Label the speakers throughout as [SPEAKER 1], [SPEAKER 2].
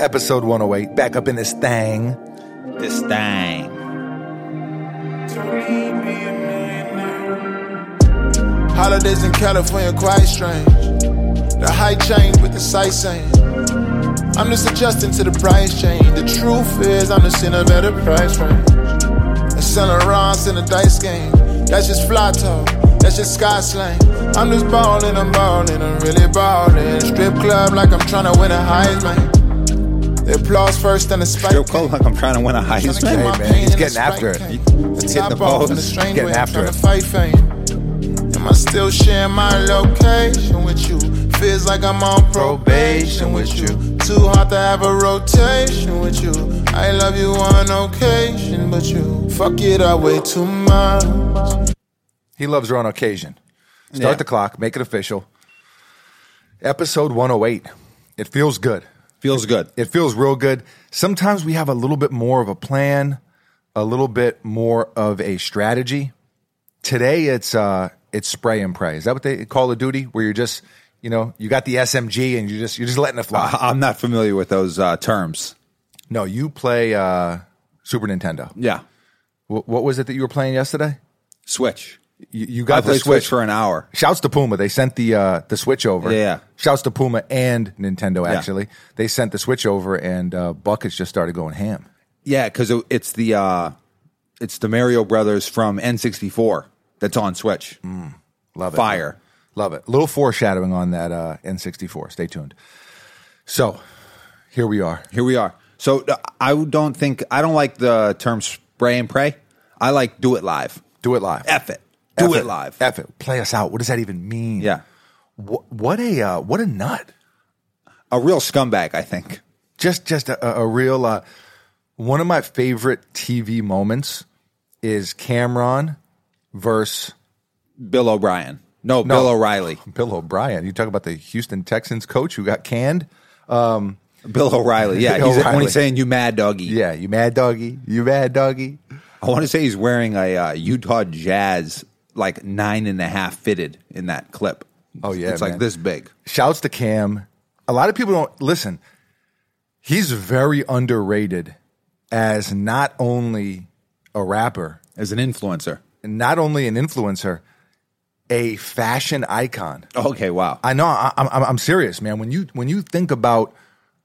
[SPEAKER 1] Episode 108. Back up in this thing.
[SPEAKER 2] This thing.
[SPEAKER 3] Holidays in California quite strange. The height change with the sight saying. I'm just adjusting to the price change. The truth is, I'm just in a better price range. And selling rounds in a dice game. That's just fly talk. That's just sky slang. I'm just ballin', I'm ballin', I'm really ballin'. Strip club like I'm tryna win a Heisman. The applause first and the spike.
[SPEAKER 2] Strip club like I'm trying to win a Heisman.
[SPEAKER 3] Tryna keep my
[SPEAKER 1] man,
[SPEAKER 3] pain
[SPEAKER 1] he's
[SPEAKER 3] in a
[SPEAKER 1] getting after
[SPEAKER 3] Sprite
[SPEAKER 2] it.
[SPEAKER 3] can.
[SPEAKER 2] He's hitting
[SPEAKER 3] The
[SPEAKER 2] the
[SPEAKER 3] top off in
[SPEAKER 2] balls.
[SPEAKER 3] a strange
[SPEAKER 1] Getting
[SPEAKER 3] way, I'm
[SPEAKER 1] after
[SPEAKER 3] tryna
[SPEAKER 1] it.
[SPEAKER 3] Fight fame. Am I still sharing my location with you? Feels like I'm on probation with you. Too hard to have a rotation with you. I love you on occasion, but you fuck it up way too much.
[SPEAKER 1] He loves her on occasion. Start
[SPEAKER 2] Yeah.
[SPEAKER 1] the clock, make it official. Episode 108. It feels good.
[SPEAKER 2] Feels good.
[SPEAKER 1] It feels real good. Sometimes we have a little bit more of a plan, a little bit more of a strategy. Today it's uh it's spray and pray. Is that what they call a duty where you're just, you know, you got the SMG and you just you're just letting it fly.
[SPEAKER 2] I- I'm not familiar with those uh, terms.
[SPEAKER 1] No, you play uh Super Nintendo.
[SPEAKER 2] Yeah.
[SPEAKER 1] Wh- what was it that you were playing yesterday?
[SPEAKER 2] Switch.
[SPEAKER 1] You, you
[SPEAKER 2] I
[SPEAKER 1] got the
[SPEAKER 2] played Switch for an hour.
[SPEAKER 1] Shouts to Puma. They sent the uh, the Switch over.
[SPEAKER 2] Yeah.
[SPEAKER 1] Shouts to Puma and Nintendo.
[SPEAKER 2] Yeah.
[SPEAKER 1] Actually, they sent the Switch over, and uh, buckets just started going ham.
[SPEAKER 2] Yeah, because it, it's the uh, it's the Mario Brothers from N64 that's on Switch.
[SPEAKER 1] Love it.
[SPEAKER 2] Fire.
[SPEAKER 1] Love it. A little foreshadowing on that uh, N64. Stay tuned. So here we are.
[SPEAKER 2] Here we are. So uh, I don't think I don't like the term spray and pray. I like do it live.
[SPEAKER 1] Do it live.
[SPEAKER 2] F it. Do
[SPEAKER 1] F
[SPEAKER 2] it live.
[SPEAKER 1] F it. Play us out. What does that even mean?
[SPEAKER 2] Yeah.
[SPEAKER 1] What, what a uh, what a nut.
[SPEAKER 2] A real scumbag, I think.
[SPEAKER 1] just just a, a real uh, one of my favorite TV moments is Cameron versus
[SPEAKER 2] Bill O'Brien. No,
[SPEAKER 1] No.
[SPEAKER 2] Bill O'Reilly.
[SPEAKER 1] Bill O'Brien. You talk about the Houston Texans coach who got canned.
[SPEAKER 2] Bill O'Reilly. Yeah,
[SPEAKER 1] Bill
[SPEAKER 2] he's, when
[SPEAKER 1] O'Reilly.
[SPEAKER 2] he's saying you mad doggy.
[SPEAKER 1] Yeah, you mad doggy? You mad doggy?
[SPEAKER 2] I want to say he's wearing a uh, Utah Jazz like nine and a half fitted in that clip.
[SPEAKER 1] Oh, yeah,
[SPEAKER 2] it's
[SPEAKER 1] man.
[SPEAKER 2] like this big.
[SPEAKER 1] Shouts to Cam. A lot of people don't listen. He's very underrated as not only a rapper,
[SPEAKER 2] As an influencer.
[SPEAKER 1] not only an influencer, a fashion icon.
[SPEAKER 2] Okay, wow.
[SPEAKER 1] I know. I, I'm, I'm I'm serious, man. When you when you think about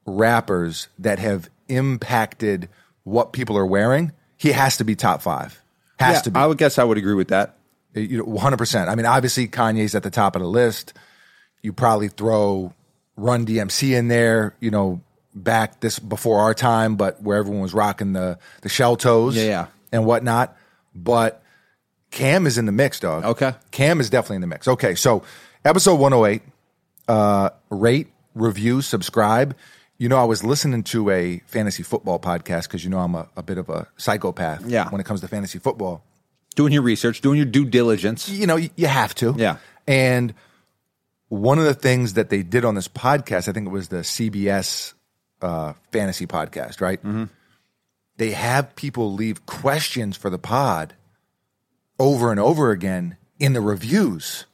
[SPEAKER 1] rappers that have impacted what people are wearing, he has to be top five. Has
[SPEAKER 2] Yeah,
[SPEAKER 1] to be.
[SPEAKER 2] I would guess I would agree with that.
[SPEAKER 1] Eh, you know, 100. percent I mean, obviously Kanye's at the top of the list. You probably throw Run DMC in there. You know, back this before our time, but where everyone was rocking the the shell toes,
[SPEAKER 2] Yeah, yeah.
[SPEAKER 1] and whatnot. But Cam is in the mix, dog.
[SPEAKER 2] Okay.
[SPEAKER 1] Cam is definitely in the mix. Okay, so episode 108 uh, rate, review, subscribe. You know, I was listening to a fantasy football podcast because you know I'm a, a bit of a psychopath
[SPEAKER 2] Yeah.
[SPEAKER 1] when it comes to fantasy football.
[SPEAKER 2] Doing your research, doing your due diligence.
[SPEAKER 1] You know, you, you have to.
[SPEAKER 2] Yeah.
[SPEAKER 1] And one of the things that they did on this podcast, I think it was the CBS uh, fantasy podcast, right? They have people leave questions for the pod over and over again in the reviews.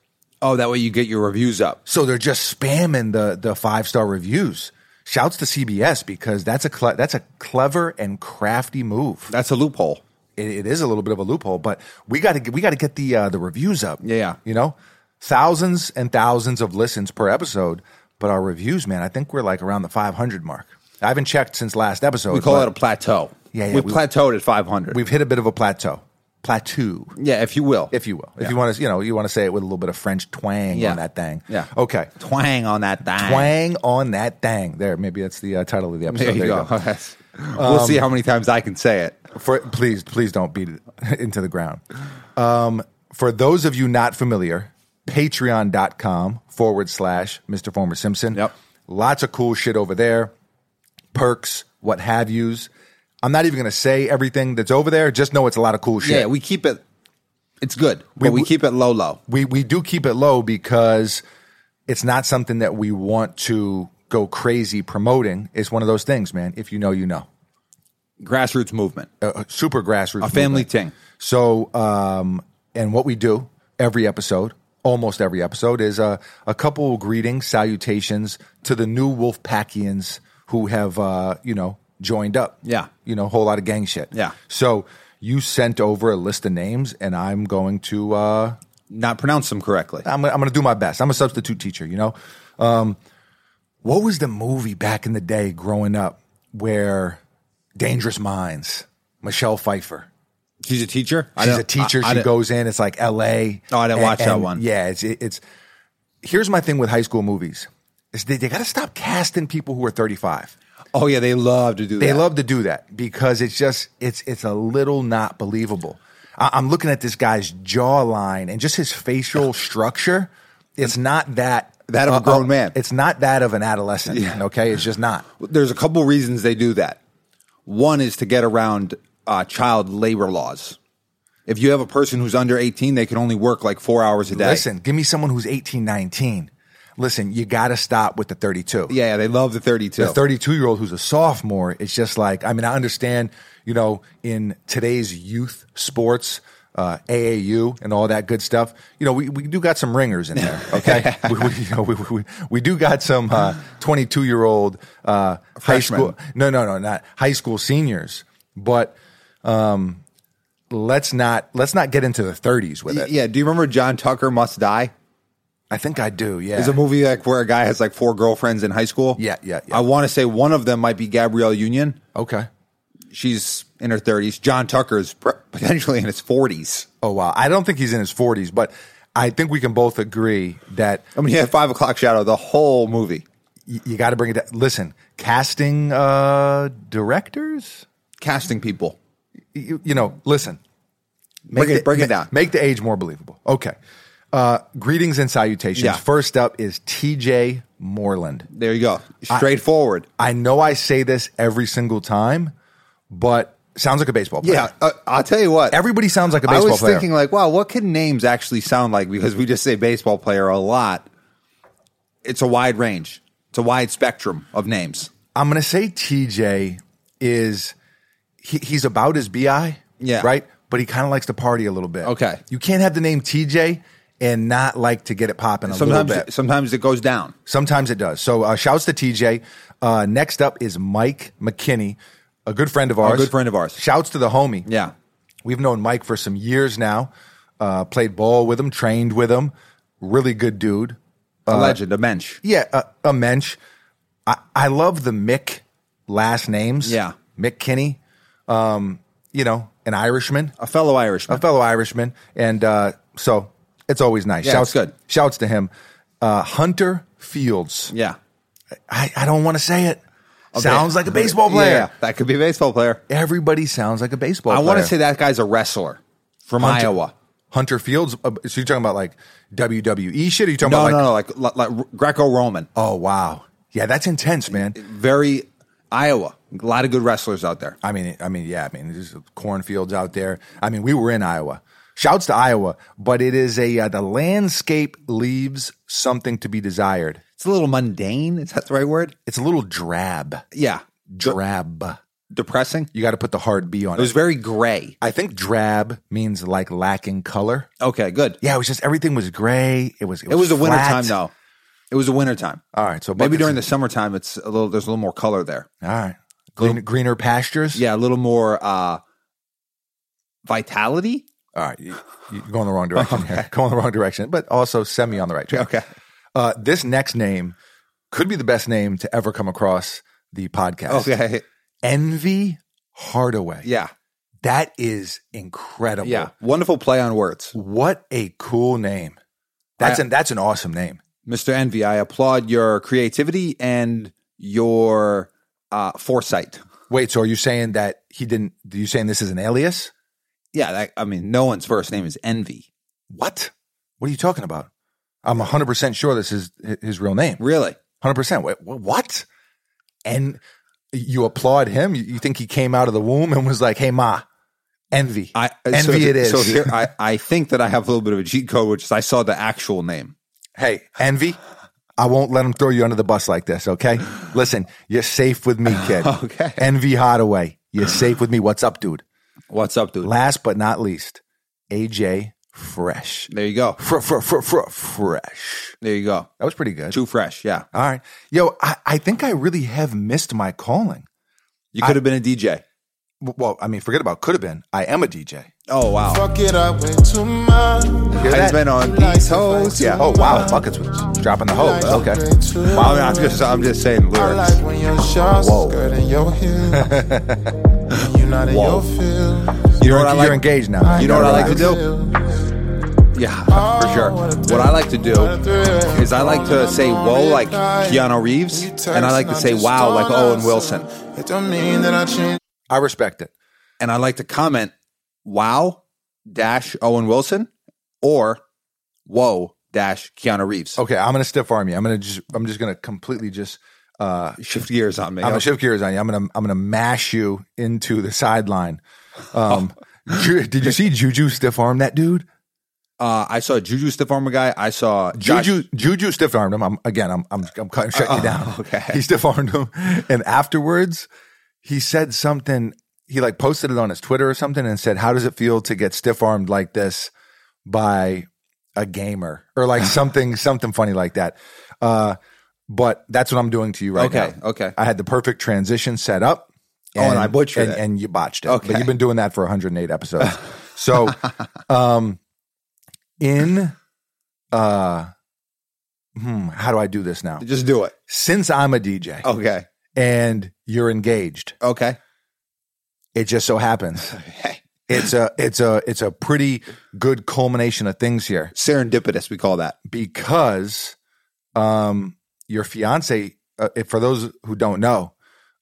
[SPEAKER 2] Oh, that way you get your reviews up.
[SPEAKER 1] So they're just spamming the the five star reviews. Shouts to CBS because that's a cle- that's a clever and crafty move.
[SPEAKER 2] That's a loophole.
[SPEAKER 1] It, it is a little bit of a loophole, but we got to we got to get the uh, the reviews up.
[SPEAKER 2] Yeah.
[SPEAKER 1] you know, thousands and thousands of listens per episode, but our reviews, man, I think we're like around the five hundred mark. I haven't checked since last episode.
[SPEAKER 2] We call
[SPEAKER 1] but
[SPEAKER 2] it a plateau.
[SPEAKER 1] Yeah, yeah,
[SPEAKER 2] We've
[SPEAKER 1] we-
[SPEAKER 2] plateaued at 500.
[SPEAKER 1] we've hit a bit of a plateau, plateau,
[SPEAKER 2] yeah, if you will.
[SPEAKER 1] if you will. If you want to, you know, you want to say it with a little bit of French twang
[SPEAKER 2] Yeah.
[SPEAKER 1] on that thing.
[SPEAKER 2] Yeah.
[SPEAKER 1] Okay.
[SPEAKER 2] twang on that thing.
[SPEAKER 1] twang on that thing. There, maybe that's the uh, title of the episode.
[SPEAKER 2] There you go. we'll
[SPEAKER 1] Um,
[SPEAKER 2] see how many times I can say it.
[SPEAKER 1] For, please, please don't beat it into the ground. Um, for those of you not familiar, patreon.com forward slash Mr. Former Simpson.
[SPEAKER 2] Yep.
[SPEAKER 1] Lots of cool shit over there, perks, what have yous. I'm not even going to say everything that's over there. Just know it's a lot of cool shit.
[SPEAKER 2] Yeah, we keep it. It's good, but we,
[SPEAKER 1] we-
[SPEAKER 2] keep it low, low.
[SPEAKER 1] we we do keep it low because it's not something that we want to go crazy promoting. It's one of those things, man. If you know, you know.
[SPEAKER 2] Grassroots movement, a
[SPEAKER 1] a super grassroots
[SPEAKER 2] family
[SPEAKER 1] movement.
[SPEAKER 2] thing.
[SPEAKER 1] So, um, and what we do every episode, almost every episode, is uh, a couple greetings, salutations to the new Wolfpackians who have uh, you know joined up.
[SPEAKER 2] Yeah.
[SPEAKER 1] you know, whole lot of gang shit.
[SPEAKER 2] Yeah.
[SPEAKER 1] So you sent over a list of names, and I'm going to uh,
[SPEAKER 2] Not pronounce them correctly.
[SPEAKER 1] I'm gonna, I'm gonna do my best. I'm a substitute teacher, you know. Um, what was the movie back in the day, growing up, where Dangerous Minds, Michelle Pfeiffer,
[SPEAKER 2] She's a teacher. I
[SPEAKER 1] she's
[SPEAKER 2] don't-
[SPEAKER 1] a teacher.
[SPEAKER 2] I- I
[SPEAKER 1] she
[SPEAKER 2] don't-
[SPEAKER 1] goes in. It's like L.A.
[SPEAKER 2] Oh, I didn't watch that one.
[SPEAKER 1] Yeah, it's it, it's. Here's my thing with high school movies: is they, they got to stop casting people who are 35.
[SPEAKER 2] Oh yeah, they love to do.
[SPEAKER 1] They
[SPEAKER 2] that.
[SPEAKER 1] love to do that because it's just it's it's a little not believable. I, I'm looking at this guy's jawline and just his facial structure. It's not that uh,
[SPEAKER 2] That of a grown man.
[SPEAKER 1] It's not that of an adolescent. Okay, it's just not.
[SPEAKER 2] there's a couple reasons they do that. One is to get around uh, child labor laws. If you have a person who's under 18, they can only work like four hours a day.
[SPEAKER 1] Listen, give me someone who's 18, 19. Listen, you got to stop with the 32.
[SPEAKER 2] Yeah, yeah, they love the 32.
[SPEAKER 1] The 32 year old who's a sophomore, it's just like, I mean, I understand, you know, in today's youth sports, uh, AAU and all that good stuff, you know, we, we do got some ringers in there, okay? we, we, you know, we, we, we do got some 22 year old uh, high
[SPEAKER 2] Freshmen.
[SPEAKER 1] school, no, no, no, not high school seniors, but um, let's not let's not get into the 30s with it.
[SPEAKER 2] yeah, do you remember John Tucker Must Die?
[SPEAKER 1] I think I do, yeah.
[SPEAKER 2] It's a movie like where a guy has like four girlfriends in high school.
[SPEAKER 1] Yeah, yeah, yeah.
[SPEAKER 2] I want to say one of them might be Gabrielle Union.
[SPEAKER 1] okay.
[SPEAKER 2] She's in her 30s. John Tucker's pr- potentially in his 40s.
[SPEAKER 1] Oh, wow. I don't think he's in his 40s, but I think we can both agree that
[SPEAKER 2] I mean, he had five o'clock shadow the whole movie.
[SPEAKER 1] you, you got to bring it down. Listen, casting uh, directors,
[SPEAKER 2] Casting people.
[SPEAKER 1] you, you know, listen.
[SPEAKER 2] Break it- break it down.
[SPEAKER 1] Make the age more believable. Okay. Uh, greetings and salutations.
[SPEAKER 2] Yeah.
[SPEAKER 1] First up is TJ Moreland.
[SPEAKER 2] There you go. Straightforward.
[SPEAKER 1] I know I say this every single time, but sounds like a baseball player.
[SPEAKER 2] yeah, uh, I'll tell you what.
[SPEAKER 1] Everybody sounds like a
[SPEAKER 2] I
[SPEAKER 1] baseball
[SPEAKER 2] was
[SPEAKER 1] player.
[SPEAKER 2] thinking like, wow, what can names actually sound like? Because we just say baseball player a lot. It's a wide range. It's a wide spectrum of names.
[SPEAKER 1] I'm gonna say TJ is he, he's about his bi,
[SPEAKER 2] Yeah.
[SPEAKER 1] right. But he kind of likes to party a little bit.
[SPEAKER 2] Okay.
[SPEAKER 1] you can't have the name TJ and not like to get it popping a
[SPEAKER 2] Sometimes,
[SPEAKER 1] little bit.
[SPEAKER 2] sometimes it goes down.
[SPEAKER 1] Sometimes it does. So uh, shouts to TJ. Uh, next up is Mike McKinney, a good friend of ours.
[SPEAKER 2] good friend of ours.
[SPEAKER 1] Shouts to the homie.
[SPEAKER 2] Yeah,
[SPEAKER 1] We've known Mike for some years now. Uh, played ball with him, trained with him. Really good dude.
[SPEAKER 2] a
[SPEAKER 1] Uh,
[SPEAKER 2] legend, a mensch.
[SPEAKER 1] Yeah, a, a mensch. I, I love the Mick last names.
[SPEAKER 2] Yeah.
[SPEAKER 1] Mick Kinney, um, you know, an Irishman,
[SPEAKER 2] a fellow Irishman.
[SPEAKER 1] a fellow Irishman. And uh, so it's always nice.
[SPEAKER 2] Yeah,
[SPEAKER 1] shouts,
[SPEAKER 2] it's good.
[SPEAKER 1] Shouts to him. Uh, Hunter Fields.
[SPEAKER 2] yeah,
[SPEAKER 1] I, I don't want to say it. Sounds like a baseball player.
[SPEAKER 2] Yeah, that could be a baseball player.
[SPEAKER 1] Everybody sounds like a baseball
[SPEAKER 2] I
[SPEAKER 1] player.
[SPEAKER 2] want to say that guy's a wrestler from
[SPEAKER 1] Hunter-
[SPEAKER 2] Iowa.
[SPEAKER 1] Hunter Fields. Uh, so you're talking about like WWE shit? Or you talking
[SPEAKER 2] No,
[SPEAKER 1] about like,
[SPEAKER 2] no, no, like, like, like Greco-Roman.
[SPEAKER 1] oh, wow. Yeah, that's intense, man.
[SPEAKER 2] Very Iowa. A lot of good wrestlers out there.
[SPEAKER 1] I mean, I mean, yeah, I mean, there's cornfields out there. I mean, we were in Iowa. Shouts to Iowa, but it is a uh, the landscape leaves something to be desired.
[SPEAKER 2] It's a little mundane. Is that the right word?
[SPEAKER 1] It's a little drab,
[SPEAKER 2] Yeah,
[SPEAKER 1] drab.
[SPEAKER 2] depressing.
[SPEAKER 1] You got to put the hard B on
[SPEAKER 2] It was
[SPEAKER 1] it.
[SPEAKER 2] very gray.
[SPEAKER 1] I think drab means like lacking color.
[SPEAKER 2] Okay, good.
[SPEAKER 1] Yeah, it was just everything was gray. It was it was,
[SPEAKER 2] It was the winter
[SPEAKER 1] flat.
[SPEAKER 2] time though. It was the winter time.
[SPEAKER 1] All right, so
[SPEAKER 2] Maybe
[SPEAKER 1] buckets-
[SPEAKER 2] during the summertime, it's a little. There's a little more color there.
[SPEAKER 1] all right Green, greener pastures.
[SPEAKER 2] Yeah, a little more uh vitality.
[SPEAKER 1] All right, you, you're going the wrong direction here. Going the wrong direction, but also semi on the right track.
[SPEAKER 2] Okay.
[SPEAKER 1] Uh, this next name could be the best name to ever come across the podcast.
[SPEAKER 2] Okay.
[SPEAKER 1] Envy Hardaway.
[SPEAKER 2] Oh, Yeah.
[SPEAKER 1] That is incredible.
[SPEAKER 2] Yeah. Wonderful play on words,
[SPEAKER 1] What a cool name. That's
[SPEAKER 2] I-
[SPEAKER 1] an that's an awesome name.
[SPEAKER 2] Mr. Envy. I applaud your creativity and your uh foresight.
[SPEAKER 1] Wait, so are you saying that he didn't are you saying this is an alias?
[SPEAKER 2] Yeah. That, I mean, no one's first name is Envy.
[SPEAKER 1] What? What are you talking about? I'm 100% sure this is hi- his real name.
[SPEAKER 2] Really?
[SPEAKER 1] 100%. Wait, wh- what? And you applaud him? You- You think he came out of the womb and was like, "Hey ma, envy."
[SPEAKER 2] I uh,
[SPEAKER 1] Envy
[SPEAKER 2] so,
[SPEAKER 1] it is.
[SPEAKER 2] So here, I I think that I have a little bit of a cheat code, which is I saw the actual name.
[SPEAKER 1] Hey, Envy, I won't let them throw you under the bus like this, okay? Listen, you're safe with me, kid.
[SPEAKER 2] Okay.
[SPEAKER 1] Envy Hardaway, you're safe with me. What's up, dude?
[SPEAKER 2] What's up, dude?
[SPEAKER 1] Last but not least, AJ fresh.
[SPEAKER 2] There you go.
[SPEAKER 1] Fr- fr- fr- fr- fresh.
[SPEAKER 2] There you go.
[SPEAKER 1] That was pretty good.
[SPEAKER 2] Too fresh. Yeah.
[SPEAKER 1] All right. Yo, I, I think I really have missed my calling.
[SPEAKER 2] You could have been a DJ.
[SPEAKER 1] W- Well, I mean, forget about could have been. I am a DJ.
[SPEAKER 2] Oh, wow.
[SPEAKER 3] Fuck it up way too much.
[SPEAKER 2] I've been on these hoes. Yeah.
[SPEAKER 1] Oh, wow. Buckets was dropping the hose. Okay.
[SPEAKER 2] Oh, I mean, I'm just, I'm just saying
[SPEAKER 3] I
[SPEAKER 2] lyrics.
[SPEAKER 3] like when your shorts
[SPEAKER 1] Whoa.
[SPEAKER 3] skirt and your heels. and you're not in
[SPEAKER 2] Whoa.
[SPEAKER 3] your feels.
[SPEAKER 2] You know
[SPEAKER 1] You're,
[SPEAKER 2] what I
[SPEAKER 1] you're
[SPEAKER 2] like?
[SPEAKER 1] engaged now.
[SPEAKER 2] You know what I like to
[SPEAKER 1] Relax.
[SPEAKER 2] do? Yeah, for sure. What I like to do is I like to say whoa like Keanu Reeves, and I like to say wow like Owen Wilson,
[SPEAKER 3] It don't mean that I changed.
[SPEAKER 1] I respect it.
[SPEAKER 2] and I like to comment wow dash Owen Wilson or whoa dash Keanu Reeves.
[SPEAKER 1] Okay, I'm gonna stiff arm you. I'm gonna just I'm just gonna completely just uh
[SPEAKER 2] Shift gears on me.
[SPEAKER 1] I'm gonna shift gears on you. I'm gonna I'm gonna mash you into the sideline. Um Ju- did you see Juju stiff arm that dude?
[SPEAKER 2] Uh, I saw Juju Stiff Armor guy. I saw Josh- Oh,
[SPEAKER 1] Juju Juju stiff armed him. I'm again I'm I'm I'm cutting shutting you down.
[SPEAKER 2] okay.
[SPEAKER 1] He stiff armed him. And afterwards he said something he like posted it on his Twitter or something and said, How does it feel to get stiff armed like this by a gamer? Or like something something funny like that. Uh but that's what I'm doing to you right
[SPEAKER 2] Okay,
[SPEAKER 1] now.
[SPEAKER 2] okay.
[SPEAKER 1] I had the perfect transition set up.
[SPEAKER 2] Oh, and I butchered
[SPEAKER 1] and,
[SPEAKER 2] it.
[SPEAKER 1] and you botched it.
[SPEAKER 2] Okay.
[SPEAKER 1] But you've been doing that for 108 episodes. so, um, in, uh, hmm, how do I do this now?
[SPEAKER 2] Just do it.
[SPEAKER 1] Since I'm a DJ
[SPEAKER 2] Okay.
[SPEAKER 1] and you're engaged,
[SPEAKER 2] Okay.
[SPEAKER 1] it just so happens it's a it's a it's a pretty good culmination of things here
[SPEAKER 2] Serendipitous, we call that.
[SPEAKER 1] because um your fiance uh, if- for those who don't know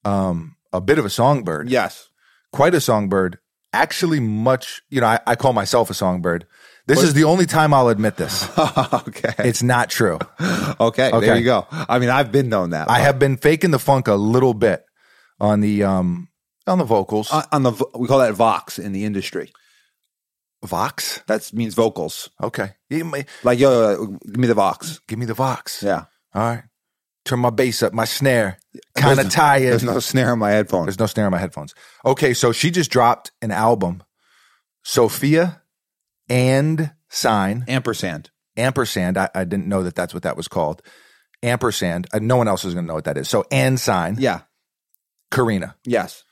[SPEAKER 1] um a bit of a songbird
[SPEAKER 2] Yes.
[SPEAKER 1] quite a songbird. Actually, much, you know, I, I call myself a songbird. This is the only time I'll admit this.
[SPEAKER 2] okay.
[SPEAKER 1] It's not true.
[SPEAKER 2] okay. There
[SPEAKER 1] Okay.
[SPEAKER 2] you go. I mean, I've been known that.
[SPEAKER 1] I have been faking the funk a little bit on the um on the vocals.
[SPEAKER 2] on on the vo- we call that vox in the industry.
[SPEAKER 1] Vox?
[SPEAKER 2] That means vocals.
[SPEAKER 1] Okay. Give me,
[SPEAKER 2] Like yo, give me the vox.
[SPEAKER 1] give me the Vox.
[SPEAKER 2] Yeah.
[SPEAKER 1] All right. Turn my bass up, my snare. Kind of tired.
[SPEAKER 2] There's no snare in my headphones.
[SPEAKER 1] There's no snare in my headphones. Okay, so she just dropped an album. Sophia and Sign.
[SPEAKER 2] Ampersand.
[SPEAKER 1] ampersand. I, I didn't know that that's what that was called. Ampersand. Uh, no one else is going to know what that is. So and sign
[SPEAKER 2] Yeah.
[SPEAKER 1] Karina.
[SPEAKER 2] Yes.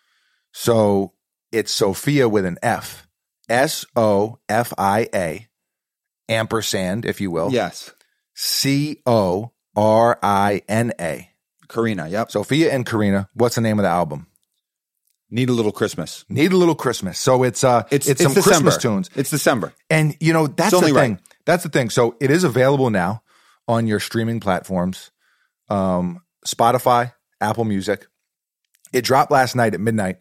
[SPEAKER 1] So it's Sophia with an F, S O F I A, ampersand, if you will.
[SPEAKER 2] Yes.
[SPEAKER 1] C O R I N A.
[SPEAKER 2] Karina. Yep. So
[SPEAKER 1] Sophia and Karina. What's the name of the album?
[SPEAKER 2] need a little Christmas.
[SPEAKER 1] Need a little Christmas. So it's uh, it's, some
[SPEAKER 2] December.
[SPEAKER 1] Christmas tunes.
[SPEAKER 2] It's December.
[SPEAKER 1] And you know that's
[SPEAKER 2] It's only
[SPEAKER 1] the thing.
[SPEAKER 2] right.
[SPEAKER 1] That's the thing. So it is available now on your streaming platforms, um, Spotify, Apple Music. It dropped last night at midnight.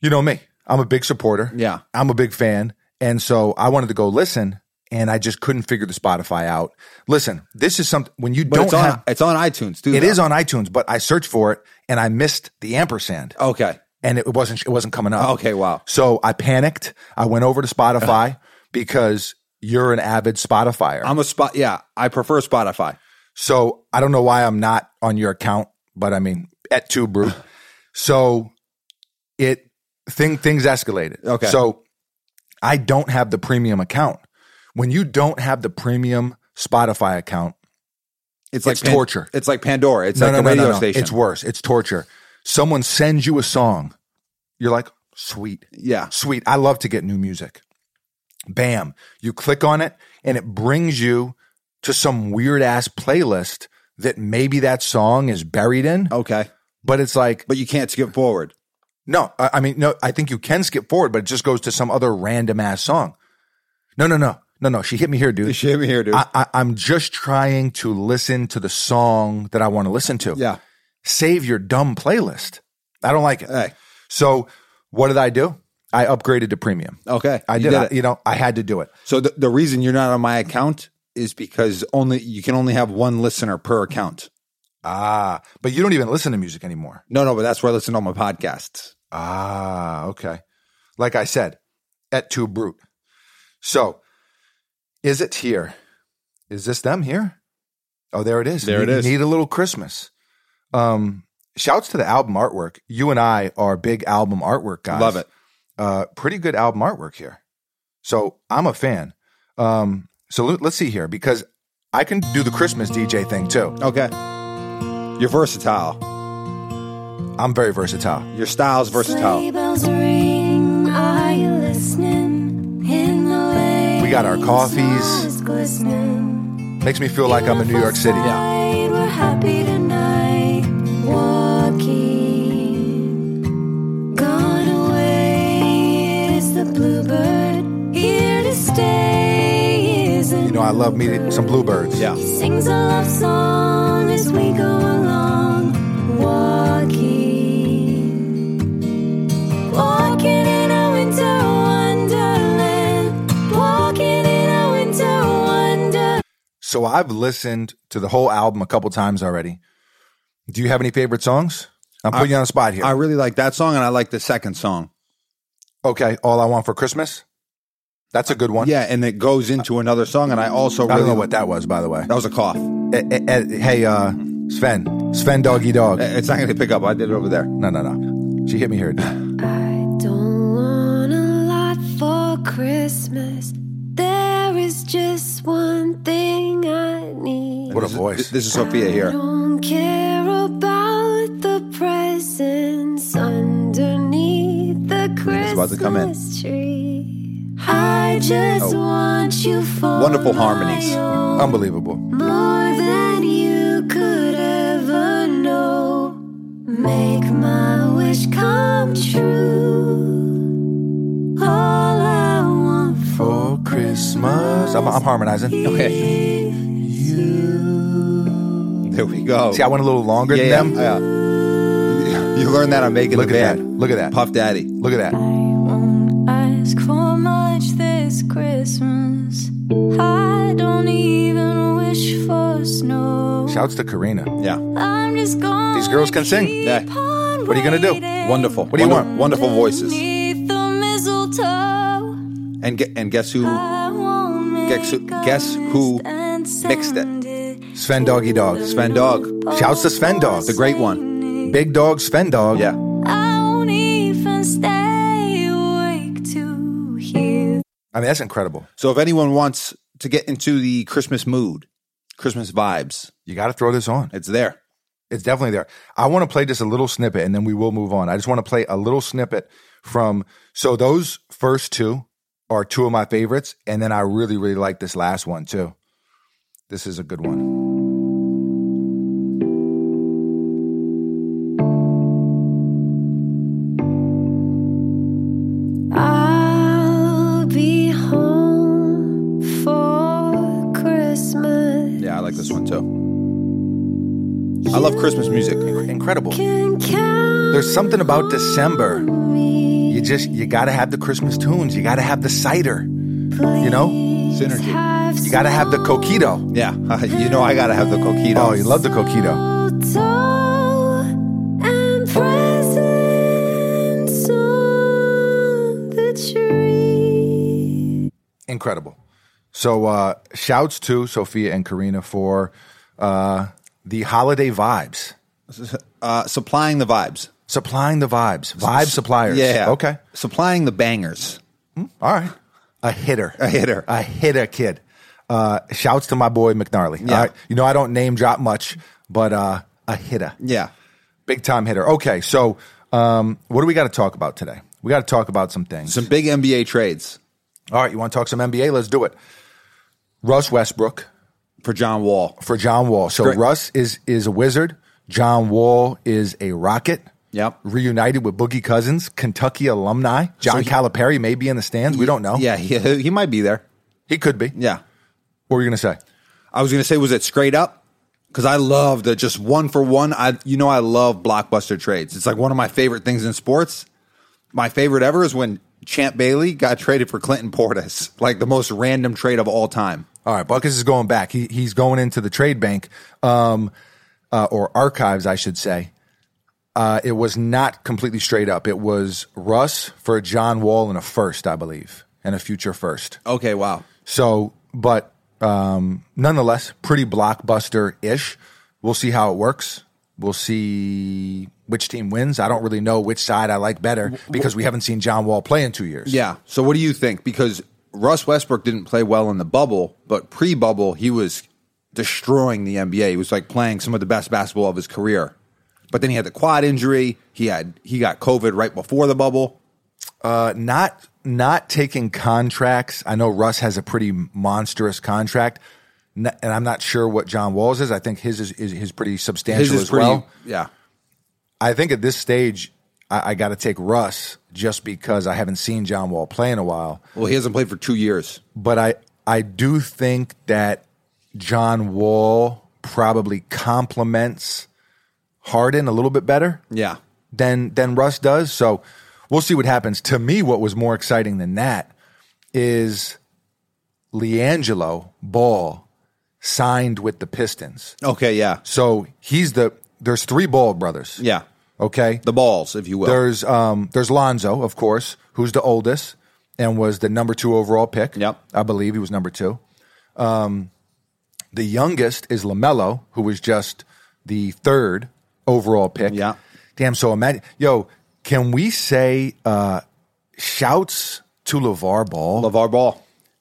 [SPEAKER 1] You know me. I'm a big supporter.
[SPEAKER 2] Yeah.
[SPEAKER 1] I'm a big fan, and so I wanted to go listen, and I just couldn't figure the Spotify out. Listen, this is something when you
[SPEAKER 2] But
[SPEAKER 1] don't
[SPEAKER 2] it's on
[SPEAKER 1] have.
[SPEAKER 2] it's on iTunes too.
[SPEAKER 1] It
[SPEAKER 2] though.
[SPEAKER 1] is on iTunes, but I searched for it and I missed the ampersand,
[SPEAKER 2] Okay.
[SPEAKER 1] and it wasn't it wasn't coming up.
[SPEAKER 2] Okay. Wow.
[SPEAKER 1] So I panicked. I went over to Spotify because you're an avid Spotifyer.
[SPEAKER 2] I'm a spot. Yeah. I prefer Spotify.
[SPEAKER 1] so I don't know why I'm not on your account, but I mean, at two brew. so it thing things escalated.
[SPEAKER 2] Okay.
[SPEAKER 1] So I don't have the premium account. When you don't have the premium Spotify account,
[SPEAKER 2] It's like
[SPEAKER 1] It's torture.
[SPEAKER 2] It's like Pandora. It's like a radio station.
[SPEAKER 1] It's worse. It's torture. Someone sends you a song. You're like, sweet.
[SPEAKER 2] yeah.
[SPEAKER 1] Sweet. I love to get new music. Bam. You click on it and it brings you to some weird ass playlist that maybe that song is buried in,
[SPEAKER 2] Okay.
[SPEAKER 1] but it's like,
[SPEAKER 2] But you can't skip forward.
[SPEAKER 1] no, I, I mean, no, I think you can skip forward, but it just goes to some other random ass song. No, no, no, no, no. She hit me here, dude.
[SPEAKER 2] Shame here, dude.
[SPEAKER 1] I, I, I'm just trying to listen to the song that I want to listen to.
[SPEAKER 2] yeah.
[SPEAKER 1] Save your dumb playlist. I don't like it.
[SPEAKER 2] Hey.
[SPEAKER 1] So, what did I do? I upgraded to premium.
[SPEAKER 2] Okay.
[SPEAKER 1] I
[SPEAKER 2] You
[SPEAKER 1] did,
[SPEAKER 2] it.
[SPEAKER 1] I- you know, I had to do it.
[SPEAKER 2] So the, the reason you're not on my account is because only you can only have one listener per account.
[SPEAKER 1] Ah, but you don't even listen to music anymore.
[SPEAKER 2] No, no, but that's where I listen to all my podcasts.
[SPEAKER 1] Ah, okay. Like I said, et tu brute. So, is it here? Is this them here? Oh, there it is.
[SPEAKER 2] There it
[SPEAKER 1] You
[SPEAKER 2] is.
[SPEAKER 1] Need a little Christmas. Um, shouts to the album artwork. You and I are big album artwork guys.
[SPEAKER 2] Love it.
[SPEAKER 1] Uh, pretty good album artwork here. So I'm a fan. Um, so let, let's see here because I can do the Christmas DJ thing too.
[SPEAKER 2] Okay. You're versatile.
[SPEAKER 1] I'm very versatile.
[SPEAKER 2] Your style's versatile.
[SPEAKER 4] Sleigh bells ring, are you listening? In the lane,
[SPEAKER 1] We got our coffees.
[SPEAKER 4] stars glistening.
[SPEAKER 1] Makes me feel like I'm in New York City.
[SPEAKER 4] Outside, We're happy tonight, walking. Gone away is the bluebird. Here to stay is
[SPEAKER 1] You know, I love meeting some bluebirds.
[SPEAKER 2] Yeah.
[SPEAKER 4] He sings a love song as we go along, walking. Walking in a winter wonderland. Walking in a winter wonderland.
[SPEAKER 1] So I've listened to the whole album a couple times already. Do you have any favorite songs? I'm putting you on the spot here.
[SPEAKER 2] I really like that song, and I like the second song.
[SPEAKER 1] okay, All I Want for Christmas. That's a good one.
[SPEAKER 2] Yeah, and it goes into another song, and I also
[SPEAKER 1] I
[SPEAKER 2] really
[SPEAKER 1] don't know what that was, by the way.
[SPEAKER 2] That was a cough.
[SPEAKER 1] Eh, eh, eh, hey, uh, Sven. Sven Doggy Dog.
[SPEAKER 2] It's not going to pick up. I did it over there.
[SPEAKER 1] No, no, no. She hit me here.
[SPEAKER 4] I don't want a lot for Christmas. There is just one thing I need.
[SPEAKER 1] What a voice.
[SPEAKER 2] This is Sophia here.
[SPEAKER 4] Don't care about the presents underneath the
[SPEAKER 2] It's
[SPEAKER 4] Christmas
[SPEAKER 2] about to come in. Oh.
[SPEAKER 4] tree. I just want you for
[SPEAKER 2] Wonderful
[SPEAKER 4] my
[SPEAKER 2] harmonies. Um,
[SPEAKER 4] own,
[SPEAKER 1] Unbelievable.
[SPEAKER 4] more than you could ever know. Make my wish come true. All I want for
[SPEAKER 1] For Christmas. I'm, I'm harmonizing.
[SPEAKER 2] Okay. There we go.
[SPEAKER 1] See, I went a little longer
[SPEAKER 2] yeah,
[SPEAKER 1] than them.
[SPEAKER 2] yeah. Oh, You learned that on Making
[SPEAKER 1] Look
[SPEAKER 2] the
[SPEAKER 1] at that.
[SPEAKER 2] Band.
[SPEAKER 1] Look at that.
[SPEAKER 2] Puff Daddy.
[SPEAKER 1] Look at that.
[SPEAKER 4] won't ask for much this Christmas. I don't even wish for snow.
[SPEAKER 1] Shouts to Karina.
[SPEAKER 2] Yeah.
[SPEAKER 4] I'm just gonna
[SPEAKER 1] These girls can sing.
[SPEAKER 4] keep
[SPEAKER 2] Yeah.
[SPEAKER 4] on
[SPEAKER 1] What are you gonna do?
[SPEAKER 4] waiting
[SPEAKER 2] Wonderful.
[SPEAKER 1] What do you
[SPEAKER 2] Wonder-
[SPEAKER 1] want?
[SPEAKER 2] Wonderful voices.
[SPEAKER 4] Beneath the mistletoe,
[SPEAKER 2] And gu- and guess who?
[SPEAKER 4] I won't make
[SPEAKER 2] Guess who-
[SPEAKER 4] a
[SPEAKER 2] guess who
[SPEAKER 4] list and
[SPEAKER 2] mixed it?
[SPEAKER 4] send it.
[SPEAKER 1] Sven Doggy Dog.
[SPEAKER 2] Sven Dog.
[SPEAKER 1] Shouts to Sven Dog.
[SPEAKER 2] The great one.
[SPEAKER 1] Big Dog Sven Dog.
[SPEAKER 2] Oh, Yeah.
[SPEAKER 4] I won't even stay awake to hear
[SPEAKER 1] I mean, that's incredible.
[SPEAKER 2] So if anyone wants to get into the Christmas mood, Christmas vibes,
[SPEAKER 1] You got to throw this on.
[SPEAKER 2] it's there.
[SPEAKER 1] It's definitely there. I want to play just a little snippet and then we will move on. I just want to play a little snippet from. So those first two are two of my favorites. And then I really, really like this last one too. This is a good one.
[SPEAKER 4] I'll be home for Christmas.
[SPEAKER 2] Yeah, I like this one too. I love Christmas music.
[SPEAKER 1] Incredible.
[SPEAKER 4] Can count
[SPEAKER 1] There's something about December.
[SPEAKER 4] me.
[SPEAKER 1] You just, you got to have the Christmas tunes. You got to have the cider. You know,
[SPEAKER 2] Synergy.
[SPEAKER 4] Have
[SPEAKER 1] you got to have the coquito.
[SPEAKER 2] Yeah. you know I got to have the coquito.
[SPEAKER 1] Oh, you love the coquito.
[SPEAKER 4] mistletoe and presents on the tree.
[SPEAKER 1] Incredible. So, uh, shouts to Sophia and Karina for uh, the holiday vibes.
[SPEAKER 2] uh, supplying the vibes.
[SPEAKER 1] Supplying the vibes. Vibe suppliers.
[SPEAKER 2] Yeah.
[SPEAKER 1] Okay.
[SPEAKER 2] Supplying the bangers.
[SPEAKER 1] All right. A hitter.
[SPEAKER 2] A hitter.
[SPEAKER 1] A hitter kid. Uh, shouts to my boy McNarly.
[SPEAKER 2] Yeah.
[SPEAKER 1] All right. You know, I don't name drop much, but uh, a hitter.
[SPEAKER 2] Yeah.
[SPEAKER 1] Big time hitter. Okay. So, um, what do we got to talk about today? We got to talk about some things.
[SPEAKER 2] Some big NBA trades
[SPEAKER 1] All right. You want to talk some NBA? Let's do it. Russ Westbrook
[SPEAKER 2] for John Wall.
[SPEAKER 1] for John Wall. So,
[SPEAKER 2] Great.
[SPEAKER 1] Russ is, is a wizard, John Wall is a rocket.
[SPEAKER 2] Yep.
[SPEAKER 1] Reunited with Boogie Cousins, Kentucky alumni. John
[SPEAKER 2] he-
[SPEAKER 1] Calipari may be in the stands. We don't know.
[SPEAKER 2] Yeah, he, he might be there.
[SPEAKER 1] He could be.
[SPEAKER 2] Yeah.
[SPEAKER 1] What were you going to say?
[SPEAKER 2] I was going to say, was it straight up? Because I love the just one for one. I You know, I love blockbuster trades. It's like one of my favorite things in sports. My favorite ever is when Champ Bailey got traded for Clinton Portis, like the most random trade of all time.
[SPEAKER 1] All right, Buckus is going back. He he's going into the trade bank, um, uh, or archives, I should say. Uh, it was not completely straight up. It was Russ for John Wall and a first, I believe, and a future first.
[SPEAKER 2] Okay, wow.
[SPEAKER 1] So, but um, nonetheless, pretty blockbuster ish. We'll see how it works. We'll see which team wins. I don't really know which side I like better because we haven't seen John Wall play in two years.
[SPEAKER 2] Yeah. So what do you think? Because Russ Westbrook didn't play well in the bubble, but pre bubble, he was destroying the NBA. He was like playing some of the best basketball of his career. But then he had the quad injury. He had he got COVID right before the bubble.
[SPEAKER 1] Uh, not not taking contracts. I know Russ has a pretty monstrous contract, n- and I'm not sure what John Wall's is. I think his is, is, is pretty substantial as well.
[SPEAKER 2] yeah.
[SPEAKER 1] I think at this stage, I, I got to take Russ just because I haven't seen John Wall play in a while.
[SPEAKER 2] Well, he hasn't played for two years.
[SPEAKER 1] But I I do think that John Wall probably complements Harden a little bit better
[SPEAKER 2] Yeah.
[SPEAKER 1] than than Russ does. So we'll see what happens. To me, what was more exciting than that is LiAngelo Ball signed with the Pistons.
[SPEAKER 2] Okay. Yeah.
[SPEAKER 1] So he's the there's three Ball brothers.
[SPEAKER 2] Yeah.
[SPEAKER 1] Okay.
[SPEAKER 2] The balls, if you will.
[SPEAKER 1] There's um there's Lonzo, of course, who's the oldest and was the number two overall pick.
[SPEAKER 2] Yep.
[SPEAKER 1] I believe he was number two. Um the youngest is LaMelo, who was just the third overall pick.
[SPEAKER 2] Yeah.
[SPEAKER 1] Damn, so imagine yo, can we say uh shouts to LeVar Ball?
[SPEAKER 2] LeVar Ball.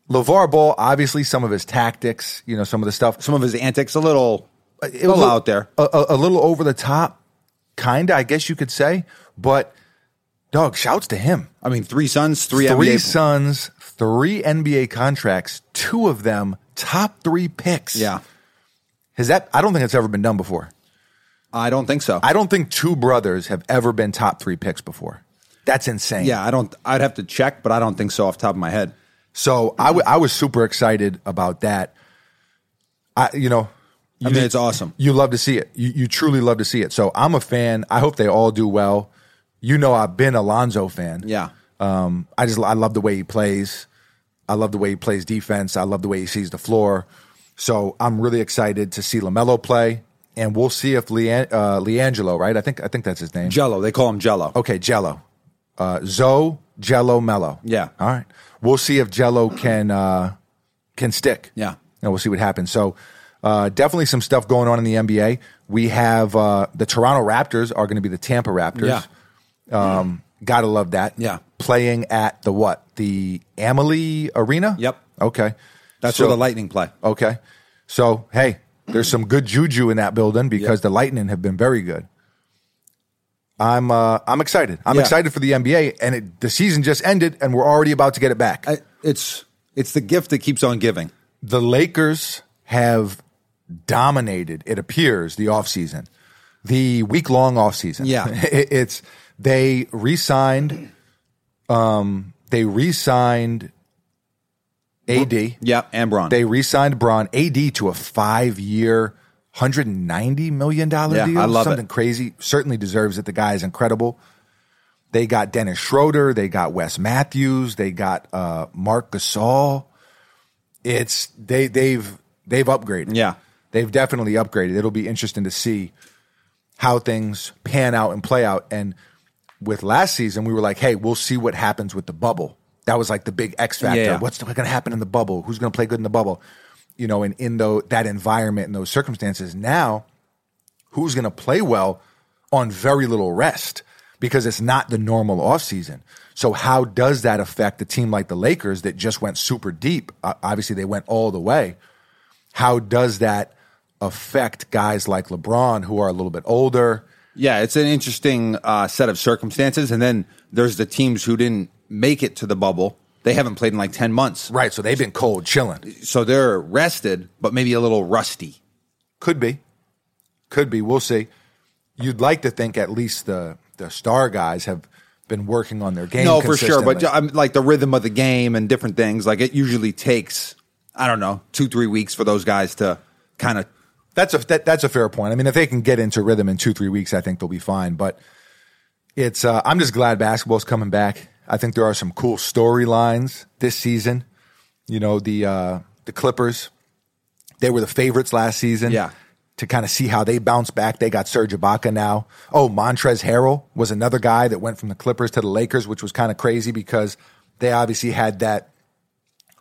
[SPEAKER 1] LeVar Ball, obviously some of his tactics, you know, some of the stuff
[SPEAKER 2] Some of his antics, a little,
[SPEAKER 1] it was
[SPEAKER 2] a
[SPEAKER 1] a-
[SPEAKER 2] little out there.
[SPEAKER 1] a, a, a little over the top, kind of, I guess you could say. But dog, shouts to him.
[SPEAKER 2] I mean, three sons, three,
[SPEAKER 1] three
[SPEAKER 2] NBA
[SPEAKER 1] sons, three NBA contracts, two of them top three picks.
[SPEAKER 2] Yeah.
[SPEAKER 1] has that? I don't think it's ever been done before.
[SPEAKER 2] I don't think so.
[SPEAKER 1] I don't think two brothers have ever been top three picks before. That's insane.
[SPEAKER 2] yeah, I don't. I'd have to check, but I don't think so off the top of my head.
[SPEAKER 1] So I wa- I was super excited about that. I you know.
[SPEAKER 2] I mean, it's awesome.
[SPEAKER 1] you love to see it. You, you truly love to see it. So I'm a fan. I hope they all do well. You know, I've been a Lonzo fan.
[SPEAKER 2] Yeah.
[SPEAKER 1] Um, I just I love the way he plays. I love the way he plays defense. I love the way he sees the floor. So I'm really excited to see Lamelo play, and we'll see if Lean, uh, Leangelo, right? I think I think that's his name.
[SPEAKER 2] Jello. They call him Jello.
[SPEAKER 1] okay, Jello, uh, Zoe Jello Mello.
[SPEAKER 2] Yeah.
[SPEAKER 1] All right. We'll see if Jello can uh, can stick
[SPEAKER 2] Yeah.
[SPEAKER 1] and we'll see what happens. So, uh, definitely some stuff going on in the NBA. We have uh, the Toronto Raptors are going to be the Tampa Raptors.
[SPEAKER 2] Yeah.
[SPEAKER 1] Um, gotta love that.
[SPEAKER 2] Yeah.
[SPEAKER 1] Playing at the what? The Amalie Arena?
[SPEAKER 2] Yep.
[SPEAKER 1] Okay.
[SPEAKER 2] That's
[SPEAKER 1] So-
[SPEAKER 2] where the Lightning play.
[SPEAKER 1] Okay. So, hey, there's some good juju in that building because
[SPEAKER 2] Yep.
[SPEAKER 1] the Lightning have been very good. I'm uh, I'm excited. I'm
[SPEAKER 2] Yeah.
[SPEAKER 1] excited for the NBA, and it, the season just ended, and we're already about to get it back.
[SPEAKER 2] I, it's it's the gift that keeps on giving.
[SPEAKER 1] the Lakers have dominated, it appears, the offseason, the week long offseason.
[SPEAKER 2] Yeah.
[SPEAKER 1] It- it's they re signed, um, they re signed AD.
[SPEAKER 2] Yeah, and Bron.
[SPEAKER 1] They re signed Braun AD to a five year, $190 million
[SPEAKER 2] Yeah,
[SPEAKER 1] deal.
[SPEAKER 2] I love it.
[SPEAKER 1] Something crazy. Certainly deserves it. The guy is incredible. They got Dennis Schroeder. They got Wes Matthews. They got uh, Mark Gasol. It's they they've they've upgraded.
[SPEAKER 2] Yeah.
[SPEAKER 1] they've definitely upgraded. It'll be interesting to see how things pan out and play out. And with last season, we were like, hey, we'll see what happens with the bubble. That was like the big X factor.
[SPEAKER 2] Yeah.
[SPEAKER 1] What's going to happen in the bubble? Who's going to play good in the bubble? You know, and in tho- that environment and those circumstances. Now, who's going to play well on very little rest because it's not the normal offseason. So, how does that affect a team like the Lakers that just went super deep? Uh, obviously, they went all the way. How does that affect guys like LeBron who are a little bit older?
[SPEAKER 2] yeah, it's an interesting uh, set of circumstances. And then there's the teams who didn't make it to the bubble. They haven't played in like ten months,
[SPEAKER 1] Right. So, they've been cold, chilling.
[SPEAKER 2] so they're rested, but maybe a little rusty.
[SPEAKER 1] Could be. Could be. We'll see. You'd like to think at least the, the star guys have been working on their game.
[SPEAKER 2] No, for sure. But
[SPEAKER 1] consistently.
[SPEAKER 2] I'm like the rhythm of the game and different things. Like it usually takes, I don't know, two three weeks for those guys to kind of.
[SPEAKER 1] That's a that, that's a fair point. I mean, if they can get into rhythm in two three weeks, I think they'll be fine. But it's uh, I'm just glad basketball's coming back. I think there are some cool storylines this season. You know the uh, the Clippers, they were the favorites last season.
[SPEAKER 2] Yeah.
[SPEAKER 1] To kind of see how they bounce back, they got Serge Ibaka now. Oh, Montrez Harrell was another guy that went from the Clippers to the Lakers, which was kind of crazy because they obviously had that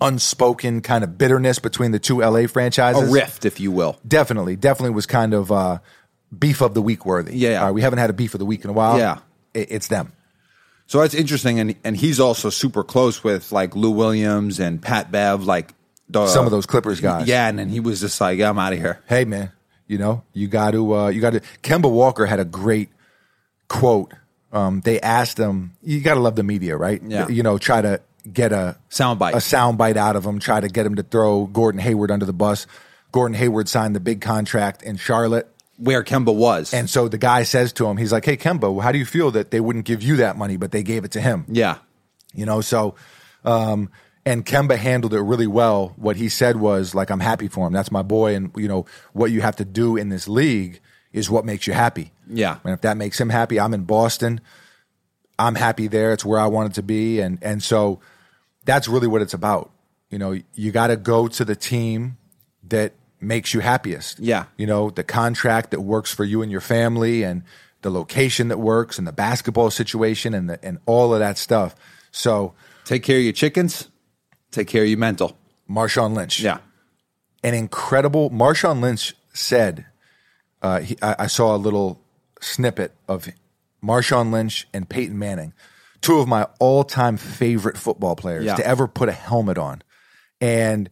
[SPEAKER 1] unspoken kind of bitterness between the two LA
[SPEAKER 2] A
[SPEAKER 1] franchises
[SPEAKER 2] rift, if you will.
[SPEAKER 1] definitely, definitely was kind of uh, beef of the week worthy.
[SPEAKER 2] Yeah.
[SPEAKER 1] Uh, we haven't had a beef of the week in a while.
[SPEAKER 2] Yeah.
[SPEAKER 1] I- it's them.
[SPEAKER 2] So that's interesting, and and he's also super close with like Lou Williams and Pat Bev, like the,
[SPEAKER 1] Some of those Clippers guys.
[SPEAKER 2] Uh, Yeah, and then he was just like, I'm out of here.
[SPEAKER 1] hey man, you know, you got to, uh, you got to. Kemba Walker had a great quote. Um, they asked him, you got to love the media, right?
[SPEAKER 2] Yeah.
[SPEAKER 1] You know, try to get a
[SPEAKER 2] Soundbite.
[SPEAKER 1] a soundbite out of him, try to get him to throw Gordon Hayward under the bus. Gordon Hayward signed the big contract in Charlotte.
[SPEAKER 2] Where Kemba was,
[SPEAKER 1] And so the guy says to him, he's like, Hey, Kemba, how do you feel that they wouldn't give you that money, but they gave it to him?
[SPEAKER 2] yeah,
[SPEAKER 1] you know so um and Kemba handled it really well. What he said was like I'm happy for him. That's my boy and you know what you have to do in this league is what makes you happy.
[SPEAKER 2] Yeah.
[SPEAKER 1] And if that makes him happy, I'm in Boston. I'm happy there. It's where I wanted to be and and so that's really what it's about. You know, you got to go to the team that makes you happiest.
[SPEAKER 2] Yeah.
[SPEAKER 1] You know, the contract that works for you and your family and the location that works and the basketball situation and the, and all of that stuff. So,
[SPEAKER 2] take care of your chickens, take care of your mental.
[SPEAKER 1] Marshawn Lynch.
[SPEAKER 2] Yeah,
[SPEAKER 1] An incredible Marshawn Lynch said uh, he, I, I saw a little snippet of Marshawn Lynch and Peyton Manning, two of my all-time favorite football players
[SPEAKER 2] Yeah.
[SPEAKER 1] to ever put a helmet on. And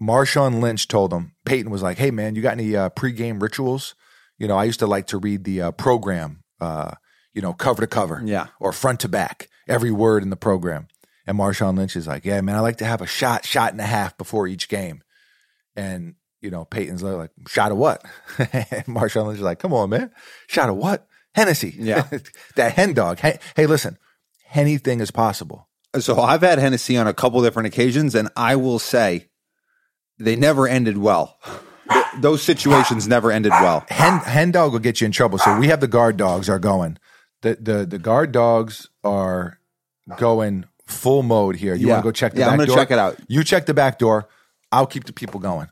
[SPEAKER 1] Marshawn Lynch told him, Peyton was like, "Hey man, you got any uh, pregame rituals? You know, I used to like to read the uh, program, uh, you know, cover to cover,
[SPEAKER 2] Yeah.
[SPEAKER 1] or front to back, every word in the program." And Marshawn Lynch is like, "Yeah man, I like to have a shot, shot and a half before each game." And you know, Peyton's like, "Shot of what?" and Marshawn Lynch is like, "Come on, man, shot of what? Hennessy,
[SPEAKER 2] Yeah.
[SPEAKER 1] that hen dog. Hey, hey, listen, anything is possible."
[SPEAKER 2] so I've had Hennessy on a couple different occasions, and I will say they never ended well. Those situations never ended well.
[SPEAKER 1] hen, hen dog will get you in trouble. So we have the guard dogs are going. The the the guard dogs are going full mode here. You
[SPEAKER 2] Yeah.
[SPEAKER 1] want to go check the
[SPEAKER 2] Yeah, I'm
[SPEAKER 1] back
[SPEAKER 2] gonna
[SPEAKER 1] door?
[SPEAKER 2] check it out.
[SPEAKER 1] You check the back door. I'll keep the people going.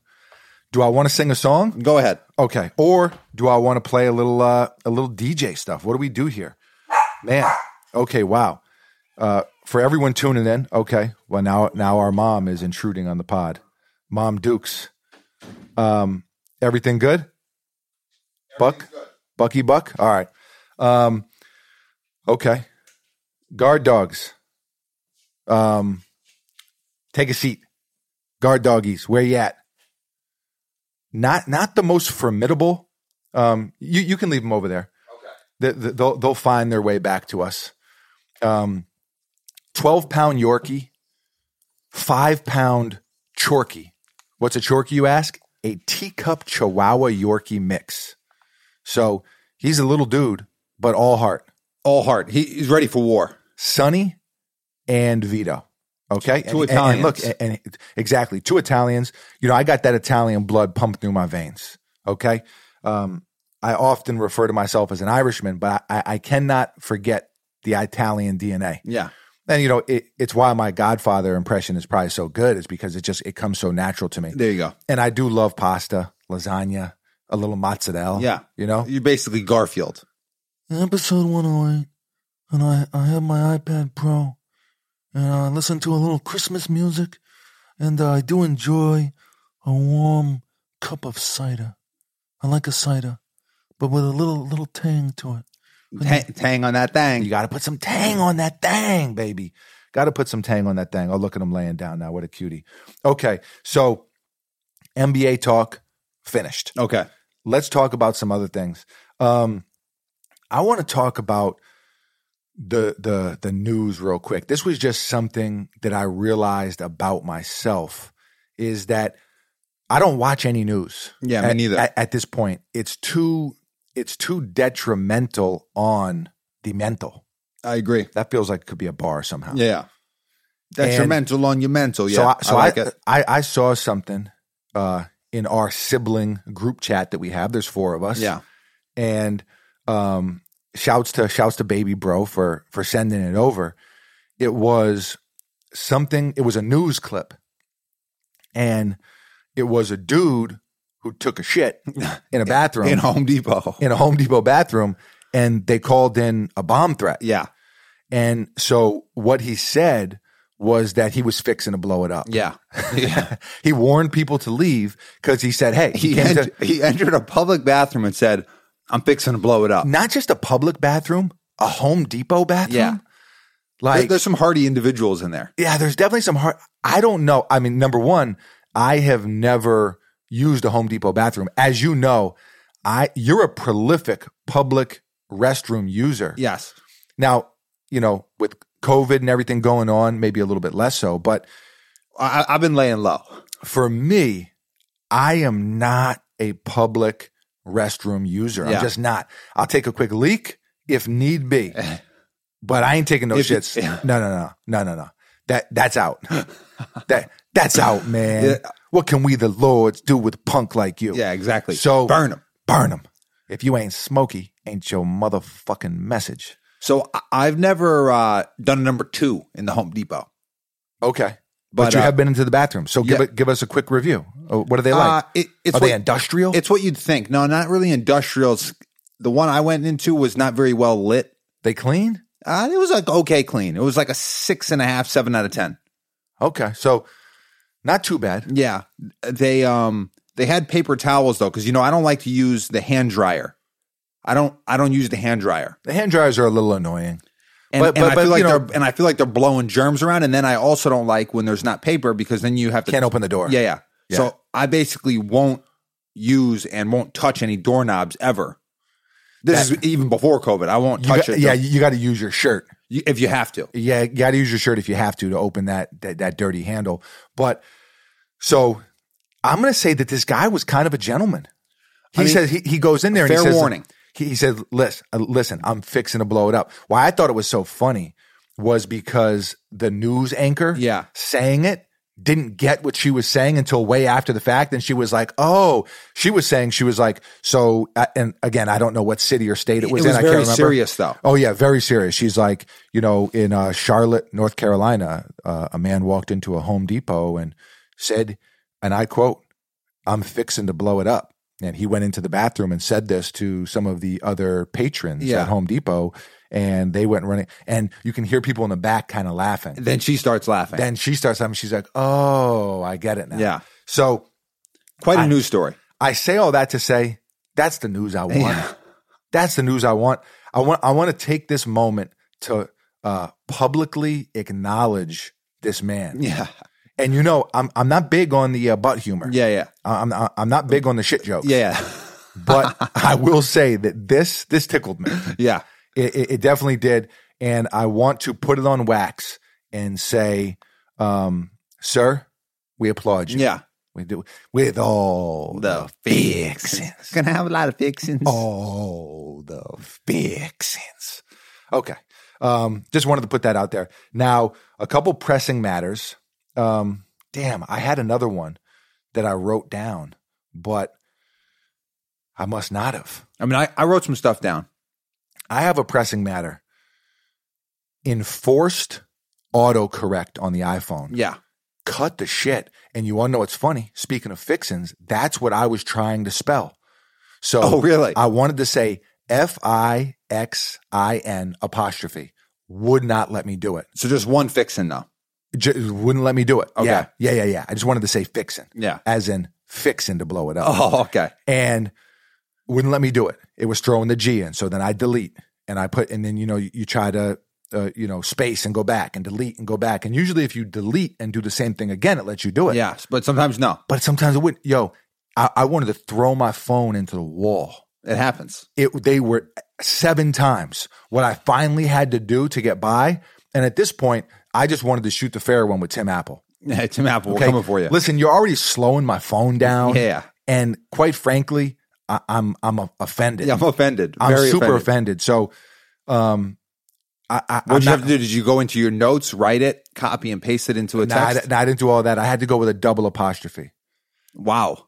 [SPEAKER 1] Do I want to sing a song?
[SPEAKER 2] Go ahead.
[SPEAKER 1] Okay. Or do I want to play a little uh, a little DJ stuff? What do we do here? Man. Okay, wow. Uh, for everyone tuning in, okay. Well now now our mom is intruding on the pod. Mom Dukes. Um everything good? Buck? Bucky Buck? All right. Um okay. Guard dogs. Um take a seat. Guard doggies, where you at? not not the most formidable. Um, you you can leave them over there. Okay, they, will they'll find their way back to us. Um, twelve pound Yorkie, five pound Chorky. What's a Chorky? You ask. A teacup Chihuahua Yorkie mix. So he's a little dude, but all heart.
[SPEAKER 2] All heart. He, he's ready for war.
[SPEAKER 1] Sonny and Vito. Okay,
[SPEAKER 2] Two
[SPEAKER 1] And- and- and look,
[SPEAKER 2] Italians.
[SPEAKER 1] and, and- exactly two Italians. You know, I got that Italian blood pumped through my veins. Okay, um, I often refer to myself as an Irishman, but I, I cannot forget the Italian DNA.
[SPEAKER 2] Yeah.
[SPEAKER 1] And you know, it, it's why my Godfather impression is probably so good. Is because it just it comes so natural to me.
[SPEAKER 2] There you go.
[SPEAKER 1] And I do love pasta, lasagna, a little mozzarella.
[SPEAKER 2] Yeah.
[SPEAKER 1] you know,
[SPEAKER 2] You're basically Garfield.
[SPEAKER 3] Episode 108, and I, I have my iPad Pro, and I listen to a little Christmas music, and I do enjoy a warm cup of cider. I like a cider, but with a little little tang to it.
[SPEAKER 2] Tang, tang on that thing.
[SPEAKER 1] You got to put some tang on that thang, baby. Got to put some tang on that thang. Oh, look at him laying down now. What a cutie. Okay, so NBA talk finished.
[SPEAKER 2] Okay.
[SPEAKER 1] Let's talk about some other things. Um, I want to talk about the the the news real quick. This was just something that I realized about myself is that I don't watch any news.
[SPEAKER 2] Yeah, me
[SPEAKER 1] at-
[SPEAKER 2] neither.
[SPEAKER 1] At, at this point, it's too it's too detrimental on the mental.
[SPEAKER 2] I agree.
[SPEAKER 1] That feels like it could be a bar somehow.
[SPEAKER 2] Yeah. That's your
[SPEAKER 1] And-
[SPEAKER 2] mental on your mental. Yeah.
[SPEAKER 1] so I,
[SPEAKER 2] I
[SPEAKER 1] so I,
[SPEAKER 2] like it.
[SPEAKER 1] I, I saw something uh, in our sibling group chat that we have. There's four of us.
[SPEAKER 2] Yeah.
[SPEAKER 1] And um, shouts to shouts to baby bro for for sending it over. It was something. It was a news clip, and it was a dude who took a shit in a bathroom
[SPEAKER 2] In Home Depot.
[SPEAKER 1] in a Home Depot bathroom, and they called in a bomb threat.
[SPEAKER 2] yeah.
[SPEAKER 1] And so what he said was that he was fixing to blow it up.
[SPEAKER 2] Yeah. yeah.
[SPEAKER 1] He warned people to leave because he said, "Hey,
[SPEAKER 2] he,
[SPEAKER 1] you can't
[SPEAKER 2] ent- he entered a public bathroom and said, I'm fixing to blow it up.
[SPEAKER 1] not just a public bathroom, a Home Depot bathroom."
[SPEAKER 2] Yeah. There-
[SPEAKER 1] Like,
[SPEAKER 2] There's some hardy individuals in there.
[SPEAKER 1] yeah, there's definitely some hard. I don't know. I mean, number one, I have never used a Home Depot bathroom. As you know, I you're a prolific public restroom user.
[SPEAKER 2] Yes.
[SPEAKER 1] Now, you know, with COVID and everything going on, maybe a little bit less so, but
[SPEAKER 2] I, I've been laying low.
[SPEAKER 1] for me, I am not a public restroom user.
[SPEAKER 2] Yeah.
[SPEAKER 1] I'm just not. I'll take a quick leak if need be, but I ain't taking no
[SPEAKER 2] If you-
[SPEAKER 1] shits. No, no, no, no, no, no. That that's out. that that's out, man.
[SPEAKER 2] Yeah.
[SPEAKER 1] What can we the lords do with punk like you?
[SPEAKER 2] Yeah, exactly.
[SPEAKER 1] So
[SPEAKER 2] burn them.
[SPEAKER 1] burn them. If you ain't smoky, ain't your motherfucking message.
[SPEAKER 2] So I- I've never uh, done number two in the Home Depot.
[SPEAKER 1] Okay. But, you
[SPEAKER 2] uh,
[SPEAKER 1] have been into the bathroom, so give
[SPEAKER 2] yeah.
[SPEAKER 1] it, give us a quick review. Oh, What are they like?
[SPEAKER 2] Uh, it- it's
[SPEAKER 1] are they
[SPEAKER 2] what-
[SPEAKER 1] industrial?
[SPEAKER 2] It's what you'd think. No, not really industrial. It's- The one I went into was not very well lit.
[SPEAKER 1] they clean?
[SPEAKER 2] Uh, it was like okay clean. It was like a six and a half, seven out of ten.
[SPEAKER 1] Okay, so not too bad.
[SPEAKER 2] Yeah, they um they had paper towels though, because you know I don't like to use the hand dryer. I don't I don't use the hand dryer,
[SPEAKER 1] The hand dryers are a little annoying.
[SPEAKER 2] and,
[SPEAKER 1] But-
[SPEAKER 2] and
[SPEAKER 1] but-
[SPEAKER 2] I
[SPEAKER 1] but,
[SPEAKER 2] feel like
[SPEAKER 1] you know-
[SPEAKER 2] they're and I feel like they're blowing germs around. And then I also don't like when there's not paper because then you have to
[SPEAKER 1] Can't open the door.
[SPEAKER 2] Yeah, yeah.
[SPEAKER 1] Yeah.
[SPEAKER 2] So I basically won't use and won't touch any doorknobs ever. This is
[SPEAKER 1] That-
[SPEAKER 2] even before COVID. I won't
[SPEAKER 1] You
[SPEAKER 2] touch
[SPEAKER 1] got-
[SPEAKER 2] it.
[SPEAKER 1] yeah,
[SPEAKER 2] till-
[SPEAKER 1] you got to use your shirt.
[SPEAKER 2] you- if you have to.
[SPEAKER 1] Yeah, you got to use your shirt if you have to to open that that, that dirty handle. But so I'm going to say that this guy was kind of a gentleman. He
[SPEAKER 2] I mean,
[SPEAKER 1] says he, he goes in there and he
[SPEAKER 2] fair
[SPEAKER 1] says,
[SPEAKER 2] warning.
[SPEAKER 1] He, he said, "Listen, uh, listen, I'm fixing to blow it up." Why I thought it was so funny was because the news anchor,
[SPEAKER 2] Yeah.
[SPEAKER 1] saying it didn't get what she was saying until way after the fact, and she was like, "Oh," she was saying she was like, "So," uh, and again, I don't know what city or state it
[SPEAKER 2] It
[SPEAKER 1] was
[SPEAKER 2] was,
[SPEAKER 1] in. I can't
[SPEAKER 2] very
[SPEAKER 1] remember.
[SPEAKER 2] serious though.
[SPEAKER 1] Oh yeah, very serious. She's like, you know, in uh, Charlotte, North Carolina, uh, a man walked into a Home Depot and said, and I quote, "I'm fixing to blow it up." And he went into the bathroom and said this to some of the other patrons
[SPEAKER 2] Yeah.
[SPEAKER 1] at Home Depot, and they went running. And you can hear people in the back kind of laughing.
[SPEAKER 2] Then she starts laughing.
[SPEAKER 1] then she starts laughing. She's like, "Oh, I get it now."
[SPEAKER 2] yeah.
[SPEAKER 1] So
[SPEAKER 2] Quite a
[SPEAKER 1] I-
[SPEAKER 2] news story.
[SPEAKER 1] I say all that to say that's the news I want.
[SPEAKER 2] Yeah.
[SPEAKER 1] That's the news I want. I want I want to take this moment to uh, publicly acknowledge this man.
[SPEAKER 2] Yeah.
[SPEAKER 1] And you know, I'm I'm not big on the uh, butt humor.
[SPEAKER 2] Yeah. Yeah.
[SPEAKER 1] I'm I'm I'm not big on the shit jokes.
[SPEAKER 2] Yeah.
[SPEAKER 1] But I will say that this this tickled me.
[SPEAKER 2] Yeah.
[SPEAKER 1] It, it, it definitely did, and I want to put it on wax and say, um, sir, we applaud you.
[SPEAKER 2] Yeah.
[SPEAKER 1] we do with all the fixings.
[SPEAKER 2] Gonna have a lot of fixings.
[SPEAKER 1] All the fixings. Okay. Um, just wanted to put that out there. Now, a couple pressing matters. Um, damn, I had another one that I wrote down, but I must not have.
[SPEAKER 2] I mean, I, I wrote some stuff down.
[SPEAKER 1] I have a pressing matter. Enforced autocorrect on the iPhone.
[SPEAKER 2] Yeah.
[SPEAKER 1] Cut the shit. And you all know it's funny. Speaking of fixings, that's what I was trying to spell. So
[SPEAKER 2] Oh, really?
[SPEAKER 1] I wanted to say F I X I N apostrophe. Would not let me do it.
[SPEAKER 2] so just one fixing though.
[SPEAKER 1] Ju- wouldn't let me do it.
[SPEAKER 2] Okay.
[SPEAKER 1] Yeah. Yeah. Yeah. Yeah. I just wanted to say fixing,
[SPEAKER 2] Yeah.
[SPEAKER 1] as in fixing to blow it up.
[SPEAKER 2] Oh, okay.
[SPEAKER 1] And wouldn't let me do it. It was throwing the G in. So then I delete and I put, and then, you know, you, you try to, uh, you know, space and go back and delete and go back. And usually if you delete and do the same thing again, it lets you do it.
[SPEAKER 2] Yeah. But sometimes no.
[SPEAKER 1] But sometimes it would. Yo, I, I wanted to throw my phone into the wall
[SPEAKER 2] It happens.
[SPEAKER 1] it they were seven times what I finally had to do to get by. And at this point, I just wanted to shoot the fair one with Tim Apple.
[SPEAKER 2] Tim Apple, we're coming for you. Oh,
[SPEAKER 1] Listen, you're already slowing my phone down.
[SPEAKER 2] Yeah.
[SPEAKER 1] And quite frankly, I, I'm I'm a- offended.
[SPEAKER 2] Yeah, I'm offended.
[SPEAKER 1] I'm
[SPEAKER 2] Very
[SPEAKER 1] super
[SPEAKER 2] offended.
[SPEAKER 1] offended. So um I, I
[SPEAKER 2] What
[SPEAKER 1] I'm
[SPEAKER 2] did you
[SPEAKER 1] not-
[SPEAKER 2] have to do? Did you go into your notes, write it, copy and paste it into a
[SPEAKER 1] nah, I,
[SPEAKER 2] text?
[SPEAKER 1] nah, I didn't do all that. I had to go with a double apostrophe.
[SPEAKER 2] wow.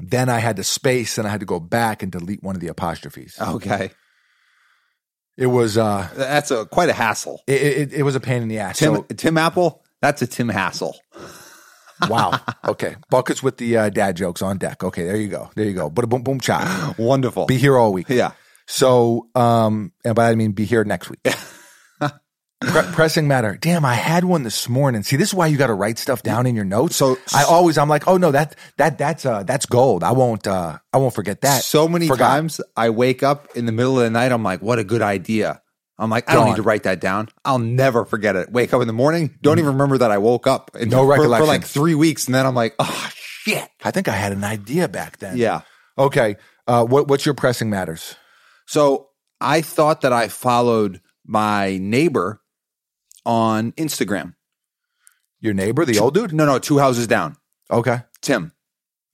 [SPEAKER 1] Then I had to space and I had to go back and delete one of the apostrophes.
[SPEAKER 2] Okay.
[SPEAKER 1] It was uh
[SPEAKER 2] That's a quite a hassle.
[SPEAKER 1] it, it, it was a pain in the ass.
[SPEAKER 2] Tim
[SPEAKER 1] So-
[SPEAKER 2] Tim Apple, that's a Tim hassle.
[SPEAKER 1] Wow. Okay. Buckets with the uh, dad jokes on deck. Okay. There you go. There you go. But boom, boom, chop.
[SPEAKER 2] Wonderful.
[SPEAKER 1] Be here all week.
[SPEAKER 2] yeah.
[SPEAKER 1] So, um, and by that I mean be here next week. Pre- pressing matter. Damn, I had one this morning. See, this is why you got to write stuff down in your notes.
[SPEAKER 2] So-
[SPEAKER 1] I always, I'm like, oh no, that that that's uh that's gold. I won't uh I won't forget that.
[SPEAKER 2] So many
[SPEAKER 1] Forgot.
[SPEAKER 2] times I wake up in the middle of the night, I'm like, what a good idea. I'm like, I don't need
[SPEAKER 1] Gone.
[SPEAKER 2] to
[SPEAKER 1] Mm-hmm.
[SPEAKER 2] write that down. I'll never forget it. Wake up in the morning, don't even remember that I woke up. And
[SPEAKER 1] No
[SPEAKER 2] for-
[SPEAKER 1] recollection.
[SPEAKER 2] for like three weeks, and then I'm like, oh shit.
[SPEAKER 1] I think I had an idea back then.
[SPEAKER 2] Yeah.
[SPEAKER 1] Okay. Uh, what what's your pressing matters?
[SPEAKER 2] So I thought that I followed my neighbor on Instagram.
[SPEAKER 1] Your neighbor, the old dude.
[SPEAKER 2] No, no, two houses down.
[SPEAKER 1] Okay.
[SPEAKER 2] Tim.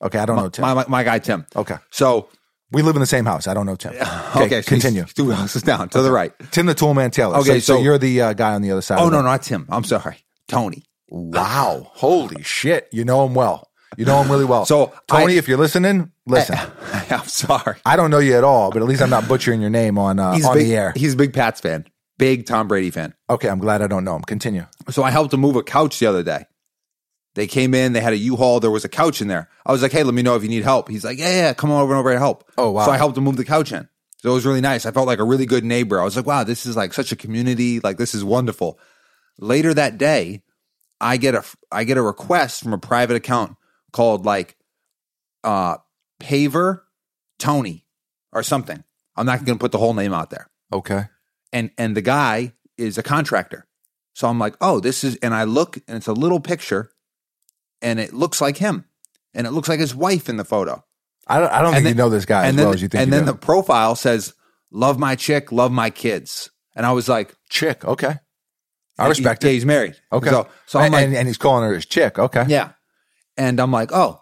[SPEAKER 1] Okay. I don't know Oh, Tim.
[SPEAKER 2] My, my, my guy Tim.
[SPEAKER 1] okay.
[SPEAKER 2] So
[SPEAKER 1] We live in the same house. I don't know Tim.
[SPEAKER 2] okay, so he's
[SPEAKER 1] continue.
[SPEAKER 2] Two houses down to the right.
[SPEAKER 1] Tim the Toolman Taylor.
[SPEAKER 2] Okay,
[SPEAKER 1] so, so
[SPEAKER 2] so-
[SPEAKER 1] you're the uh, guy on the other side.
[SPEAKER 2] Oh
[SPEAKER 1] of
[SPEAKER 2] no,
[SPEAKER 1] that.
[SPEAKER 2] not Tim. I'm sorry, Tony.
[SPEAKER 1] Wow. Holy shit. You know him well. You know him really well.
[SPEAKER 2] So,
[SPEAKER 1] Oh, Tony,
[SPEAKER 2] I- Eh,
[SPEAKER 1] if you're listening, listen.
[SPEAKER 2] I'm sorry.
[SPEAKER 1] I don't know you at all, but at least I'm not butchering your name on uh,
[SPEAKER 2] He's
[SPEAKER 1] on
[SPEAKER 2] big,
[SPEAKER 1] the air.
[SPEAKER 2] He's a big Pats fan, big Tom Brady fan.
[SPEAKER 1] Okay, I'm glad I don't know him. Continue.
[SPEAKER 2] So I helped him move a couch the other day. They came in, they had a U-Haul, there was a couch in there. I was like, hey, let me know if you need help. He's like, yeah, yeah, come on over and over and help.
[SPEAKER 1] Oh, wow.
[SPEAKER 2] So I helped him move the couch in. So it was really nice. I felt like a really good neighbor. I was like, wow, this is like such a community. Like, this is wonderful. Later that day, I get a I get a request from a private account called like uh Paver Tony or something. I'm not gonna put the whole name out there
[SPEAKER 1] Okay.
[SPEAKER 2] and and the guy is a contractor. So I'm like, oh, this is, and I look, and it's a little picture, and it looks like him, and it looks like his wife in the photo.
[SPEAKER 1] I don't, I don't think
[SPEAKER 2] And
[SPEAKER 1] you know this guy as
[SPEAKER 2] and then,
[SPEAKER 1] well as you think.
[SPEAKER 2] and
[SPEAKER 1] you
[SPEAKER 2] then
[SPEAKER 1] do.
[SPEAKER 2] the profile says, "Love my chick, love my kids," and I was like,
[SPEAKER 1] chick. Okay. I respect
[SPEAKER 2] yeah,
[SPEAKER 1] it.
[SPEAKER 2] he's married.
[SPEAKER 1] Okay.
[SPEAKER 2] so, so I'm
[SPEAKER 1] and,
[SPEAKER 2] like,
[SPEAKER 1] and, and he's calling her his chick. Okay.
[SPEAKER 2] yeah, and I'm like, oh,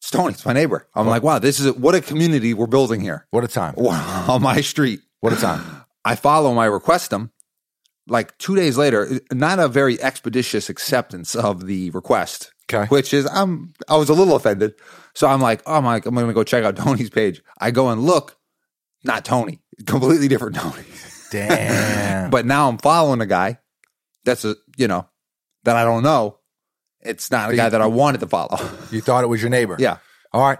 [SPEAKER 2] it's Tony, it's my neighbor. I'm
[SPEAKER 1] Oh.
[SPEAKER 2] like, wow, this is a, what a community we're building here
[SPEAKER 1] What a time.
[SPEAKER 2] on my street.
[SPEAKER 1] What a time.
[SPEAKER 2] I follow him, I request him. Like two days later, not a very expeditious acceptance of the request,
[SPEAKER 1] Okay.
[SPEAKER 2] which is I'm I was a little offended. So I'm like, oh my, I'm gonna go check out Tony's page. I go and look, not Tony, completely different Tony.
[SPEAKER 1] Damn.
[SPEAKER 2] But now I'm following a guy that's a you know that I don't know. It's not a guy that I wanted to follow.
[SPEAKER 1] you thought it was your neighbor.
[SPEAKER 2] yeah,
[SPEAKER 1] All right.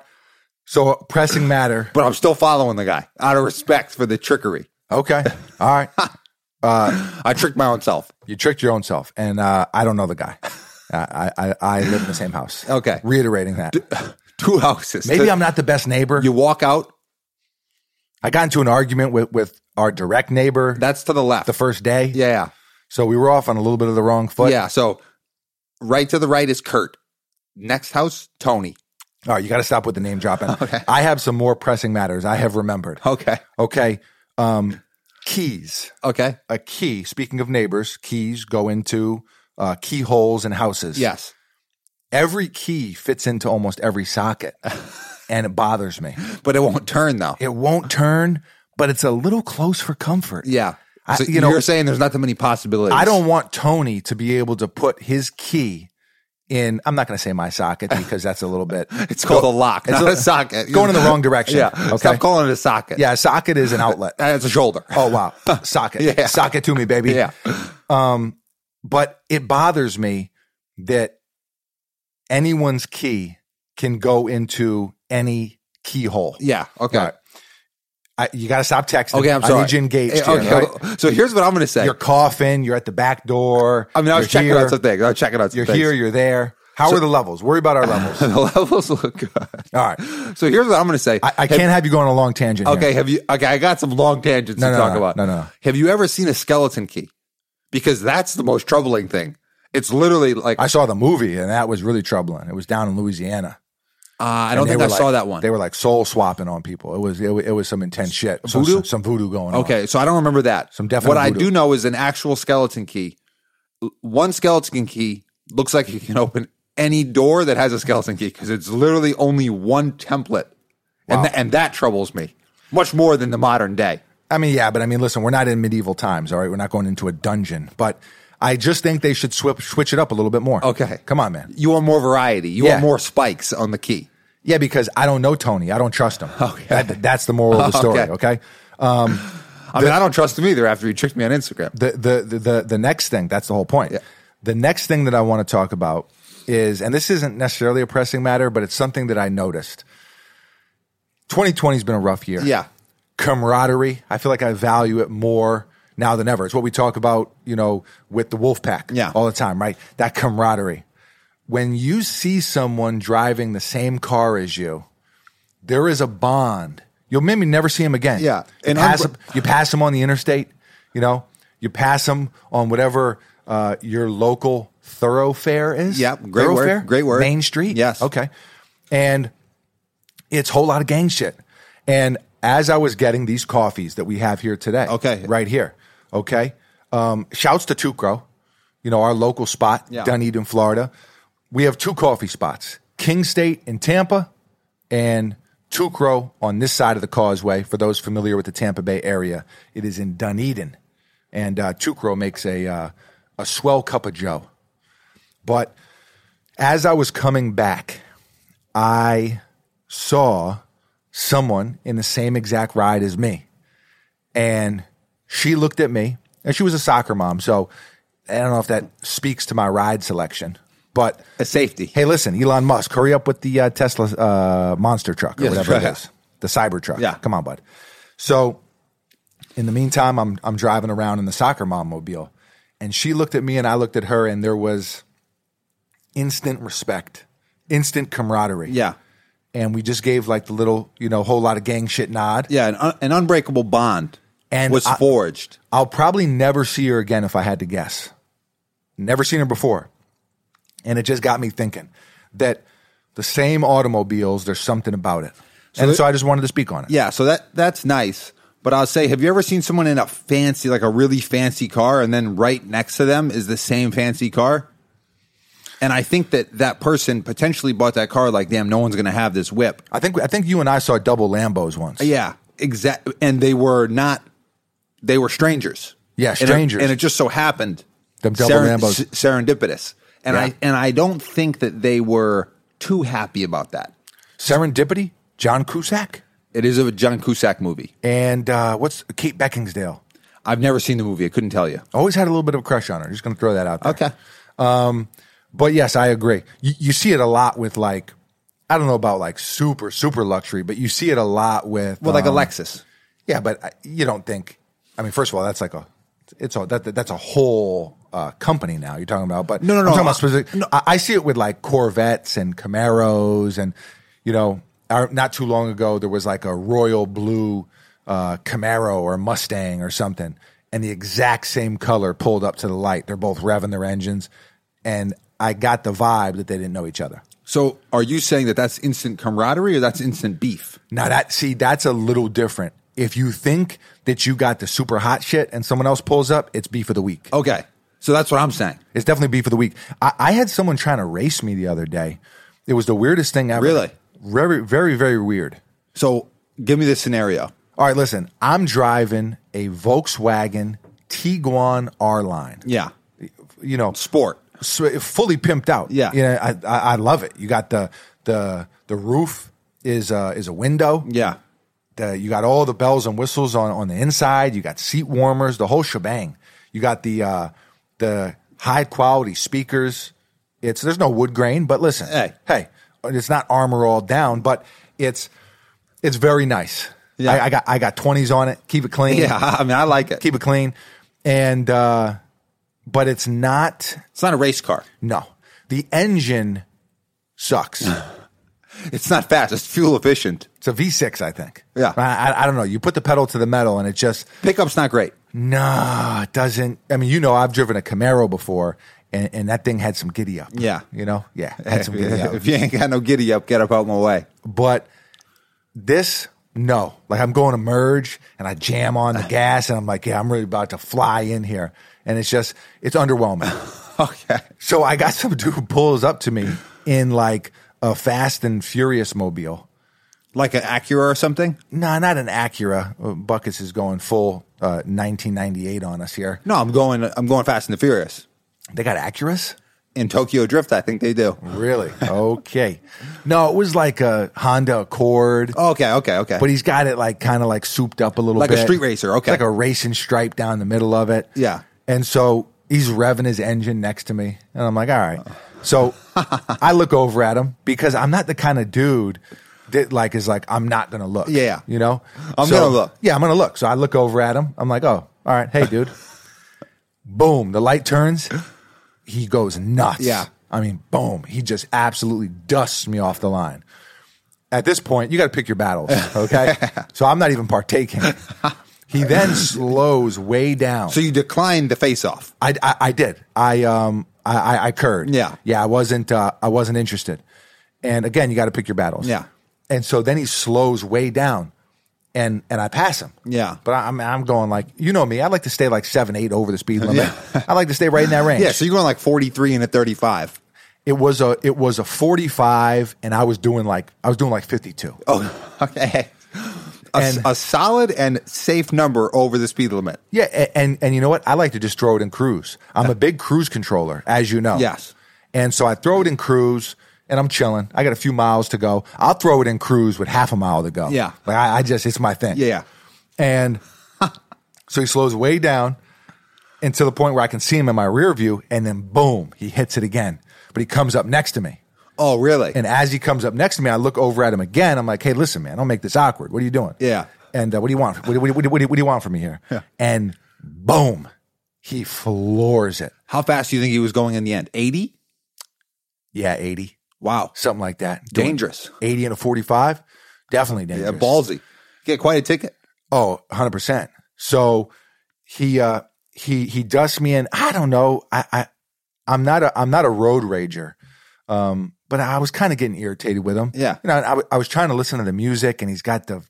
[SPEAKER 1] So a pressing matter.
[SPEAKER 2] but I'm still following the guy out of respect for the trickery.
[SPEAKER 1] Okay. All right.
[SPEAKER 2] I tricked my own self.
[SPEAKER 1] You tricked your own self, and uh, I don't know the guy. I, I I live in the same house.
[SPEAKER 2] Okay.
[SPEAKER 1] Reiterating that.
[SPEAKER 2] Two houses.
[SPEAKER 1] Maybe I'm not the best neighbor.
[SPEAKER 2] You walk out.
[SPEAKER 1] I got into an argument with with our direct neighbor
[SPEAKER 2] That's to the left.
[SPEAKER 1] the first day.
[SPEAKER 2] Yeah, yeah.
[SPEAKER 1] So we were off on a little bit of the wrong foot.
[SPEAKER 2] yeah. So right to the right is Kurt. Next house, Tony.
[SPEAKER 1] All right, you got to stop with the name dropping. I have some more pressing matters I have remembered.
[SPEAKER 2] Okay.
[SPEAKER 1] Okay. Um, keys.
[SPEAKER 2] Okay.
[SPEAKER 1] A key. Speaking of neighbors, keys go into uh, keyholes and houses.
[SPEAKER 2] Yes.
[SPEAKER 1] Every key fits into almost every socket, and it bothers me.
[SPEAKER 2] But it won't turn though.
[SPEAKER 1] It won't turn, but it's a little close for comfort.
[SPEAKER 2] Yeah.
[SPEAKER 1] I-
[SPEAKER 2] So
[SPEAKER 1] you
[SPEAKER 2] you
[SPEAKER 1] know-
[SPEAKER 2] are saying there's not that many possibilities.
[SPEAKER 1] I don't want Tony to be able to put his key in. I'm not going to say my socket because that's a little bit.
[SPEAKER 2] It's called a lock,
[SPEAKER 1] It's
[SPEAKER 2] not a socket.
[SPEAKER 1] Going in the wrong direction.
[SPEAKER 2] Yeah.
[SPEAKER 1] Okay.
[SPEAKER 2] Stop calling it a socket.
[SPEAKER 1] Yeah. Socket is an outlet.
[SPEAKER 2] That's a shoulder.
[SPEAKER 1] Oh wow, socket.
[SPEAKER 2] Yeah.
[SPEAKER 1] Socket to me, baby.
[SPEAKER 2] Yeah.
[SPEAKER 1] But it bothers me that anyone's key can go into any keyhole.
[SPEAKER 2] Yeah. Okay.
[SPEAKER 1] All right. I, you got to stop texting.
[SPEAKER 2] Okay. I'm
[SPEAKER 1] I
[SPEAKER 2] sorry.
[SPEAKER 1] need you engaged.
[SPEAKER 2] Eh,
[SPEAKER 1] here,
[SPEAKER 2] okay.
[SPEAKER 1] right?
[SPEAKER 2] So here's what I'm going to say.
[SPEAKER 1] You're coughing. You're at the back door.
[SPEAKER 2] I mean, I was
[SPEAKER 1] you're
[SPEAKER 2] checking
[SPEAKER 1] here,
[SPEAKER 2] out some things. I was checking out some
[SPEAKER 1] You're
[SPEAKER 2] things.
[SPEAKER 1] here. You're there. How are the levels? Worry about our levels.
[SPEAKER 2] the levels look good.
[SPEAKER 1] All right.
[SPEAKER 2] So here's what I'm going to say.
[SPEAKER 1] I, I can't have you going on a long tangent. here.
[SPEAKER 2] Okay, have you? Okay, I got some long tangents
[SPEAKER 1] No,
[SPEAKER 2] to
[SPEAKER 1] no,
[SPEAKER 2] talk
[SPEAKER 1] no,
[SPEAKER 2] about.
[SPEAKER 1] no, no.
[SPEAKER 2] Have you ever seen a skeleton key? Because that's the most troubling thing. It's literally like uh,
[SPEAKER 1] I
[SPEAKER 2] I,
[SPEAKER 1] saw the movie and that was really troubling. It was down in Louisiana.
[SPEAKER 2] uh, I don't
[SPEAKER 1] And
[SPEAKER 2] think
[SPEAKER 1] they
[SPEAKER 2] I
[SPEAKER 1] were
[SPEAKER 2] saw
[SPEAKER 1] like-
[SPEAKER 2] that one.
[SPEAKER 1] They were like soul swapping on people. It was it, wa- it was some intense shit. So-
[SPEAKER 2] Voodoo?
[SPEAKER 1] Some, some voodoo going on.
[SPEAKER 2] okay, so I don't remember that.
[SPEAKER 1] Some definite
[SPEAKER 2] what I
[SPEAKER 1] voodoo.
[SPEAKER 2] do know is an actual skeleton key. L- One skeleton key looks like you can open any door that has a skeleton key because it's literally only one template, and tha- and that troubles me much more than the modern day.
[SPEAKER 1] I mean, yeah, but I mean, listen, we're not in medieval times, all right? We're not going into a dungeon, but I just think they should swip, switch it up a little bit more.
[SPEAKER 2] Okay.
[SPEAKER 1] Come on, man.
[SPEAKER 2] You want more variety. You
[SPEAKER 1] Yeah.
[SPEAKER 2] want more spikes on the key.
[SPEAKER 1] Yeah, because I don't know Tony. I don't trust him.
[SPEAKER 2] Okay.
[SPEAKER 1] That, that's the moral of the story, okay?
[SPEAKER 2] Okay. I mean, I don't trust him either after he tricked me on Instagram.
[SPEAKER 1] The, the, the, the, the next thing, that's the whole point. The next thing that I want to talk about is, and this isn't necessarily a pressing matter, but it's something that I noticed. 2020 has been a rough year.
[SPEAKER 2] Yeah.
[SPEAKER 1] camaraderie. I feel like I value it more now than ever. It's what we talk about, you know, with the wolf pack
[SPEAKER 2] Yeah.
[SPEAKER 1] all the time, right? That camaraderie. When you see someone driving the same car as you, there is a bond. You'll maybe never see him again.
[SPEAKER 2] Yeah. And
[SPEAKER 1] And pass
[SPEAKER 2] I'm-
[SPEAKER 1] him, you pass him on the interstate, you know, You pass them on whatever uh, your local thoroughfare is.
[SPEAKER 2] Yep, great word,
[SPEAKER 1] Thoroughfare?
[SPEAKER 2] great word.
[SPEAKER 1] Main Street.
[SPEAKER 2] Yes.
[SPEAKER 1] Okay. And it's a whole lot of gang shit. And as I was getting these coffees that we have here today,
[SPEAKER 2] Okay.
[SPEAKER 1] right here, okay. Um, shouts to Tucro, you know our local spot,
[SPEAKER 2] Yeah.
[SPEAKER 1] Dunedin, Florida. We have two coffee spots: King State in Tampa, and Tucro on this side of the causeway. For those familiar with the Tampa Bay area, it is in Dunedin, and uh, Tucro makes a uh, a swell cup of Joe. But as I was coming back, I saw someone in the same exact ride as me. And she looked at me, and she was a soccer mom. So I don't know if that speaks to my ride selection, but
[SPEAKER 2] A safety.
[SPEAKER 1] hey, listen, Elon Musk, hurry up with the uh, Tesla uh, monster truck or
[SPEAKER 2] Yes,
[SPEAKER 1] whatever
[SPEAKER 2] right.
[SPEAKER 1] it is, the cyber truck.
[SPEAKER 2] Yeah.
[SPEAKER 1] Come on, bud. So in the meantime, I'm, I'm driving around in the soccer mom mobile. And she looked at me, and I looked at her, and there was instant respect, instant camaraderie
[SPEAKER 2] Yeah.
[SPEAKER 1] and we just gave like the little, you know, whole lot of gang shit nod.
[SPEAKER 2] Yeah. An, un- an unbreakable bond
[SPEAKER 1] And
[SPEAKER 2] was
[SPEAKER 1] I-
[SPEAKER 2] forged.
[SPEAKER 1] I'll probably never see her again if I had to guess. Never seen her before. And it just got me thinking that the same automobiles, there's something about it. and
[SPEAKER 2] there-
[SPEAKER 1] so I just wanted to speak on it.
[SPEAKER 2] Yeah. So that that's nice. But I'll say, have you ever seen someone in a fancy, like a really fancy car, and then right next to them is the same fancy car? And I think that that person potentially bought that car like, damn, no one's going to have this whip.
[SPEAKER 1] I think I think you and I saw double Lambos once.
[SPEAKER 2] Yeah, exactly. And they were not; they were strangers.
[SPEAKER 1] Yeah,
[SPEAKER 2] And it-
[SPEAKER 1] strangers.
[SPEAKER 2] And it, just so happened
[SPEAKER 1] Them double Lambos.
[SPEAKER 2] s- serendipitous. And
[SPEAKER 1] Yeah.
[SPEAKER 2] I and I don't think that they were too happy about that.
[SPEAKER 1] Serendipity, John Cusack,
[SPEAKER 2] It is a John Cusack movie.
[SPEAKER 1] and uh, what's Kate Beckinsdale.
[SPEAKER 2] I've never seen the movie. I couldn't tell you.
[SPEAKER 1] Always had a little bit of a crush on her. Just going to throw that out there. But yes, I agree. You, you see it a lot with like, I don't know about like super super luxury, but you see it a lot with
[SPEAKER 2] Well, like a
[SPEAKER 1] um,
[SPEAKER 2] Lexus.
[SPEAKER 1] Yeah, but I- you don't think. I mean, first of all, that's like a it's all that, that- that's a whole uh, company now. You're talking about, but
[SPEAKER 2] No, no,
[SPEAKER 1] I'm
[SPEAKER 2] no,
[SPEAKER 1] talking
[SPEAKER 2] uh,
[SPEAKER 1] about specific,
[SPEAKER 2] no.
[SPEAKER 1] I, I see it with like Corvettes and Camaros, and you know, our, not too long ago there was like a royal blue uh, Camaro or Mustang or something, and the exact same color pulled up to the light. They're both revving their engines, and I got the vibe that they didn't know each other.
[SPEAKER 2] So, are you saying that that's instant camaraderie or that's instant beef?
[SPEAKER 1] Now that see, that's a little different. If you think that you got the super hot shit and someone else pulls up, it's beef of the week.
[SPEAKER 2] Okay, so that's what I'm saying.
[SPEAKER 1] It's definitely beef of the week. I, I had someone trying to race me the other day. It was the weirdest thing ever.
[SPEAKER 2] Really?
[SPEAKER 1] Very, very, very weird.
[SPEAKER 2] So, give me the scenario.
[SPEAKER 1] All right, listen. I'm driving a Volkswagen Tiguan R line.
[SPEAKER 2] Yeah,
[SPEAKER 1] You know,
[SPEAKER 2] sport.
[SPEAKER 1] s- fully pimped out.
[SPEAKER 2] Yeah.
[SPEAKER 1] you know, I, I, I love it. You got the the the roof is a, is a window.
[SPEAKER 2] Yeah,
[SPEAKER 1] The, you got all the bells and whistles on, on the inside. You got seat warmers, the whole shebang. You got the uh, the high quality speakers. It's there's no wood grain, but listen,
[SPEAKER 2] Hey.
[SPEAKER 1] hey, it's not armor all down, but it's it's very nice.
[SPEAKER 2] Yeah.
[SPEAKER 1] I, I got I got twenties on it. Keep it clean.
[SPEAKER 2] yeah. I mean, I like it.
[SPEAKER 1] keep it clean, and uh, but it's not
[SPEAKER 2] It's not a race car.
[SPEAKER 1] no the engine sucks.
[SPEAKER 2] It's not fast. It's fuel efficient.
[SPEAKER 1] it's a V6, I think.
[SPEAKER 2] Yeah.
[SPEAKER 1] I, I, I don't know. You put the pedal to the metal, and it just
[SPEAKER 2] Pickup's not great.
[SPEAKER 1] No, it doesn't. I mean, you know, I've driven a Camaro before, and, and that thing had some giddy up.
[SPEAKER 2] Yeah.
[SPEAKER 1] you know, yeah, had some giddy up.
[SPEAKER 2] if you ain't got no giddy up, get up out my way.
[SPEAKER 1] But this, no, like I'm going to merge, and I jam on the gas, and I'm like, yeah, I'm really about to fly in here, and it's just, it's underwhelming.
[SPEAKER 2] Okay.
[SPEAKER 1] so I got some dude who pulls up to me in like a Fast and Furious mobile.
[SPEAKER 2] Like an Acura or something?
[SPEAKER 1] No, not an Acura. Uh, Buckets is going full uh, 1998 on us here.
[SPEAKER 2] No, I'm going I'm going Fast and the Furious.
[SPEAKER 1] They got Acuras.
[SPEAKER 2] In Tokyo Drift, I think they do.
[SPEAKER 1] Really? Okay. no, it was like a Honda Accord,
[SPEAKER 2] Okay, okay, okay.
[SPEAKER 1] but he's got it like kind of like souped up a little
[SPEAKER 2] Like a
[SPEAKER 1] bit.
[SPEAKER 2] street racer, okay.
[SPEAKER 1] Like a racing stripe down the middle of it.
[SPEAKER 2] Yeah.
[SPEAKER 1] And so he's revving his engine next to me. And I'm like, all right. So I look over at him because I'm not the kind of dude that like is like, I'm not going to look.
[SPEAKER 2] Yeah.
[SPEAKER 1] You know?
[SPEAKER 2] I'm
[SPEAKER 1] So-
[SPEAKER 2] gonna look.
[SPEAKER 1] Yeah, I'm going to look. So I look over at him. I'm like, oh, all right. Hey, dude. Boom. The light turns. He goes nuts.
[SPEAKER 2] Yeah.
[SPEAKER 1] I mean, boom. He just absolutely dusts me off the line. At this point, you got to pick your battles. Okay. so I'm not even partaking. He then slows way down.
[SPEAKER 2] So you declined the face off.
[SPEAKER 1] I, I, I did. I um I, I, I curd.
[SPEAKER 2] Yeah.
[SPEAKER 1] Yeah. I wasn't uh, I wasn't interested. And again, you got to pick your battles.
[SPEAKER 2] Yeah.
[SPEAKER 1] And so then he slows way down, and and I pass him.
[SPEAKER 2] Yeah.
[SPEAKER 1] But I, I'm I'm going like you know me. I like to stay like seven eight over the speed limit. I like to stay right in that range.
[SPEAKER 2] Yeah, so you're going like 43 and a 35.
[SPEAKER 1] It was a it was a 45, and I was doing like I was doing like 52.
[SPEAKER 2] Oh, okay. A,
[SPEAKER 1] And-
[SPEAKER 2] a solid and safe number over the speed limit.
[SPEAKER 1] Yeah, a- and and you know what? I like to just throw it in cruise. I'm a big cruise controller, as you know.
[SPEAKER 2] Yes.
[SPEAKER 1] And so I throw it in cruise, and I'm chilling. I got a few miles to go. I'll throw it in cruise with half a mile to go.
[SPEAKER 2] Yeah.
[SPEAKER 1] like I, I just it's my thing.
[SPEAKER 2] Yeah.
[SPEAKER 1] And so he slows way down, and to the point where I can see him in my rear view, and then boom, he hits it again. But he comes up next to me.
[SPEAKER 2] Oh, really?
[SPEAKER 1] And as he comes up next to me, I look over at him again. I'm like, hey, listen, man, don't make this awkward. What are you doing?
[SPEAKER 2] Yeah.
[SPEAKER 1] And uh, what do you want? What, do- what, do- what, do- what do you want from me here? And boom, he floors it.
[SPEAKER 2] How fast do you think he was going in the end? 80?
[SPEAKER 1] Yeah, 80,
[SPEAKER 2] Wow.
[SPEAKER 1] something like that. Doing
[SPEAKER 2] Dangerous.
[SPEAKER 1] 80 and a 45, definitely
[SPEAKER 2] Yeah,
[SPEAKER 1] dangerous.
[SPEAKER 2] ballsy. Get quite a ticket.
[SPEAKER 1] Oh, 100%. So he, uh, he, he dusts me in. I don't know. I, I, I'm not a, I'm not a road rager. Um, but I was kind of getting irritated with him.
[SPEAKER 2] Yeah.
[SPEAKER 1] You know, and I, w- I was trying to listen to the music and he's got the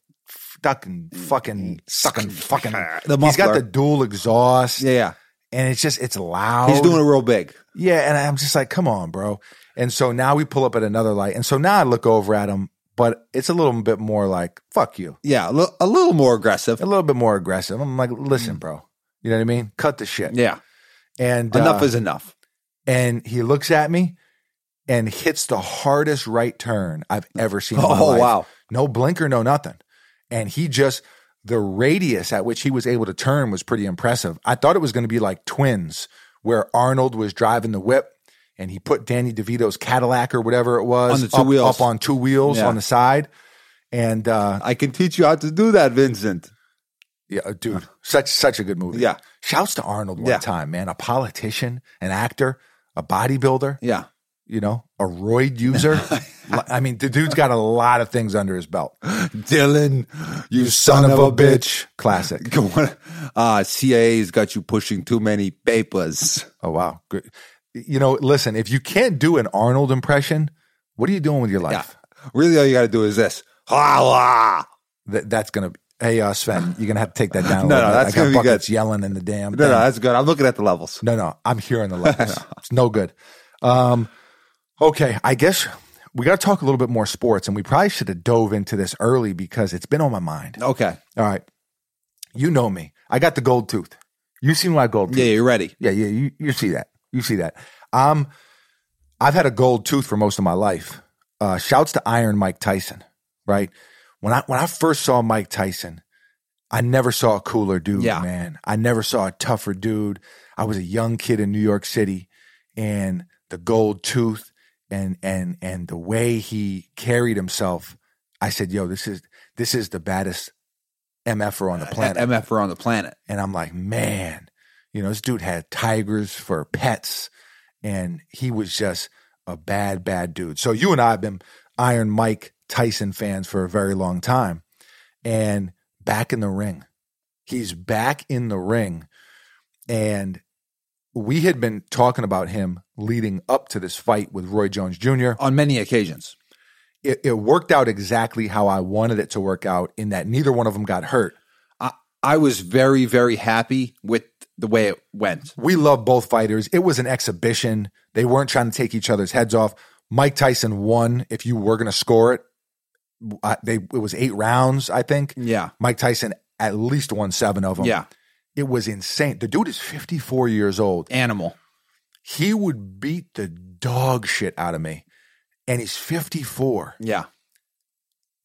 [SPEAKER 1] fucking, fucking, sucking, fucking,
[SPEAKER 2] The
[SPEAKER 1] he's got
[SPEAKER 2] muffler.
[SPEAKER 1] the dual exhaust
[SPEAKER 2] Yeah, yeah.
[SPEAKER 1] and it's just, it's loud.
[SPEAKER 2] He's doing it real big.
[SPEAKER 1] Yeah, and I'm just like, come on, bro. And so now we pull up at another light, and so now I look over at him, but it's a little bit more like, fuck you,
[SPEAKER 2] Yeah, a little, a little more aggressive.
[SPEAKER 1] a little bit more aggressive. I'm like, listen, bro, you know what I mean? Cut the shit.
[SPEAKER 2] Mm. Yeah.
[SPEAKER 1] And
[SPEAKER 2] Enough
[SPEAKER 1] uh,
[SPEAKER 2] is enough.
[SPEAKER 1] and he looks at me and hits the hardest right turn I've ever seen. in my
[SPEAKER 2] Oh,
[SPEAKER 1] life.
[SPEAKER 2] wow.
[SPEAKER 1] No blinker, no nothing. And he just the radius at which he was able to turn was pretty impressive. I thought it was going to be like twins, where Arnold was driving the whip and he put Danny DeVito's Cadillac or whatever it was
[SPEAKER 2] On the two
[SPEAKER 1] up,
[SPEAKER 2] wheels.
[SPEAKER 1] up on two wheels
[SPEAKER 2] Yeah.
[SPEAKER 1] on the side. And uh,
[SPEAKER 2] I can teach you how to do that, Vincent.
[SPEAKER 1] yeah, uh, dude, such such a good movie.
[SPEAKER 2] Uh-huh. Yeah.
[SPEAKER 1] shouts to Arnold one
[SPEAKER 2] Yeah.
[SPEAKER 1] time, man. A politician, an actor, a bodybuilder
[SPEAKER 2] Yeah.
[SPEAKER 1] you know, a roid user. Li- I mean, the dude's got a lot of things under his belt.
[SPEAKER 2] Dylan, you,
[SPEAKER 1] Classic.
[SPEAKER 2] Uh, CIA's got you pushing too many papers.
[SPEAKER 1] Oh, wow. Good. You know, listen, if you can't do an Arnold impression, what are you doing with your life?
[SPEAKER 2] Really, all you got to do is this. Holla!
[SPEAKER 1] Th- that's going to be. Hey, uh, Sven, you're going to have to take that down a
[SPEAKER 2] No,
[SPEAKER 1] little
[SPEAKER 2] no,
[SPEAKER 1] bit.
[SPEAKER 2] that's
[SPEAKER 1] I got
[SPEAKER 2] gonna be good.
[SPEAKER 1] buckets yelling in the damn
[SPEAKER 2] No,
[SPEAKER 1] thing.
[SPEAKER 2] no, that's good. I'm looking at the levels.
[SPEAKER 1] No, no, I'm hearing the levels. it's no good. Um, okay, I guess we got to talk a little bit more sports, and we probably should have dove into this early because it's been on my mind.
[SPEAKER 2] Okay.
[SPEAKER 1] All right. You know me. I got the gold tooth. You see my gold
[SPEAKER 2] Yeah,
[SPEAKER 1] tooth.
[SPEAKER 2] you're ready.
[SPEAKER 1] Yeah, yeah, you, you see that. You see that. Um, I've had a gold tooth for most of my life. Uh, shouts to Iron Mike Tyson, right? When I when I first saw Mike Tyson, I never saw a cooler dude,
[SPEAKER 2] Yeah.
[SPEAKER 1] man. I never saw a tougher dude. I was a young kid in New York City and the gold tooth and and and the way he carried himself, I said, yo, this is this is the baddest MFer
[SPEAKER 2] Uh,
[SPEAKER 1] on the planet
[SPEAKER 2] MFR on the planet.
[SPEAKER 1] and I'm like, man, you know, this dude had tigers for pets, and he was just a bad, bad dude. So you and I have been Iron Mike Tyson fans for a very long time, and back in the ring, he's back in the ring, and we had been talking about him leading up to this fight with Roy Jones Jr
[SPEAKER 2] On many occasions.
[SPEAKER 1] it, it worked out exactly how I wanted it to work out in that neither one of them got hurt.
[SPEAKER 2] I, I was very, very happy with the way it went.
[SPEAKER 1] We love both fighters. It was an exhibition. They weren't trying to take each other's heads off. Mike Tyson won. If you were going to score it, I, they it was eight rounds, I think.
[SPEAKER 2] Yeah.
[SPEAKER 1] Mike Tyson at least won seven of them.
[SPEAKER 2] Yeah.
[SPEAKER 1] It was insane. The dude is 54 years old.
[SPEAKER 2] Animal.
[SPEAKER 1] He would beat the dog shit out of me. And he's 54.
[SPEAKER 2] Yeah.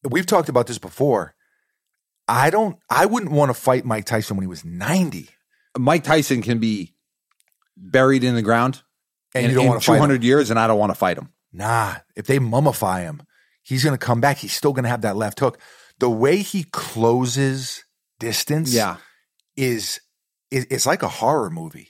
[SPEAKER 1] we've talked about this before. I don't I wouldn't want to fight Mike Tyson when he was 90.
[SPEAKER 2] Mike Tyson can be buried in the ground
[SPEAKER 1] And
[SPEAKER 2] in,
[SPEAKER 1] you don't
[SPEAKER 2] in
[SPEAKER 1] want to fight him.
[SPEAKER 2] 200 years, and I don't want to fight him.
[SPEAKER 1] Nah, if they mummify him, he's going to come back. He's still going to have that left hook. The way he closes distance
[SPEAKER 2] Yeah.
[SPEAKER 1] is, is it's like a horror movie.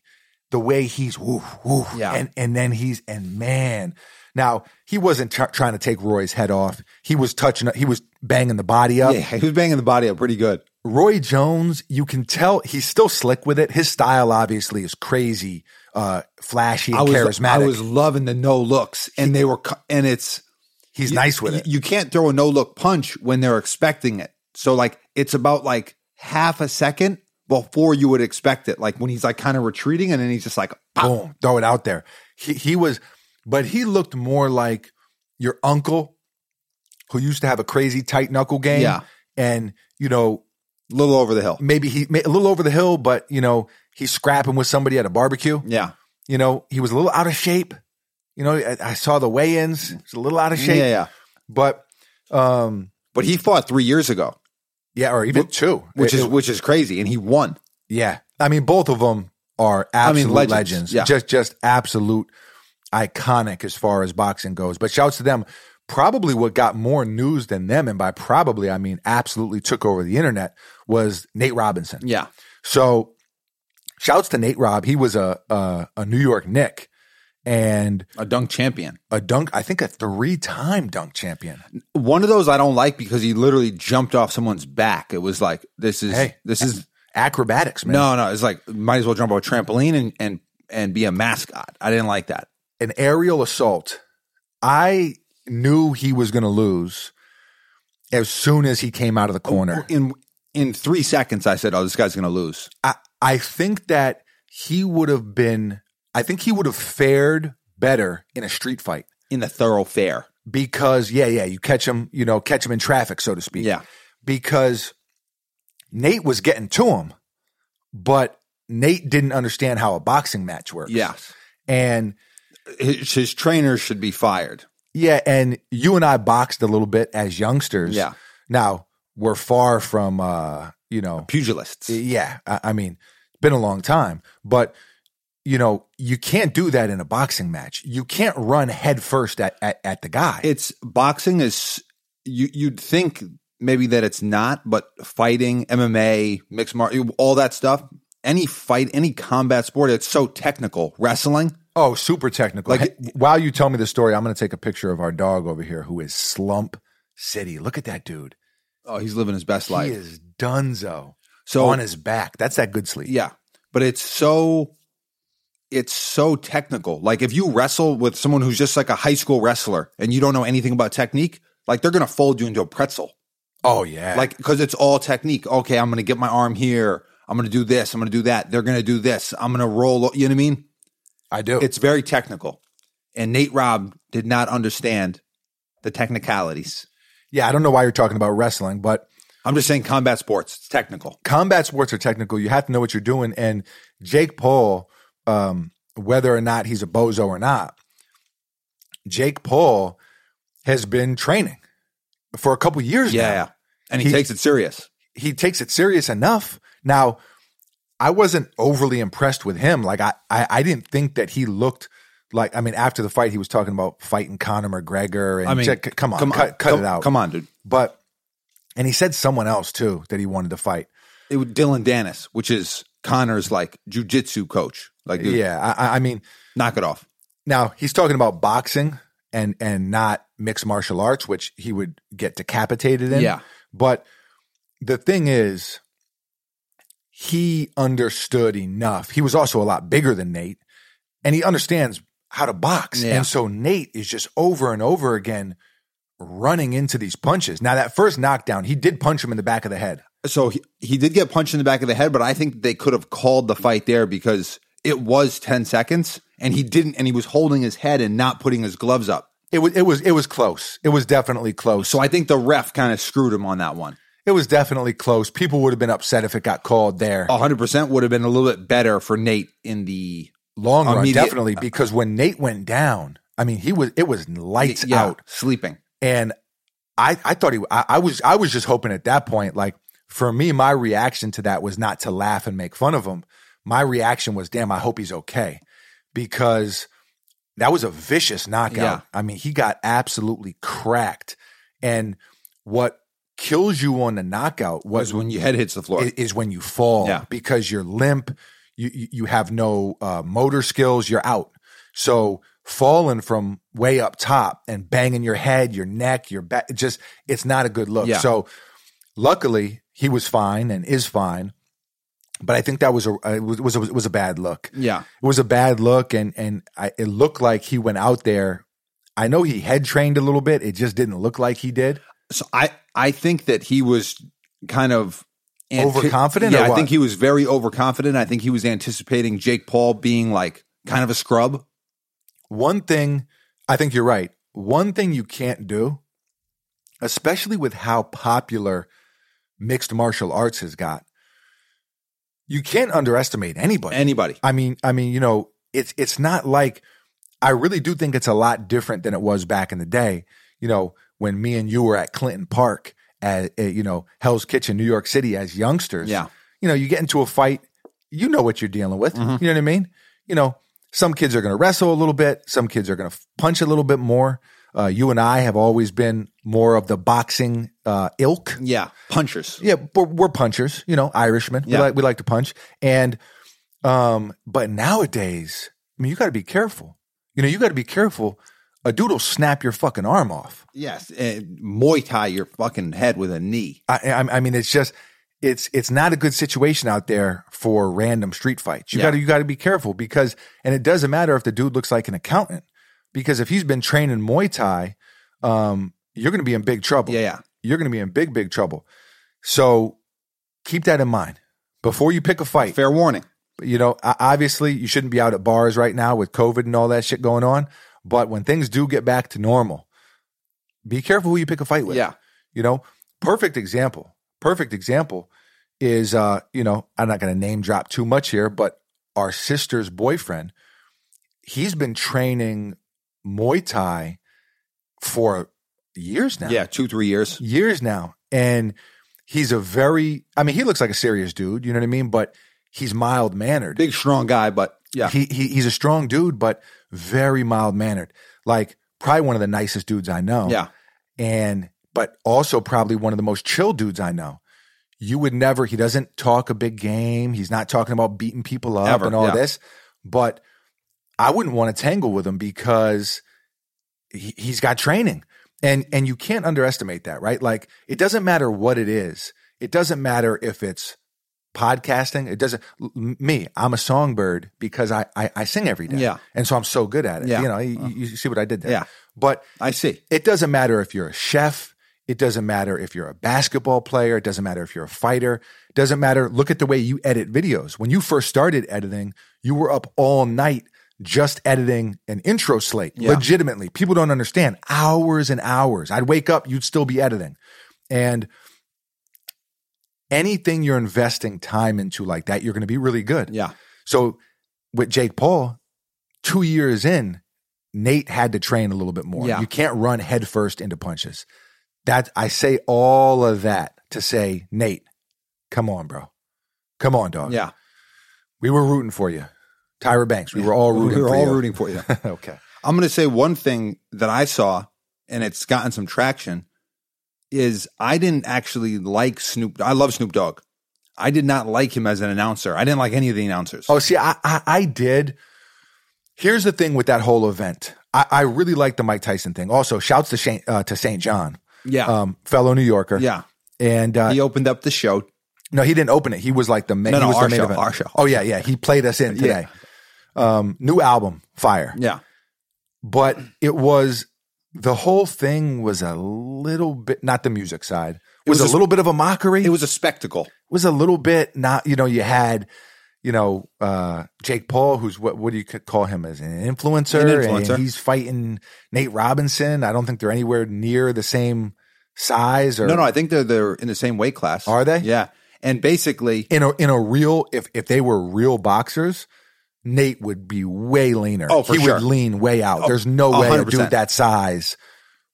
[SPEAKER 1] The way he's woof woof
[SPEAKER 2] Yeah.
[SPEAKER 1] and and then he's and man. Now, he wasn't tr- trying to take Roy's head off. He was touching he was banging the body up.
[SPEAKER 2] Yeah. He was banging the body up pretty good.
[SPEAKER 1] Roy Jones, you can tell he's still slick with it. His style obviously is crazy, uh, flashy, and
[SPEAKER 2] I was
[SPEAKER 1] charismatic.
[SPEAKER 2] I was loving the no looks, and they were cu- and it's
[SPEAKER 1] he's nice with
[SPEAKER 2] you,
[SPEAKER 1] it.
[SPEAKER 2] You can't throw a no look punch when they're expecting it. So like it's about like half a second before you would expect it. Like when he's like kind of retreating, and then he's just like, pop.
[SPEAKER 1] Boom, throw it out there. He he was, but he looked more like your uncle who used to have a crazy tight knuckle game.
[SPEAKER 2] Yeah.
[SPEAKER 1] and you know
[SPEAKER 2] little over the hill.
[SPEAKER 1] maybe he ma- a little over the hill, but you know he's scrapping with somebody at a barbecue.
[SPEAKER 2] Yeah,
[SPEAKER 1] You know he was a little out of shape. You know I, I saw the weigh-ins; he's a little out of shape.
[SPEAKER 2] yeah, yeah.
[SPEAKER 1] But um,
[SPEAKER 2] But he fought three years ago,
[SPEAKER 1] yeah, or even two,
[SPEAKER 2] which
[SPEAKER 1] is.
[SPEAKER 2] is which is crazy, and he won.
[SPEAKER 1] Yeah. I mean, both of them are absolute
[SPEAKER 2] mean,
[SPEAKER 1] legends.
[SPEAKER 2] legends. Yeah.
[SPEAKER 1] Just just absolute iconic as far as boxing goes. But shouts to them. Probably what got more news than them, and by probably I mean absolutely took over the internet, was Nate Robinson.
[SPEAKER 2] Yeah,
[SPEAKER 1] So shouts to Nate Robb. He was a a, a New York Nick and
[SPEAKER 2] a dunk champion.
[SPEAKER 1] a dunk, I think a three time dunk champion.
[SPEAKER 2] One of those I don't like because he literally jumped off someone's back. It was like this is
[SPEAKER 1] Hey.
[SPEAKER 2] this is
[SPEAKER 1] Acrobatics, man.
[SPEAKER 2] no no. It's like might as well jump off a trampoline and and and be a mascot. I didn't like that.
[SPEAKER 1] an aerial assault. I knew he was going to lose as soon as he came out of the corner.
[SPEAKER 2] In in three seconds, I said, "Oh, this guy's gonna lose."
[SPEAKER 1] I, I think that he would have been, I think he would have fared better in a street fight
[SPEAKER 2] In a thoroughfare,
[SPEAKER 1] because, yeah, yeah, you catch him, you know, catch him in traffic, so to speak.
[SPEAKER 2] yeah,
[SPEAKER 1] Because Nate was getting to him, but Nate didn't understand how a boxing match works.
[SPEAKER 2] yeah.
[SPEAKER 1] And
[SPEAKER 2] His, his trainer should be fired.
[SPEAKER 1] Yeah, and you and I boxed a little bit as youngsters.
[SPEAKER 2] Yeah.
[SPEAKER 1] Now we're far from, uh, you know,
[SPEAKER 2] Pugilists.
[SPEAKER 1] yeah. I, I mean, it's been a long time, but you know, you can't do that in a boxing match. You can't run head first at at, at the guy.
[SPEAKER 2] it's boxing is you you'd think maybe that it's not, but fighting, MMA, mixed martial, all that stuff, any fight, any combat sport, it's so technical. Wrestling,
[SPEAKER 1] oh, super technical.
[SPEAKER 2] Like-
[SPEAKER 1] Hey, while you tell me the story, I'm going to take a picture of our dog over here who is Slump City. Look at that dude.
[SPEAKER 2] oh, he's living his best
[SPEAKER 1] he
[SPEAKER 2] life.
[SPEAKER 1] is Dunzo
[SPEAKER 2] So
[SPEAKER 1] on his back. That's that good sleep.
[SPEAKER 2] yeah, but it's so it's so technical. Like if you wrestle with someone who's just like a high school wrestler and you don't know anything about technique, like they're gonna fold you into a pretzel.
[SPEAKER 1] Oh yeah.
[SPEAKER 2] like because it's all technique. Okay, I'm gonna get my arm here. I'm gonna do this. I'm gonna do that. They're gonna do this. I'm gonna roll. You know what I mean?
[SPEAKER 1] I do.
[SPEAKER 2] It's very technical. And Nate Robb did not understand the technicalities.
[SPEAKER 1] yeah. I don't know why you're talking about wrestling, but
[SPEAKER 2] I'm just saying combat sports. It's technical.
[SPEAKER 1] combat sports are technical. You have to know what you're doing. And Jake Paul, um, whether or not he's a bozo or not, Jake Paul has been training for a couple years
[SPEAKER 2] Yeah,
[SPEAKER 1] now.
[SPEAKER 2] yeah. And he,
[SPEAKER 1] He-
[SPEAKER 2] takes it serious.
[SPEAKER 1] He takes it serious enough. Now, I wasn't overly impressed with him. Like I, I, I didn't think that he looked like. I mean, after the fight, he was talking about fighting Conor McGregor. And
[SPEAKER 2] I mean,
[SPEAKER 1] check- come on, cut, cut
[SPEAKER 2] come,
[SPEAKER 1] it out.
[SPEAKER 2] Come on, dude.
[SPEAKER 1] But and he said someone else too that he wanted to fight.
[SPEAKER 2] It was Dylan Dennis, which is Connor's like jujitsu coach. Like, dude,
[SPEAKER 1] Yeah, I, I- I mean.
[SPEAKER 2] knock it off.
[SPEAKER 1] Now he's talking about boxing and and not mixed martial arts, which he would get decapitated in.
[SPEAKER 2] Yeah.
[SPEAKER 1] But the thing is, he understood enough. He was also a lot bigger than Nate, and he understands how to box.
[SPEAKER 2] Yeah.
[SPEAKER 1] And so Nate is just over and over again running into these punches. Now that first knockdown, he did punch him in the back of the head.
[SPEAKER 2] So he, he did get punched in the back of the head, but I think they could have called the fight there because it was 10 seconds and he didn't, and he was holding his head and not putting his gloves up.
[SPEAKER 1] It was it was it was close. It was definitely close.
[SPEAKER 2] So I think the ref kind of screwed him on that one.
[SPEAKER 1] it was definitely close. People would have been upset if it got called there.
[SPEAKER 2] 100% would have been a little bit better for Nate in the
[SPEAKER 1] long run,
[SPEAKER 2] Immediate- uh,
[SPEAKER 1] definitely. Because when Nate went down, I mean, he was it was lights
[SPEAKER 2] yeah,
[SPEAKER 1] out,
[SPEAKER 2] sleeping.
[SPEAKER 1] and I I thought he I, I was I was just hoping at that point, like for me, my reaction to that was not to laugh and make fun of him. My reaction was, damn, I hope he's okay, because that was a vicious knockout.
[SPEAKER 2] Yeah.
[SPEAKER 1] I mean, he got absolutely cracked, and what kills you on the knockout
[SPEAKER 2] Was
[SPEAKER 1] was
[SPEAKER 2] when your head hits the floor.
[SPEAKER 1] i- is, when you fall
[SPEAKER 2] Yeah.
[SPEAKER 1] because you're limp, you you you have no uh, motor skills, you're out. So falling from way up top and banging your head, your neck, your back, it just it's not a good look.
[SPEAKER 2] Yeah.
[SPEAKER 1] So luckily, he was fine and is fine. But I think that was a uh, it was was a, was a bad look.
[SPEAKER 2] Yeah.
[SPEAKER 1] it was a bad look, and and I, it looked like he went out there. I know he head trained a little bit. It just didn't look like he did.
[SPEAKER 2] So I I think that he was kind of anti-
[SPEAKER 1] Overconfident or
[SPEAKER 2] Yeah, I
[SPEAKER 1] what?
[SPEAKER 2] think he was very overconfident. I think he was anticipating Jake Paul being like kind of a scrub.
[SPEAKER 1] One thing, I think you're right. One thing you can't do, especially with how popular mixed martial arts has got, you can't underestimate anybody.
[SPEAKER 2] Anybody?
[SPEAKER 1] I mean, I mean, you know, it's it's not like I really do think it's a lot different than it was back in the day. You know, when me and you were at Clinton Park at, at, you know Hell's Kitchen, New York City, as youngsters.
[SPEAKER 2] Yeah.
[SPEAKER 1] You know, you get into a fight, you know what you're dealing with. You know what I mean? You know, some kids are going to wrestle a little bit, some kids are going to punch a little bit more. Uh, you and I have always been more of the boxing uh, ilk.
[SPEAKER 2] Yeah, punchers.
[SPEAKER 1] Yeah, but we're punchers, you know, Irishmen.
[SPEAKER 2] Yeah.
[SPEAKER 1] We like we like to punch. And um, but nowadays, I mean, you got to be careful. You know, you got to be careful. A dude will snap your fucking arm off.
[SPEAKER 2] Yes, and Muay Thai your fucking head with a knee.
[SPEAKER 1] I, I, I mean, it's just it's it's not a good situation out there for random street fights. You
[SPEAKER 2] Yeah.
[SPEAKER 1] got to you got to be careful because, and it doesn't matter if the dude looks like an accountant because if he's been training Muay Thai, um, you're going to be in big trouble.
[SPEAKER 2] Yeah, yeah.
[SPEAKER 1] you're going to be in big big trouble. So keep that in mind before you pick a fight.
[SPEAKER 2] Fair warning.
[SPEAKER 1] you know, o- obviously you shouldn't be out at bars right now with COVID and all that shit going on. But when things do get back to normal, be careful who you pick a fight with.
[SPEAKER 2] Yeah.
[SPEAKER 1] You know, perfect example. Perfect example is, uh, you know, I'm not going to name drop too much here, but our sister's boyfriend, he's been training Muay Thai for years now
[SPEAKER 2] Yeah, two three years.
[SPEAKER 1] years now. And he's a very, I mean, he looks like a serious dude, you know what I mean? But he's mild mannered.
[SPEAKER 2] Big strong guy, but yeah,
[SPEAKER 1] He, he he's a strong dude, but very mild mannered. Like probably one of the nicest dudes I know.
[SPEAKER 2] yeah.
[SPEAKER 1] And but also probably one of the most chill dudes I know. You would never, he doesn't talk a big game. He's not talking about beating people up
[SPEAKER 2] Ever,
[SPEAKER 1] and all
[SPEAKER 2] yeah.
[SPEAKER 1] this. But I wouldn't want to tangle with him because he, he's got training. And and you can't underestimate that, right? Like it doesn't matter what it is. It doesn't matter if it's podcasting. It doesn't l- me. I'm a songbird because I I, I sing every day.
[SPEAKER 2] Yeah.
[SPEAKER 1] And so I'm so good at it.
[SPEAKER 2] Yeah. Uh-huh.
[SPEAKER 1] You know, you, you see what I did there.
[SPEAKER 2] Yeah.
[SPEAKER 1] But
[SPEAKER 2] I see.
[SPEAKER 1] it doesn't matter if you're a chef. It doesn't matter if you're a basketball player. It doesn't matter if you're a fighter. It doesn't matter. Look at the way you edit videos. When you first started editing, you were up all night just editing an intro slate.
[SPEAKER 2] Yeah.
[SPEAKER 1] Legitimately, people don't understand. Hours and hours. I'd wake up, you'd still be editing. And anything you're investing time into like that, you're going to be really good.
[SPEAKER 2] Yeah,
[SPEAKER 1] So with Jake Paul, two years in, Nate had to train a little bit more.
[SPEAKER 2] Yeah.
[SPEAKER 1] You can't run headfirst into punches. That I say all of that to say, Nate, come on, bro. Come on, dog.
[SPEAKER 2] yeah.
[SPEAKER 1] We were rooting for you. Tyra Banks. We were all rooting
[SPEAKER 2] we were
[SPEAKER 1] for
[SPEAKER 2] all
[SPEAKER 1] you.
[SPEAKER 2] rooting for you.
[SPEAKER 1] okay.
[SPEAKER 2] I'm going to say one thing that I saw, and it's gotten some traction, is I didn't actually like Snoop. I love Snoop Dogg. I did not like him as an announcer. I didn't like any of the announcers.
[SPEAKER 1] Oh, see, I, I I did. Here's the thing with that whole event. I, I really like the Mike Tyson thing. Also, shouts to Shane, uh, to St. John,
[SPEAKER 2] yeah,
[SPEAKER 1] um, fellow New Yorker.
[SPEAKER 2] yeah.
[SPEAKER 1] And uh,
[SPEAKER 2] He opened up the show.
[SPEAKER 1] No, he didn't open it. He was like the main.
[SPEAKER 2] No, no,
[SPEAKER 1] he was
[SPEAKER 2] our
[SPEAKER 1] the main
[SPEAKER 2] show,
[SPEAKER 1] event.
[SPEAKER 2] our show.
[SPEAKER 1] Oh yeah, yeah. He played us in today. Um, new album, Fire.
[SPEAKER 2] Yeah,
[SPEAKER 1] But it was the whole thing was a little bit not the music side. It was,
[SPEAKER 2] was
[SPEAKER 1] a
[SPEAKER 2] a-
[SPEAKER 1] little bit of a mockery.
[SPEAKER 2] it was a spectacle.
[SPEAKER 1] was a little bit not. You know, you had. You know, uh, Jake Paul, who's what? What do you call him as an influencer?
[SPEAKER 2] An influencer.
[SPEAKER 1] And he's fighting Nate Robinson. I don't think they're anywhere near the same size. Or
[SPEAKER 2] No, no. I think they're they're in the same weight class.
[SPEAKER 1] Are they?
[SPEAKER 2] Yeah. And basically,
[SPEAKER 1] in a in a real if if they were real boxers, Nate would be way leaner.
[SPEAKER 2] Oh, for
[SPEAKER 1] he
[SPEAKER 2] sure.
[SPEAKER 1] would lean way out. There's no
[SPEAKER 2] a
[SPEAKER 1] way
[SPEAKER 2] hundred
[SPEAKER 1] a dude
[SPEAKER 2] percent.
[SPEAKER 1] that size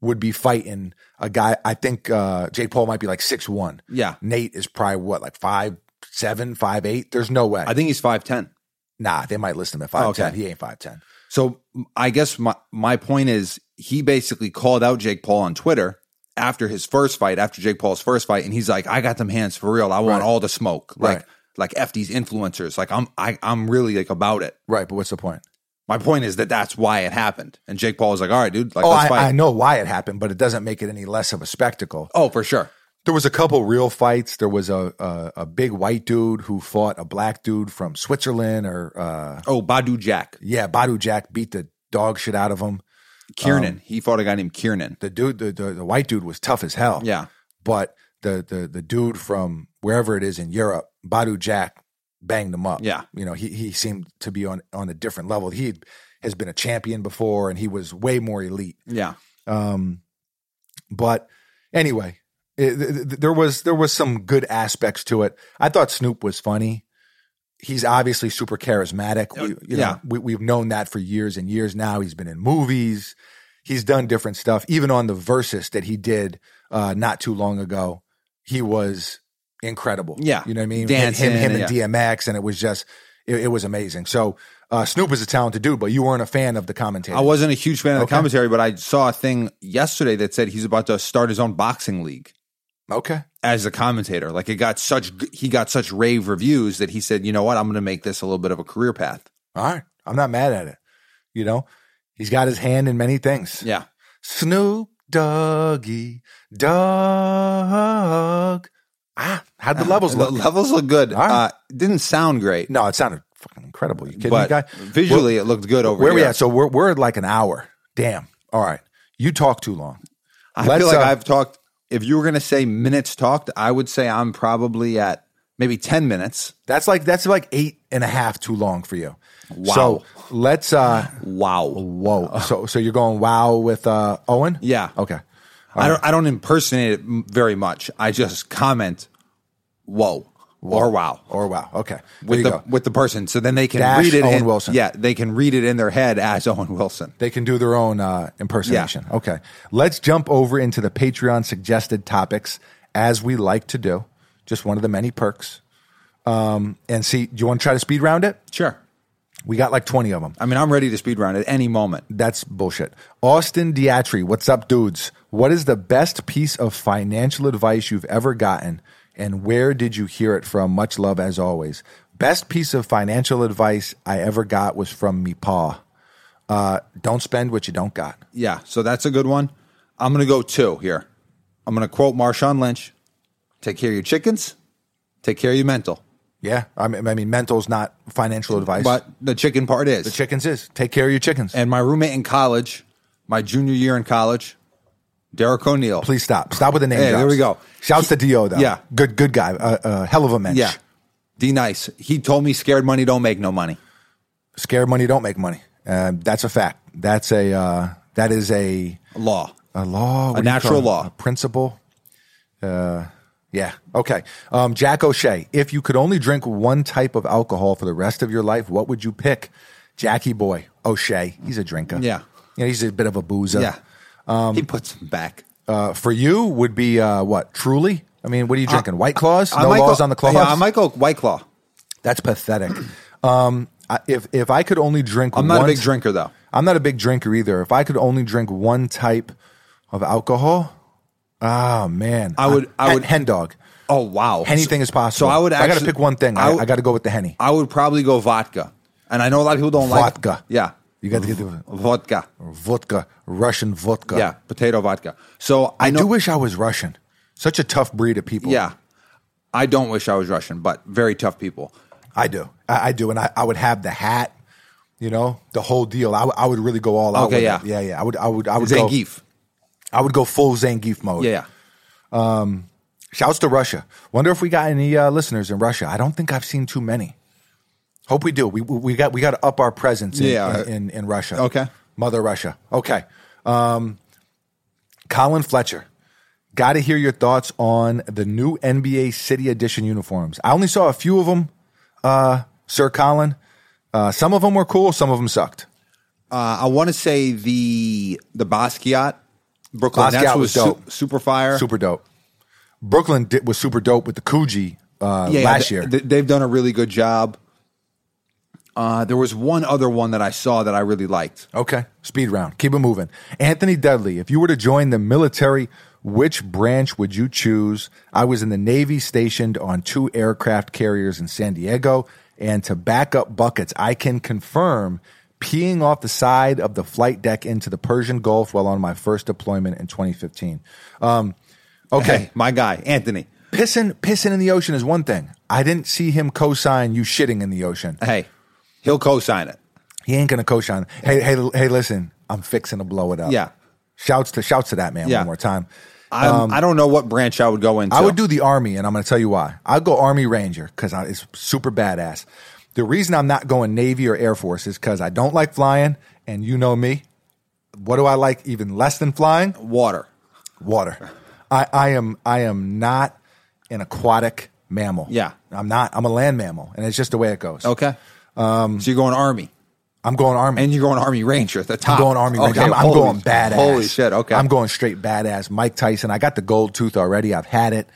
[SPEAKER 1] would be fighting a guy. I think uh, Jake Paul might be like six one.
[SPEAKER 2] yeah,
[SPEAKER 1] Nate is probably what like five seven, five eight. There's no way.
[SPEAKER 2] I think he's five ten.
[SPEAKER 1] nah, they might list him at five ten.
[SPEAKER 2] Okay.
[SPEAKER 1] He ain't five ten.
[SPEAKER 2] So m- I guess my my point is he basically called out Jake Paul on Twitter after his first fight, after Jake Paul's first fight, and he's like, "I got them hands for real. I want
[SPEAKER 1] Right.
[SPEAKER 2] all the smoke. Like
[SPEAKER 1] Right.
[SPEAKER 2] like f these influencers. Like I'm I, I'm really like about it."
[SPEAKER 1] Right, but what's the point?
[SPEAKER 2] My point is that that's why it happened, and Jake Paul was like, "All right, dude, like
[SPEAKER 1] Oh,
[SPEAKER 2] let's
[SPEAKER 1] I,
[SPEAKER 2] fight."
[SPEAKER 1] I know why it happened, but it doesn't make it any less of a spectacle.
[SPEAKER 2] Oh, for sure.
[SPEAKER 1] There was a couple real fights. There was a, a a big white dude who fought a black dude from Switzerland, or uh,
[SPEAKER 2] Oh, Badu Jack.
[SPEAKER 1] yeah, Badu Jack beat the dog shit out of him.
[SPEAKER 2] Kiernan.
[SPEAKER 1] Um,
[SPEAKER 2] he fought a guy named Kiernan.
[SPEAKER 1] The dude, the, the, the white dude, was tough as hell.
[SPEAKER 2] Yeah.
[SPEAKER 1] but the the the dude from wherever it is in Europe, Badu Jack, banged him up.
[SPEAKER 2] Yeah.
[SPEAKER 1] you know he he seemed to be on on a different level. He has been a champion before, and he was way more elite.
[SPEAKER 2] Yeah.
[SPEAKER 1] Um, but anyway, it, th- th- there was there was some good aspects to it. I thought Snoop was funny. He's obviously super charismatic. We, you
[SPEAKER 2] Oh, Yeah.
[SPEAKER 1] know, we, we've known that for years and years now. He's been in movies. He's done different stuff. Even on the Versus that he did uh, not too long ago, he was incredible.
[SPEAKER 2] Yeah.
[SPEAKER 1] you know what I mean.
[SPEAKER 2] Dancing,
[SPEAKER 1] him, him,
[SPEAKER 2] yeah.
[SPEAKER 1] and DMX, and it was just it, it was amazing. So uh, Snoop is a talented dude, but you weren't a fan of the commentator.
[SPEAKER 2] I wasn't a huge fan of
[SPEAKER 1] Okay.
[SPEAKER 2] the commentary, but I saw a thing yesterday that said he's about to start his own boxing league
[SPEAKER 1] okay.
[SPEAKER 2] as a commentator. Like it got such he got such rave reviews that he said, "You know what? I'm going to make this a little bit of a career path."
[SPEAKER 1] All right. I'm not mad at it. You know, he's got his hand in many things.
[SPEAKER 2] Yeah.
[SPEAKER 1] Snoop Doggy Dog. Ah, how'd the levels
[SPEAKER 2] The
[SPEAKER 1] look?
[SPEAKER 2] levels look good.
[SPEAKER 1] All right.
[SPEAKER 2] Uh, didn't sound great,
[SPEAKER 1] no, it sounded fucking incredible. You kidding
[SPEAKER 2] but
[SPEAKER 1] me, guy?
[SPEAKER 2] visually it looked good over
[SPEAKER 1] Where we
[SPEAKER 2] here.
[SPEAKER 1] at? So we're, we're at like an hour. Damn. All right. You talk too long.
[SPEAKER 2] I
[SPEAKER 1] Let's,
[SPEAKER 2] feel like
[SPEAKER 1] uh,
[SPEAKER 2] I've talked. If you were going to say minutes talked, I would say I'm probably at maybe 10 minutes.
[SPEAKER 1] That's like that's like eight and a half too long for you.
[SPEAKER 2] Wow.
[SPEAKER 1] So let's uh
[SPEAKER 2] Wow.
[SPEAKER 1] whoa. So so you're going wow with uh Owen?
[SPEAKER 2] Yeah.
[SPEAKER 1] Okay.
[SPEAKER 2] I don't, I don't impersonate it m- very much. I just comment, whoa, or wow.
[SPEAKER 1] Or wow. Okay. There
[SPEAKER 2] With
[SPEAKER 1] you
[SPEAKER 2] the,
[SPEAKER 1] go.
[SPEAKER 2] with the person, so then they can
[SPEAKER 1] Dash
[SPEAKER 2] read it.
[SPEAKER 1] Owen
[SPEAKER 2] in,
[SPEAKER 1] Wilson.
[SPEAKER 2] yeah, they can read it in their head as Owen Wilson.
[SPEAKER 1] They can do their own uh, impersonation. Okay. Let's jump over into the Patreon suggested topics as we like to do. Just one of the many perks. Um, and see, do you want to try to speed round it?
[SPEAKER 2] Sure,
[SPEAKER 1] We got like 20 of them.
[SPEAKER 2] I mean I'm ready to speed round at any moment.
[SPEAKER 1] That's bullshit. Austin Diatri, what's up, dudes? What is the best piece of financial advice you've ever gotten, and where did you hear it from? Much love, as always. Best piece of financial advice I ever got was from me pa. Uh, don't spend what you don't got.
[SPEAKER 2] Yeah, so that's a good one. I'm going to go two here. I'm going to quote Marshawn Lynch: "Take care of your chickens, take care of your mental."
[SPEAKER 1] Yeah, I mean, I mean, mental's not financial advice,
[SPEAKER 2] But the chicken part is
[SPEAKER 1] the chickens is. Take care of your chickens.
[SPEAKER 2] and my roommate in college, my junior year in college, Derek O'Neill.
[SPEAKER 1] Please stop. Stop with the name.
[SPEAKER 2] Hey,
[SPEAKER 1] drops.
[SPEAKER 2] there we go.
[SPEAKER 1] Shouts to Dio though.
[SPEAKER 2] Yeah.
[SPEAKER 1] good, good guy. Uh, uh, hell of a mensch.
[SPEAKER 2] Yeah. D nice. He told me scared money don't make no money.
[SPEAKER 1] Scared money don't make money. Uh, that's a fact. That's a uh, that is a
[SPEAKER 2] Law.
[SPEAKER 1] a law. what do you
[SPEAKER 2] natural
[SPEAKER 1] call
[SPEAKER 2] law.
[SPEAKER 1] it? a principle. Uh, yeah. Okay. Um, Jack O'Shea. If you could only drink one type of alcohol for the rest of your life, what would you pick? Jackie Boy O'Shea. He's a drinker.
[SPEAKER 2] Yeah.
[SPEAKER 1] You know, he's a bit of a boozer.
[SPEAKER 2] Yeah.
[SPEAKER 1] um,
[SPEAKER 2] he puts him back.
[SPEAKER 1] uh, for you would be uh, what? Truly? I mean, what are you drinking? White claws?
[SPEAKER 2] I
[SPEAKER 1] no
[SPEAKER 2] might go-
[SPEAKER 1] laws on the claws.
[SPEAKER 2] Yeah, I might go White Claw.
[SPEAKER 1] That's pathetic. um, I, if if I could only drink,
[SPEAKER 2] I'm not
[SPEAKER 1] one
[SPEAKER 2] a big
[SPEAKER 1] t-
[SPEAKER 2] drinker though.
[SPEAKER 1] I'm not a big drinker either. If I could only drink one type of alcohol, ah man,
[SPEAKER 2] I would- I
[SPEAKER 1] Hen-
[SPEAKER 2] would-
[SPEAKER 1] hen dog.
[SPEAKER 2] Oh wow.
[SPEAKER 1] Anything
[SPEAKER 2] So-
[SPEAKER 1] is possible.
[SPEAKER 2] So I would
[SPEAKER 1] I got to
[SPEAKER 2] actu-
[SPEAKER 1] pick one thing. I,
[SPEAKER 2] would-
[SPEAKER 1] I got to go with the henny.
[SPEAKER 2] I would probably go vodka. And I know a lot of people don't like
[SPEAKER 1] Vodka.
[SPEAKER 2] Yeah.
[SPEAKER 1] You got to get the
[SPEAKER 2] Vodka.
[SPEAKER 1] vodka, Russian vodka.
[SPEAKER 2] Yeah. Potato vodka. So I,
[SPEAKER 1] I
[SPEAKER 2] know
[SPEAKER 1] do wish I was Russian. Such a tough breed of people.
[SPEAKER 2] Yeah. I don't wish I was Russian, but very tough people.
[SPEAKER 1] I do. I, I do, and I, I would have the hat. You know, the whole deal. I, w- I would really go all out.
[SPEAKER 2] Okay,
[SPEAKER 1] with
[SPEAKER 2] yeah.
[SPEAKER 1] it. yeah, yeah. I would, I would, I would go.
[SPEAKER 2] Zangief.
[SPEAKER 1] I would go full Zangief mode.
[SPEAKER 2] Yeah, yeah.
[SPEAKER 1] Shouts to Russia. Wonder if we got any uh, listeners in Russia. I don't think I've seen too many. Hope we do. We we we got we got to up our presence in,
[SPEAKER 2] Yeah.
[SPEAKER 1] in, in in Russia.
[SPEAKER 2] Okay.
[SPEAKER 1] Mother Russia. Okay. Um, Colin Fletcher. Got to hear your thoughts on the new NBA City Edition uniforms. I only saw a few of them, uh, Sir Colin. Uh, some of them were cool. Some of them sucked.
[SPEAKER 2] Uh, I want to say the the Basquiat Brooklyn
[SPEAKER 1] Basquiat
[SPEAKER 2] Nets
[SPEAKER 1] was
[SPEAKER 2] was, su-
[SPEAKER 1] dope.
[SPEAKER 2] super fire.
[SPEAKER 1] Super dope. Brooklyn did, was super dope with the Coogee uh,
[SPEAKER 2] Yeah, yeah,
[SPEAKER 1] last
[SPEAKER 2] they-
[SPEAKER 1] year.
[SPEAKER 2] they- they've done a really good job. Uh, there was one other one that I saw that I really liked.
[SPEAKER 1] Okay. Speed round. Keep it moving. Anthony Dudley, if you were to join the military, which branch would you choose? I was in the Navy stationed on two aircraft carriers in San Diego. And to back up buckets, I can confirm peeing off the side of the flight deck into the Persian Gulf while on my first deployment in 2015. Um, Okay.
[SPEAKER 2] my guy, Anthony.
[SPEAKER 1] pissing pissing in the ocean is one thing. I didn't see him co-sign you shitting in the ocean.
[SPEAKER 2] Hey, he'll co-sign it.
[SPEAKER 1] He ain't gonna co-sign. Hey, hey, hey! Listen, I'm fixing to blow it up.
[SPEAKER 2] Yeah.
[SPEAKER 1] Shouts to shouts to that man
[SPEAKER 2] Yeah.
[SPEAKER 1] one more time.
[SPEAKER 2] I'm, Um, I don't know what branch I would go into.
[SPEAKER 1] I would do the army, and I'm going to tell you why. I'd go Army Ranger because it's super badass. The reason I'm not going Navy or Air Force is because I don't like flying, and you know me. What do I like even less than flying?
[SPEAKER 2] water.
[SPEAKER 1] Water. I, I am I am not an aquatic mammal.
[SPEAKER 2] Yeah.
[SPEAKER 1] I'm not. I'm a land mammal, and it's just the way it goes.
[SPEAKER 2] Okay. Um, so you're going Army,
[SPEAKER 1] I'm going Army.
[SPEAKER 2] and you're going Army Ranger at the top.
[SPEAKER 1] I'm going Army Ranger. I'm, I'm
[SPEAKER 2] holy-
[SPEAKER 1] going badass.
[SPEAKER 2] Holy shit! Okay,
[SPEAKER 1] I'm going straight badass. Mike Tyson. I got the gold tooth already. I've had it.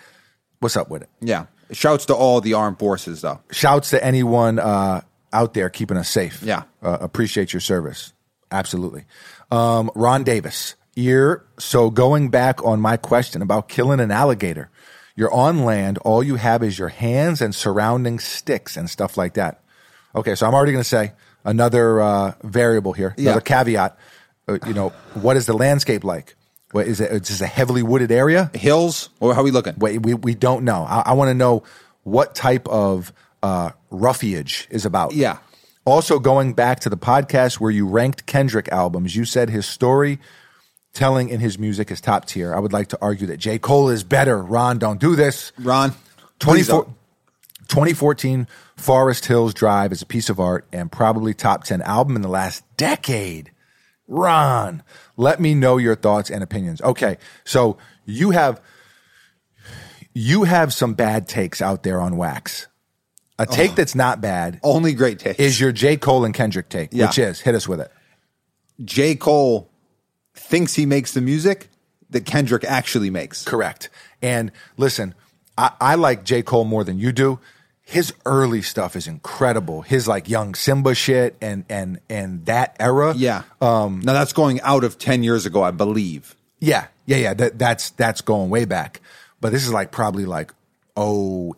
[SPEAKER 1] What's up with it?
[SPEAKER 2] Yeah. Shouts to all the armed forces, though.
[SPEAKER 1] shouts to anyone uh, out there keeping us safe.
[SPEAKER 2] Yeah.
[SPEAKER 1] Uh, appreciate your service. Absolutely. Um, Ron Davis, ear. So going back on my question about killing an alligator, you're on land. All you have is your hands and surrounding sticks and stuff like that. Okay. So I'm already going to say another uh, variable here,
[SPEAKER 2] Yeah.
[SPEAKER 1] another caveat. Uh, you know, what is the landscape like? What is it? Is this a heavily wooded area?
[SPEAKER 2] Hills, or how are we looking?
[SPEAKER 1] Wait, we, we don't know. I, I want to know what type of uh, roughage is about.
[SPEAKER 2] Yeah.
[SPEAKER 1] Also, going back to the podcast where you ranked Kendrick albums, you said his story telling in his music is top tier. I would like to argue that J. Cole is better. Ron, don't do this.
[SPEAKER 2] Ron,
[SPEAKER 1] 24 2014 Forest Hills Drive is a piece of art and probably top 10 album in the last decade. Ron, let me know your thoughts and opinions. Okay, so you have you have some bad takes out there on wax. A take that's not bad
[SPEAKER 2] only great takes.
[SPEAKER 1] is your J. Cole and Kendrick take,
[SPEAKER 2] Yeah.
[SPEAKER 1] which is hit us with it.
[SPEAKER 2] J. Cole thinks he makes the music that Kendrick actually makes.
[SPEAKER 1] Correct. And listen, I, I like J. Cole more than you do. His early stuff is incredible. His like young Simba shit and and and that era.
[SPEAKER 2] Yeah. Um, now that's going out of 10 years ago, I believe.
[SPEAKER 1] Yeah. Yeah. Yeah. That that's that's going way back. But this is like probably like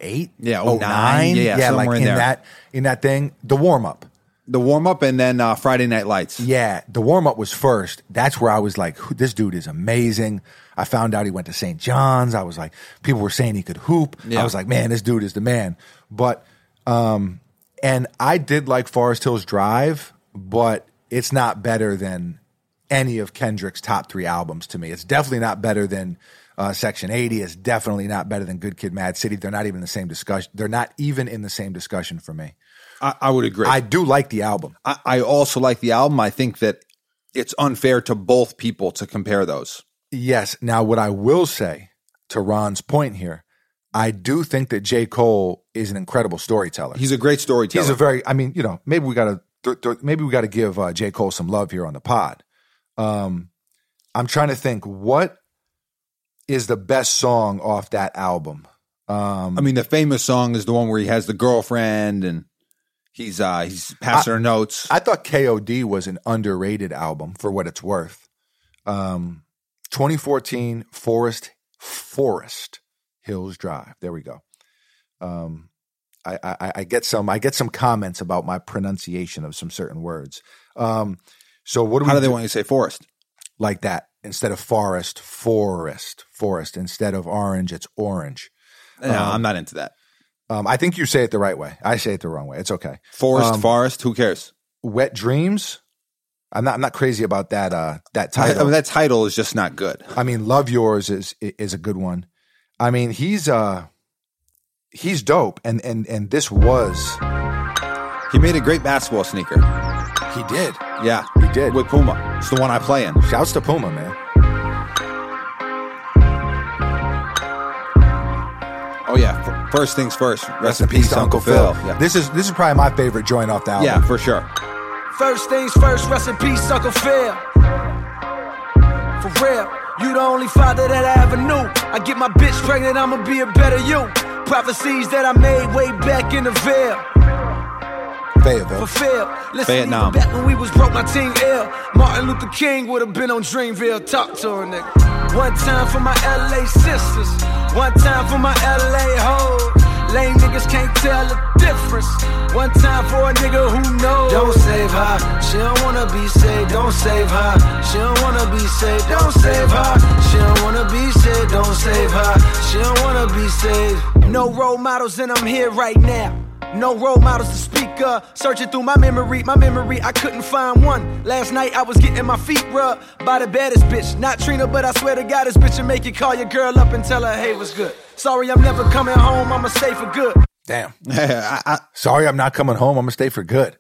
[SPEAKER 1] 08,
[SPEAKER 2] Yeah,
[SPEAKER 1] 09.
[SPEAKER 2] 09, yeah,
[SPEAKER 1] like
[SPEAKER 2] somewhere in
[SPEAKER 1] in
[SPEAKER 2] there.
[SPEAKER 1] that in that thing. The warm up.
[SPEAKER 2] The warm up and then uh, Friday Night Lights.
[SPEAKER 1] Yeah, the warm up was first. That's where I was like, "Who- this dude is amazing. I found out he went to St. John's. I was like, people were saying he could hoop. I
[SPEAKER 2] Yeah.
[SPEAKER 1] was like, man, this dude is the man. But, um, and I did like Forest Hills Drive, but it's not better than any of Kendrick's top three albums to me. It's definitely not better than uh, Section 80. It's definitely not better than Good Kid Mad City. They're not even in the same discussion. They're not even in the same discussion for me.
[SPEAKER 2] I, I would agree.
[SPEAKER 1] I do like the album.
[SPEAKER 2] I, I also like the album. I think that it's unfair to both people to compare those.
[SPEAKER 1] Yes. Now, what I will say to Ron's point here, I do think that J. Cole is an incredible storyteller.
[SPEAKER 2] He's a great storyteller.
[SPEAKER 1] He's a very, I mean, you know, maybe we got to, th- th- maybe we got to give uh, J. Cole some love here on the pod. Um, I'm trying to think what is the best song off that album. Um,
[SPEAKER 2] I mean, the famous song is the one where he has the girlfriend and he's uh he's passing her notes.
[SPEAKER 1] I thought KOD was an underrated album for what it's worth. Um, 2014 Forest Forest Hills Drive. There we go. Um, I, I, I- I get some I get some comments about my pronunciation of some certain words. Um, so what do we
[SPEAKER 2] How do they
[SPEAKER 1] do
[SPEAKER 2] want you to say forest?
[SPEAKER 1] like that instead of forest forest forest instead of orange it's orange.
[SPEAKER 2] No, I'm not into that.
[SPEAKER 1] Um, I think you say it the right way. I say it the wrong way. It's okay.
[SPEAKER 2] Forest,
[SPEAKER 1] um,
[SPEAKER 2] forest. Who cares?
[SPEAKER 1] Wet Dreams. I'm not I'm not crazy about that uh that
[SPEAKER 2] I,
[SPEAKER 1] title.
[SPEAKER 2] I mean, that title is just not good.
[SPEAKER 1] I mean, Love Yours is is a good one. I mean, he's uh he's dope and and and this was
[SPEAKER 2] He made a great basketball sneaker.
[SPEAKER 1] he did.
[SPEAKER 2] Yeah,
[SPEAKER 1] He did.
[SPEAKER 2] with Puma. It's the one I play in.
[SPEAKER 1] Shouts to Puma, man.
[SPEAKER 2] Oh yeah. F- First things first. Rest, in peace, to Uncle Phil. Yeah.
[SPEAKER 1] This is this is probably my favorite joint off the album.
[SPEAKER 2] yeah, for sure.
[SPEAKER 5] First things first, rest in peace, Uncle Phil. For real, you the only father that I ever knew. I get my bitch pregnant, I'ma be a better you. Prophecies that I made way back in the veil.
[SPEAKER 1] Fayetteville.
[SPEAKER 5] Fulfilled. Listen,
[SPEAKER 2] Vietnam.
[SPEAKER 5] even back when we was broke, my team ill. Martin Luther King would have been on Dreamville. Talk to her, nigga. One time for my LA sisters, one time for my LA hoes. Lame niggas can't tell the difference. One time for a nigga who knows. Don't save her. She don't wanna be saved. Don't save her. She don't wanna be saved. Don't save her. She don't wanna be saved. Don't save her. She don't wanna be saved. No role models, and I'm here right now. No role models to speak of. Searching through my memory, my memory, I couldn't find one. Last night I was getting my feet rubbed by the baddest bitch. Not Trina, but I swear to God, this bitch will make you call your girl up and tell her, hey, what's good? Sorry, I'm never coming home, I'ma stay for good.
[SPEAKER 1] Damn.
[SPEAKER 2] I, I,
[SPEAKER 1] Sorry, I'm not coming home. I'm gonna stay for good.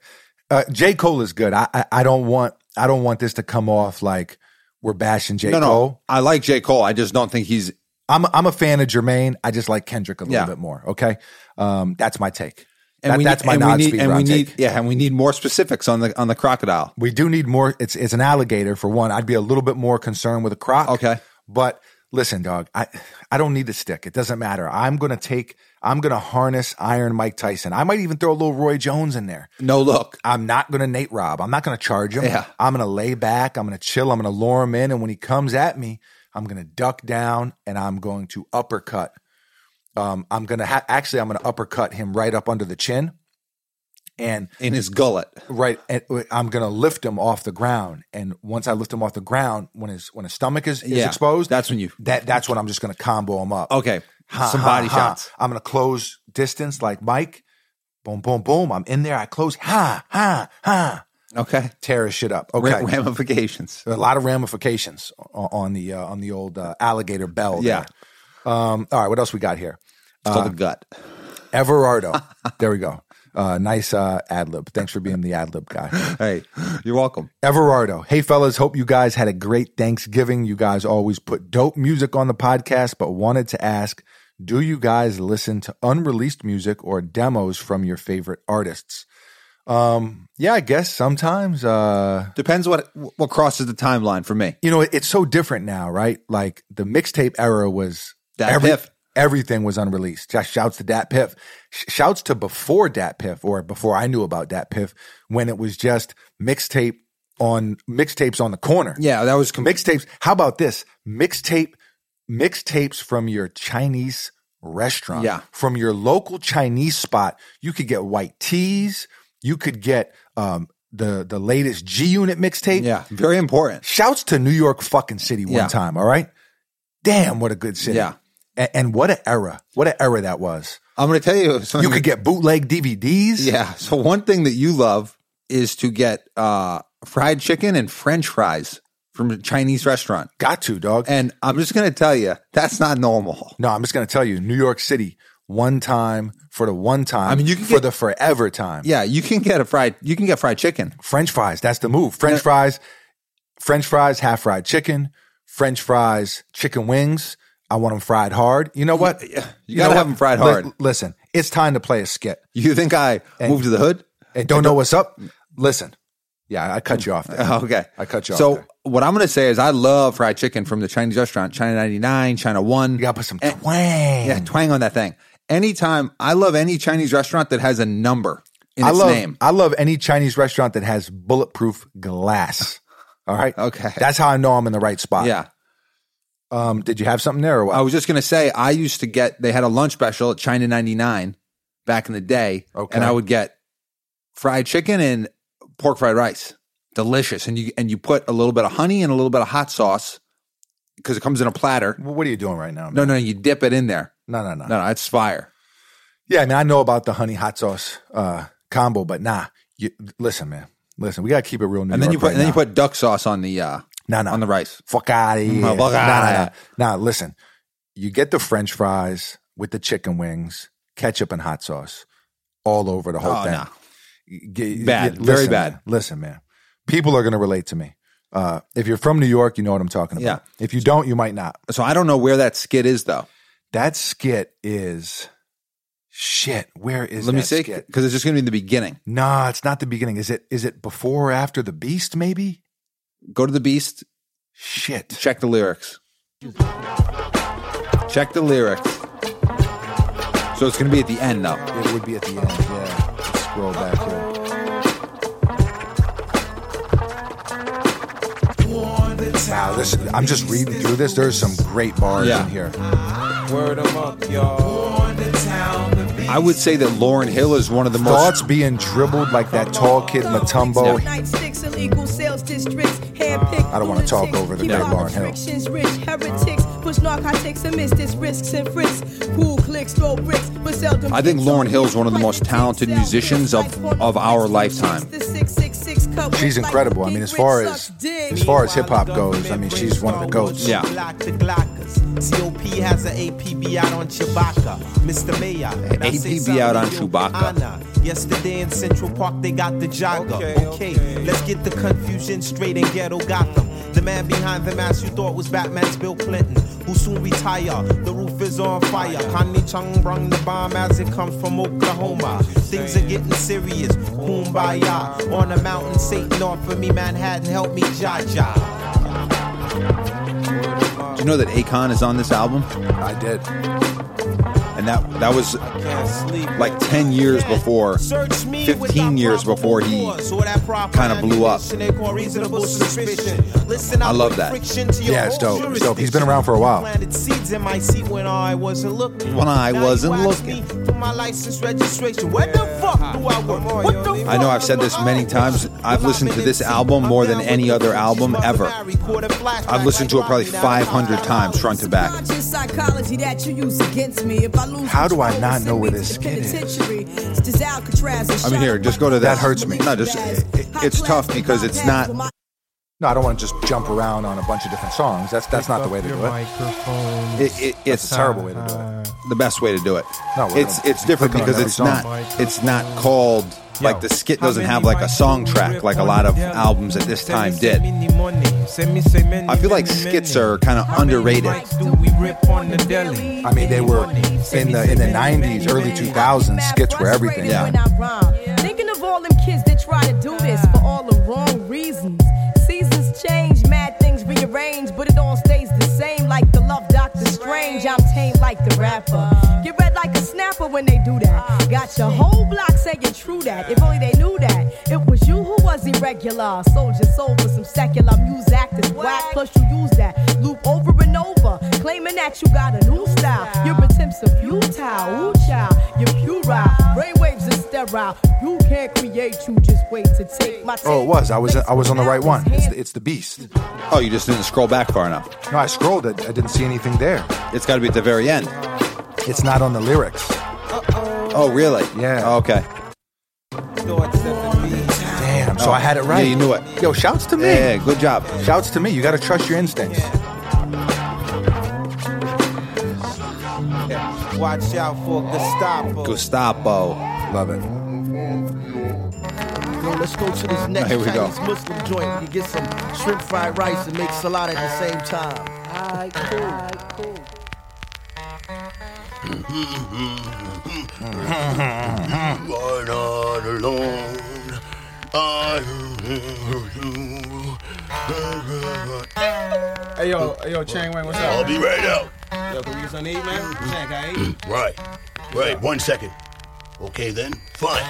[SPEAKER 1] Uh, J Cole is good. I, I I don't want I don't want this to come off like we're bashing J
[SPEAKER 2] no, no.
[SPEAKER 1] Cole.
[SPEAKER 2] I like J. Cole. I just don't think he's.
[SPEAKER 1] I'm I'm a fan of Jermaine. I just like Kendrick a little
[SPEAKER 2] Yeah.
[SPEAKER 1] bit more. Okay, um, that's my take.
[SPEAKER 2] And
[SPEAKER 1] That-
[SPEAKER 2] we
[SPEAKER 1] that's
[SPEAKER 2] need,
[SPEAKER 1] my
[SPEAKER 2] and we
[SPEAKER 1] non
[SPEAKER 2] need-
[SPEAKER 1] speed
[SPEAKER 2] and we
[SPEAKER 1] round
[SPEAKER 2] need,
[SPEAKER 1] take.
[SPEAKER 2] Yeah, and we need more specifics on the on the crocodile.
[SPEAKER 1] We do need more. It's it's an alligator for one. I'd be a little bit more concerned with a croc.
[SPEAKER 2] Okay.
[SPEAKER 1] but listen, dog. I I don't need the stick. It doesn't matter. I'm gonna take. I'm gonna harness Iron Mike Tyson. I might even throw a little Roy Jones in there.
[SPEAKER 2] No look.
[SPEAKER 1] I'm not going to Nate Rob. I'm not going to charge him.
[SPEAKER 2] Yeah.
[SPEAKER 1] I'm going to lay back. I'm going to chill. I'm going to lure him in. And when he comes at me, I'm going to duck down and I'm going to uppercut. Um, I'm going to ha- actually, I'm going to uppercut him right up under the chin. And
[SPEAKER 2] In his gullet.
[SPEAKER 1] right, and uh, I'm going to lift him off the ground. And once I lift him off the ground, when his when his stomach is, is
[SPEAKER 2] Yeah.
[SPEAKER 1] exposed,
[SPEAKER 2] That's when you-
[SPEAKER 1] that that's when I'm just going to combo him up.
[SPEAKER 2] Okay.
[SPEAKER 1] Ha,
[SPEAKER 2] Some
[SPEAKER 1] ha,
[SPEAKER 2] body
[SPEAKER 1] ha.
[SPEAKER 2] shots.
[SPEAKER 1] I'm gonna close distance like Mike. Boom, boom, boom. I'm in there. I close. Ha, ha, ha.
[SPEAKER 2] Okay.
[SPEAKER 1] Tear his shit up. Okay.
[SPEAKER 2] Ra- Ramifications.
[SPEAKER 1] a lot of ramifications on, on the uh, on the old uh, alligator bell.
[SPEAKER 2] Yeah. Uh,
[SPEAKER 1] there. Um, all right. What else we got here?
[SPEAKER 2] It's called a gut.
[SPEAKER 1] Everardo. there we go. Uh, nice uh, ad lib. Thanks for being the ad lib guy.
[SPEAKER 2] Hey, you're welcome.
[SPEAKER 1] Everardo. Hey, fellas. Hope you guys had a great Thanksgiving. You guys always put dope music on the podcast, but wanted to ask do you guys listen to unreleased music or demos from your favorite artists? Um, yeah, I guess sometimes. Uh,
[SPEAKER 2] Depends what what crosses the timeline for me.
[SPEAKER 1] you know, it's so different now, right? Like the mixtape era was
[SPEAKER 2] Dat Piff.
[SPEAKER 1] everything was unreleased. Just shouts to Dat Piff. Sh- Shouts to before Dat Piff or before I knew about Dat Piff when it was just mixtape on mixtapes on the corner.
[SPEAKER 2] Yeah, that was com-
[SPEAKER 1] Mixtapes. How about this? Mixtape mixtapes from your Chinese restaurant.
[SPEAKER 2] Yeah.
[SPEAKER 1] From your local Chinese spot, you could get white teas, you could get um the the latest G Unit mixtape.
[SPEAKER 2] yeah, very important.
[SPEAKER 1] Shouts to New York fucking city one
[SPEAKER 2] Yeah.
[SPEAKER 1] time, all right? Damn, what a good city.
[SPEAKER 2] Yeah.
[SPEAKER 1] A- And, what an era. What an era that was.
[SPEAKER 2] I'm going to tell you something.
[SPEAKER 1] You could get bootleg DVDs.
[SPEAKER 2] yeah. So one thing that you love is to get uh, fried chicken and French fries from a Chinese restaurant.
[SPEAKER 1] Got to, dog.
[SPEAKER 2] And I'm just going to tell you that's not normal.
[SPEAKER 1] no, I'm just going to tell you, New York City, one time for the one time.
[SPEAKER 2] I mean, you could
[SPEAKER 1] for
[SPEAKER 2] get-
[SPEAKER 1] the forever time.
[SPEAKER 2] Yeah, you can get a fried you can get fried chicken.
[SPEAKER 1] French fries, that's the move. French fries, French fries, half fried chicken, French fries, chicken wings. I want them fried hard. You know what? You,
[SPEAKER 2] gotta
[SPEAKER 1] know
[SPEAKER 2] have
[SPEAKER 1] what?
[SPEAKER 2] 'em fried
[SPEAKER 1] Li-
[SPEAKER 2] hard.
[SPEAKER 1] listen, it's time to play a skit.
[SPEAKER 2] You think I moved to the hood?
[SPEAKER 1] and don't know what's up, listen. Yeah, I cut you off there.
[SPEAKER 2] Oh, Okay.
[SPEAKER 1] I cut you off
[SPEAKER 2] So
[SPEAKER 1] there.
[SPEAKER 2] what I'm going to say is I love fried chicken from the Chinese restaurant, China 99, China 1.
[SPEAKER 1] You gotta put Mm. some
[SPEAKER 2] And-
[SPEAKER 1] twang.
[SPEAKER 2] Eh. Yeah, twang on that thing. Anytime I love any Chinese restaurant that has a number in
[SPEAKER 1] I
[SPEAKER 2] its
[SPEAKER 1] love
[SPEAKER 2] name.
[SPEAKER 1] I love any Chinese restaurant that has bulletproof glass. All right.
[SPEAKER 2] Okay.
[SPEAKER 1] That's how I know I'm in the right spot.
[SPEAKER 2] yeah. Oh.
[SPEAKER 1] Um, did you have something there or what?
[SPEAKER 2] I was just gonna say I used to get they had a lunch special at China 99 back in the day.
[SPEAKER 1] Okay.
[SPEAKER 2] And I would get fried chicken and pork fried rice. Delicious. And you and you put a little bit of honey and a little bit of hot sauce because it comes in a platter.
[SPEAKER 1] Well, what are you doing right now?
[SPEAKER 2] No,
[SPEAKER 1] man?
[SPEAKER 2] no, you dip it in there.
[SPEAKER 1] no, no, no,
[SPEAKER 2] No, no, it's fire.
[SPEAKER 1] Yeah, I mean, I know about the honey hot sauce uh, combo, but nah. You, listen, man. Listen, we gotta keep it real New
[SPEAKER 2] And then
[SPEAKER 1] York
[SPEAKER 2] you put
[SPEAKER 1] right
[SPEAKER 2] and then
[SPEAKER 1] now.
[SPEAKER 2] you put duck sauce on the uh
[SPEAKER 1] nah, nah.
[SPEAKER 2] on the rice.
[SPEAKER 1] fuck out of here.
[SPEAKER 2] fuck
[SPEAKER 1] Nah,
[SPEAKER 2] outta
[SPEAKER 1] nah, nah.
[SPEAKER 2] here.
[SPEAKER 1] Nah, listen. You get the French fries with the chicken wings, ketchup and hot sauce, all over the whole
[SPEAKER 2] Oh,
[SPEAKER 1] thing.
[SPEAKER 2] nah.
[SPEAKER 1] G-
[SPEAKER 2] Bad.
[SPEAKER 1] listen,
[SPEAKER 2] Very bad.
[SPEAKER 1] man. listen, man. People are going to relate to me. Uh, if you're from New York, you know what I'm talking about. If you don't, you might not.
[SPEAKER 2] So I don't know where that skit is though.
[SPEAKER 1] That skit is shit. Where is
[SPEAKER 2] Let
[SPEAKER 1] that
[SPEAKER 2] me see,
[SPEAKER 1] skit?
[SPEAKER 2] because it's just going to be the beginning.
[SPEAKER 1] Nah, it's not the beginning. Is it? Is it before or after the Beast? Maybe.
[SPEAKER 2] Go to the Beast,
[SPEAKER 1] Shit.
[SPEAKER 2] check the lyrics. Check the lyrics. So it's going to be at the end though.
[SPEAKER 1] It would be at the end. Yeah. Let's scroll back here. Wow, this I'm just reading through this. There's some great bars
[SPEAKER 2] Yeah.
[SPEAKER 1] in here.
[SPEAKER 6] Word 'em up, y'all. On the town, the
[SPEAKER 2] I would say that Lauren Hill is one of the most.
[SPEAKER 1] Thoughts being dribbled like that tall kid Matumbo.
[SPEAKER 6] I don't want to talk over the
[SPEAKER 1] great
[SPEAKER 6] great
[SPEAKER 1] Lauren
[SPEAKER 6] Lauren
[SPEAKER 1] Hill.
[SPEAKER 6] Hill. I think Lauren Hill is one of the most talented musicians of, of our lifetime.
[SPEAKER 1] She's incredible. I mean, as far as as far as hip hop goes, I mean, she's one of the goats.
[SPEAKER 2] Yeah.
[SPEAKER 7] COP has an APB out on Chewbacca, Mr. Mayor. and I say
[SPEAKER 2] APB out on
[SPEAKER 7] something to
[SPEAKER 2] Chewbacca.
[SPEAKER 7] Anna. Yesterday in Central Park, they got the jogger. Okay, let's get the confusion straight in ghetto Gotham. The man behind the mask you thought was Batman's Bill Clinton, who soon retire. The roof is on fire. Connie Chung brung the bomb as it comes from Oklahoma. Things are getting serious. Kumbaya. On a mountain, Satan offered me Manhattan. Help me, Jaja.
[SPEAKER 2] Do you know that Akon is on this album?
[SPEAKER 1] I did.
[SPEAKER 2] And that that was
[SPEAKER 7] like 10 years before, 15 years before he kind of blew up. I
[SPEAKER 2] love that.
[SPEAKER 1] Yeah, it's dope. It's dope. He's been around for a while.
[SPEAKER 7] Planted seeds in my seat when I wasn't looking.
[SPEAKER 2] When I
[SPEAKER 7] Now
[SPEAKER 2] wasn't
[SPEAKER 7] you ask me
[SPEAKER 2] looking.
[SPEAKER 7] For my license registration. Where the fuck do I work? What the
[SPEAKER 2] I know I've said this many times. I've listened to this album more than any other album ever.
[SPEAKER 7] I've
[SPEAKER 2] I've listened to it probably 500 times front to back.
[SPEAKER 6] How do I not know where this kid is? I
[SPEAKER 2] I mean, here, just go to that.
[SPEAKER 1] That hurts me.
[SPEAKER 2] No, just it, it's tough because it's not.
[SPEAKER 1] No, I don't want to just jump around on a bunch of different songs. That's that's not the way to do it.
[SPEAKER 2] It, it,
[SPEAKER 1] It's
[SPEAKER 2] it's
[SPEAKER 1] a terrible way to do it.
[SPEAKER 2] the best way to do it.
[SPEAKER 1] No, we're
[SPEAKER 2] it's
[SPEAKER 1] gonna
[SPEAKER 2] it's different
[SPEAKER 1] click on
[SPEAKER 2] because
[SPEAKER 1] every
[SPEAKER 2] it's
[SPEAKER 1] song.
[SPEAKER 2] not it's not called like the skit doesn't have like a song track like a lot of albums at this time did. I
[SPEAKER 7] I
[SPEAKER 2] feel like skits are kind of underrated.
[SPEAKER 1] I mean, they were in the in the '90s, early 2000s. Skits were everything.
[SPEAKER 2] Yeah.
[SPEAKER 6] Thinking of all them kids that try to do this for all the wrong reasons. Seasons change, mad things rearrange, but it all stays the same. Like the love Doctor Strange, I'm tame like the rapper. Get red like a snapper when they do that. Got your whole block saying true that. If only they knew that. It was you who was irregular. Soldier sold for some secular music that's whack. Plus you use that loop over and over, claiming that you got a new style. Your attempts are futile. Ooh child, you're puerile. Brainwaves are sterile. You can't create. You just wait to take my.
[SPEAKER 1] Oh, it was. I was I was on the right one. It's the, it's the Beast.
[SPEAKER 2] Oh, you just didn't scroll back far enough.
[SPEAKER 1] No, I scrolled it. I didn't see anything there.
[SPEAKER 2] It's got to be at the very end.
[SPEAKER 1] It's not on the lyrics.
[SPEAKER 2] Oh, really?
[SPEAKER 1] Yeah.
[SPEAKER 2] Oh, okay.
[SPEAKER 1] Damn. So I had it right.
[SPEAKER 2] Yeah, you knew it.
[SPEAKER 1] Yo, shouts to me.
[SPEAKER 2] Yeah, good job.
[SPEAKER 1] Shouts to me. You got to trust your instincts.
[SPEAKER 7] Watch out for Gestapo.
[SPEAKER 2] Gustavo.
[SPEAKER 1] Love it.
[SPEAKER 8] Yo, let's go to this next
[SPEAKER 2] Here we go.
[SPEAKER 8] Chinese Muslim joint. You get some shrimp fried rice and make salad at the same time.
[SPEAKER 9] You're not alone. I'm you.
[SPEAKER 10] Hey yo, hey yo, Chang Wayne, what's
[SPEAKER 9] I'll
[SPEAKER 10] up?
[SPEAKER 9] be right out.
[SPEAKER 10] Yo, can we get something to eat, man? Chang, can I eat?
[SPEAKER 9] Right. Right. One second. Okay then. Fine.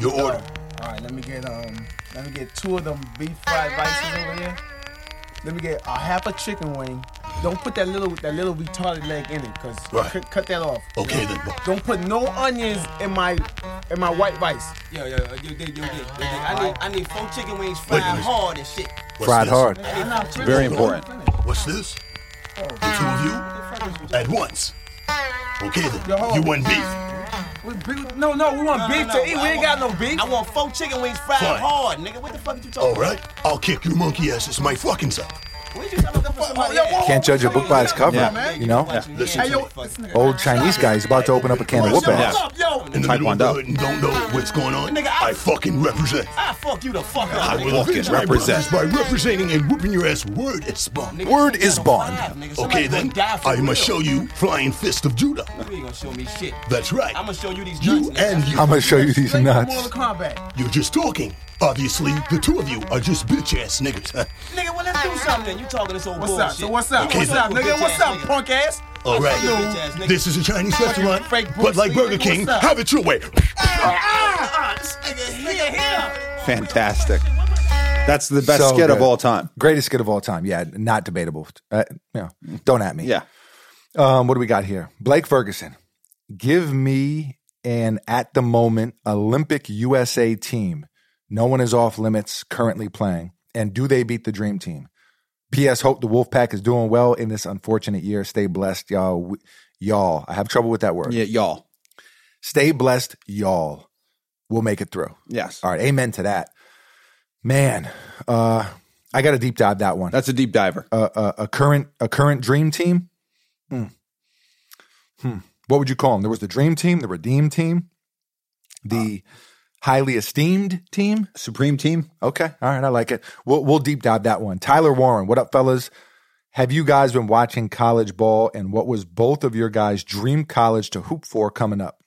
[SPEAKER 9] Your order.
[SPEAKER 10] All right, let me get um, let me get two of them beef fried rices over here. Let me get a half a chicken wing. Don't put that little that little retarded leg in it, cause
[SPEAKER 9] Right.
[SPEAKER 10] cut, cut that off.
[SPEAKER 9] Okay then.
[SPEAKER 10] Don't put no onions in my in my white rice.
[SPEAKER 7] Yo, yo, yo, yo, yo, yo, yo, yo, I need, I need four chicken wings
[SPEAKER 9] Wait
[SPEAKER 7] fried
[SPEAKER 9] a minute.
[SPEAKER 7] hard and shit.
[SPEAKER 9] What's
[SPEAKER 1] Fried
[SPEAKER 9] this?
[SPEAKER 1] hard.
[SPEAKER 2] Very important.
[SPEAKER 9] What's this? The two of you at once. Okay
[SPEAKER 10] Yo,
[SPEAKER 9] then.
[SPEAKER 10] hold
[SPEAKER 9] You
[SPEAKER 10] on.
[SPEAKER 9] want beef?
[SPEAKER 10] We, beef- no, no, we want beef to eat. We ain't got no beef. Oh.
[SPEAKER 7] I want four chicken wings fried
[SPEAKER 9] Fine.
[SPEAKER 7] hard, nigga. What the fuck you
[SPEAKER 9] All
[SPEAKER 7] talking
[SPEAKER 9] right. I'll kick you monkey asses my fucking self.
[SPEAKER 7] about? What you talking about? for somebody
[SPEAKER 10] Yo,
[SPEAKER 7] else?
[SPEAKER 10] whoa,
[SPEAKER 1] Can't judge a book by its cover.
[SPEAKER 2] Yeah.
[SPEAKER 1] You know,
[SPEAKER 9] Listen
[SPEAKER 10] Hey
[SPEAKER 9] to me.
[SPEAKER 10] yo, this nigga-
[SPEAKER 1] old Chinese guy. He's about to open up a can of whoop
[SPEAKER 10] Shut
[SPEAKER 1] ass.
[SPEAKER 2] Yeah.
[SPEAKER 10] up, yo.
[SPEAKER 9] In the middle of the
[SPEAKER 2] Taekwondo.
[SPEAKER 9] hood and don't know what's going on.
[SPEAKER 7] Nigga, I-
[SPEAKER 9] I fucking represent.
[SPEAKER 7] I fuck you the fuck up.
[SPEAKER 9] I
[SPEAKER 7] nigga.
[SPEAKER 9] will
[SPEAKER 2] fucking
[SPEAKER 9] avenge my
[SPEAKER 2] represent.
[SPEAKER 9] brothers by representing and whooping your ass word at spawn.
[SPEAKER 7] Nigga,
[SPEAKER 1] Word
[SPEAKER 7] you
[SPEAKER 1] is
[SPEAKER 7] gotta
[SPEAKER 1] bond.
[SPEAKER 7] five, nigga. Somebody
[SPEAKER 9] Okay then,
[SPEAKER 7] gonna die for
[SPEAKER 9] I
[SPEAKER 7] real.
[SPEAKER 9] must show you Flying Fist of Judah.
[SPEAKER 7] You ain't gonna show me shit.
[SPEAKER 9] That's right.
[SPEAKER 7] I'm gonna show you these nuts.
[SPEAKER 9] You
[SPEAKER 7] nigga.
[SPEAKER 9] and you.
[SPEAKER 1] I'm gonna show you these
[SPEAKER 10] Straight from
[SPEAKER 1] nuts.
[SPEAKER 10] Mortal Kombat.
[SPEAKER 9] You're just talking. Obviously, the two of you are just bitch ass niggas. huh?
[SPEAKER 7] Nigga, well, let's do something. You talking this old
[SPEAKER 10] What's
[SPEAKER 7] bullshit.
[SPEAKER 10] up? So what's up?
[SPEAKER 9] Okay,
[SPEAKER 10] what's
[SPEAKER 9] then.
[SPEAKER 10] up, nigga? What's up, punk ass?
[SPEAKER 9] All right.
[SPEAKER 7] you bitch ass nigga.
[SPEAKER 9] This is a Chinese restaurant,
[SPEAKER 10] fake Bruce
[SPEAKER 9] but like
[SPEAKER 10] Lee,
[SPEAKER 9] Burger
[SPEAKER 10] nigga,
[SPEAKER 9] King,
[SPEAKER 10] what's up?
[SPEAKER 9] have it your way.
[SPEAKER 7] Ah, this nigga here.
[SPEAKER 2] Fantastic. That's the best
[SPEAKER 1] So
[SPEAKER 2] skit of
[SPEAKER 1] good.
[SPEAKER 2] all time.
[SPEAKER 1] Greatest skit of all time. Yeah, not debatable. Uh, you know, don't at me.
[SPEAKER 2] Yeah.
[SPEAKER 1] Um, what do we got here? Blake Ferguson. Give me and at the moment Olympic USA team. No one is off limits currently playing. And do they beat the dream team? P.S. Hope the Wolfpack is doing well in this unfortunate year. Stay blessed, y'all. W- Y'all, I have trouble with that word.
[SPEAKER 2] Yeah, y'all.
[SPEAKER 1] Stay blessed, y'all. We'll make it through.
[SPEAKER 2] Yes.
[SPEAKER 1] All right, amen to that. Man, uh, I got to deep dive that one.
[SPEAKER 2] That's a deep diver.
[SPEAKER 1] a, a, a current a current dream team. Hmm. Hmm. What would you call them? There was the dream team, the redeemed team, the highly esteemed team.
[SPEAKER 2] Supreme team.
[SPEAKER 1] Okay, all right, I like it. We'll we'll deep dive that one. Tyler Warren, what up, fellas? Have you guys been watching college ball, and what was both of your guys' dream college to hoop for coming up?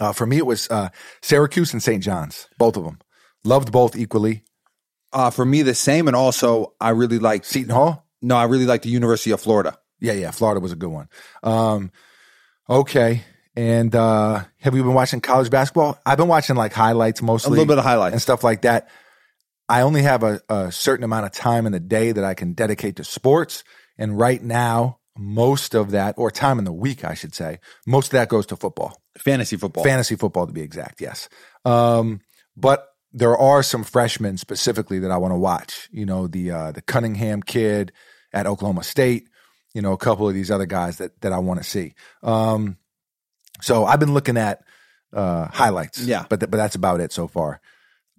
[SPEAKER 1] Uh, for me, it was uh, Syracuse and St. John's, both of them. Loved both equally.
[SPEAKER 2] Uh, for me, the same. And also, I really like.
[SPEAKER 1] Seton Hall.
[SPEAKER 2] No, I really like the University of Florida.
[SPEAKER 1] Yeah, yeah, Florida was a good one. Um, okay. And uh, have you been watching college basketball? I've been watching like highlights mostly.
[SPEAKER 2] A little bit of
[SPEAKER 1] and
[SPEAKER 2] highlights.
[SPEAKER 1] stuff like that. I only have a, a certain amount of time in the day that I can dedicate to sports. And right now, most of that, or time in the week, I should say, most of that goes to football,
[SPEAKER 2] Fantasy football.
[SPEAKER 1] fantasy football to be exact, yes. Um, but there are some freshmen specifically that I want to watch. You know, the uh, the Cunningham kid at Oklahoma State. You know, a couple of these other guys that that I want to see. Um, so I've been looking at uh, highlights.
[SPEAKER 2] Yeah.
[SPEAKER 1] but th- but that's about it so far.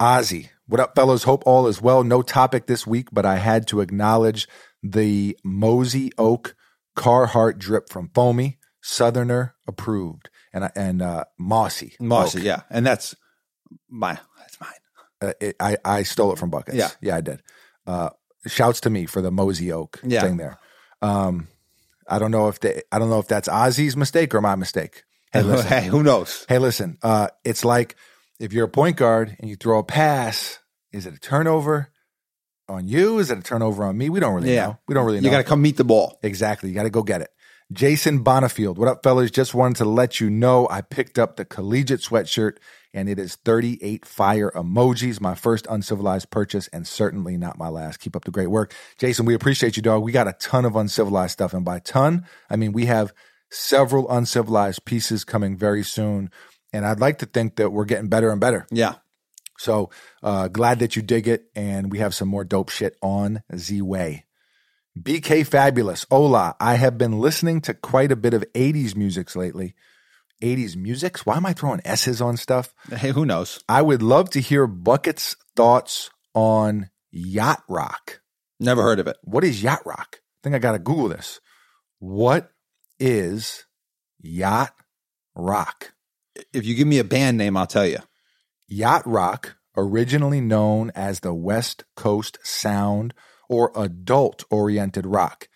[SPEAKER 1] Ozzy, what up, fellas? Hope all is well. No topic this week, but I had to acknowledge the Mosey Oak Carhartt drip from Foamy Southerner approved and I- and uh, Mossy
[SPEAKER 2] Mossy,
[SPEAKER 1] Oak.
[SPEAKER 2] yeah. And that's my, that's mine.
[SPEAKER 1] Uh, it, I I stole it from buckets.
[SPEAKER 2] Yeah.
[SPEAKER 1] yeah, I did. Uh, shouts to me for the Mosey Oak
[SPEAKER 2] Yeah.
[SPEAKER 1] thing there. Um, I don't know if they, I don't know if that's Ozzy's mistake or my mistake. Hey, listen,
[SPEAKER 2] hey, who knows?
[SPEAKER 1] Hey, listen, uh, it's like if you're a point guard and you throw a pass, is it a turnover on you? Is it a turnover on me? We don't really
[SPEAKER 2] Yeah.
[SPEAKER 1] know. We don't really know.
[SPEAKER 2] You got to come meet the ball.
[SPEAKER 1] Exactly. You got to go get it. Jason Bonifield, what up, fellas? Just wanted to let you know I picked up the collegiate sweatshirt and it is 38 fire emojis, my first uncivilized purchase and certainly not my last. Keep up the great work. Jason, we appreciate you, dog. We got a ton of uncivilized stuff. And by ton, I mean we have several uncivilized pieces coming very soon. And I'd like to think that we're getting better and better.
[SPEAKER 2] Yeah.
[SPEAKER 1] So uh, glad that you dig it, and we have some more dope shit on Z Way. BK Fabulous, hola. I have been listening to quite a bit of 80s musics lately. 80s musics? Why am I throwing S's on stuff?
[SPEAKER 2] Hey, who knows?
[SPEAKER 1] I would love to hear Bucket's thoughts on yacht rock.
[SPEAKER 2] Never heard of it.
[SPEAKER 1] What is yacht rock? I think I got to Google this. What is yacht rock?
[SPEAKER 2] If you give me a band name, I'll tell you.
[SPEAKER 1] Yacht rock, originally known as the West Coast Sound or adult oriented rock,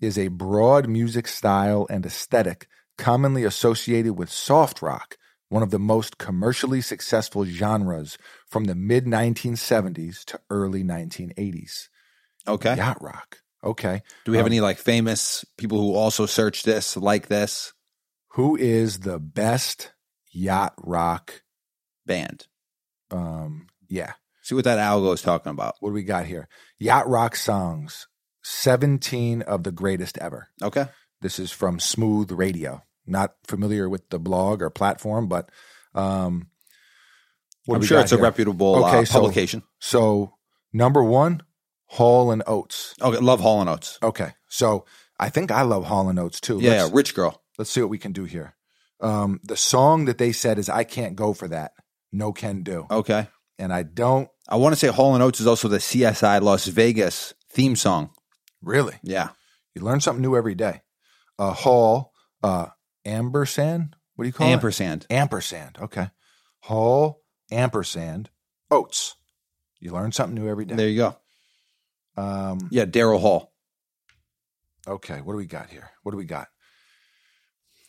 [SPEAKER 1] is a broad music style and aesthetic commonly associated with soft rock, one of the most commercially successful genres from the mid 1970s to early 1980s.
[SPEAKER 2] Okay.
[SPEAKER 1] Yacht rock. Okay.
[SPEAKER 2] Do we have
[SPEAKER 1] Um,
[SPEAKER 2] any like famous people who also search this, like this
[SPEAKER 1] Who is the best yacht rock?
[SPEAKER 2] band?
[SPEAKER 1] Um, yeah.
[SPEAKER 2] See what that algo is talking about.
[SPEAKER 1] What do we got here? Yacht rock songs, 17 of the greatest ever.
[SPEAKER 2] Okay.
[SPEAKER 1] This is from Smooth Radio. Not familiar with the blog or platform, but um, what do
[SPEAKER 2] I'm
[SPEAKER 1] we
[SPEAKER 2] sure
[SPEAKER 1] got
[SPEAKER 2] it's a
[SPEAKER 1] here?
[SPEAKER 2] reputable uh,
[SPEAKER 1] Okay, so-
[SPEAKER 2] publication.
[SPEAKER 1] So number one, Hall and Oates.
[SPEAKER 2] Okay. Love Hall and Oates.
[SPEAKER 1] Okay, so I think I love Hall and Oates too.
[SPEAKER 2] Yeah, yeah.
[SPEAKER 1] let's,
[SPEAKER 2] Rich girl.
[SPEAKER 1] let's see what we can do here. Um, the song that they said is "I Can't Go for That." No can do,
[SPEAKER 2] Okay.
[SPEAKER 1] and I don't
[SPEAKER 2] I want to say Hall and Oates is also the CSI Las Vegas theme song.
[SPEAKER 1] really.
[SPEAKER 2] Yeah.
[SPEAKER 1] You learn something new every day. Uh, Hall, uh, ampersand. What do you call it?
[SPEAKER 2] Ampersand.
[SPEAKER 1] Ampersand. Okay. Hall, ampersand, oats. You learn something new every
[SPEAKER 2] There
[SPEAKER 1] day.
[SPEAKER 2] you go.
[SPEAKER 1] Um,
[SPEAKER 2] Yeah, Daryl Hall.
[SPEAKER 1] okay. What do we got here? What do we got?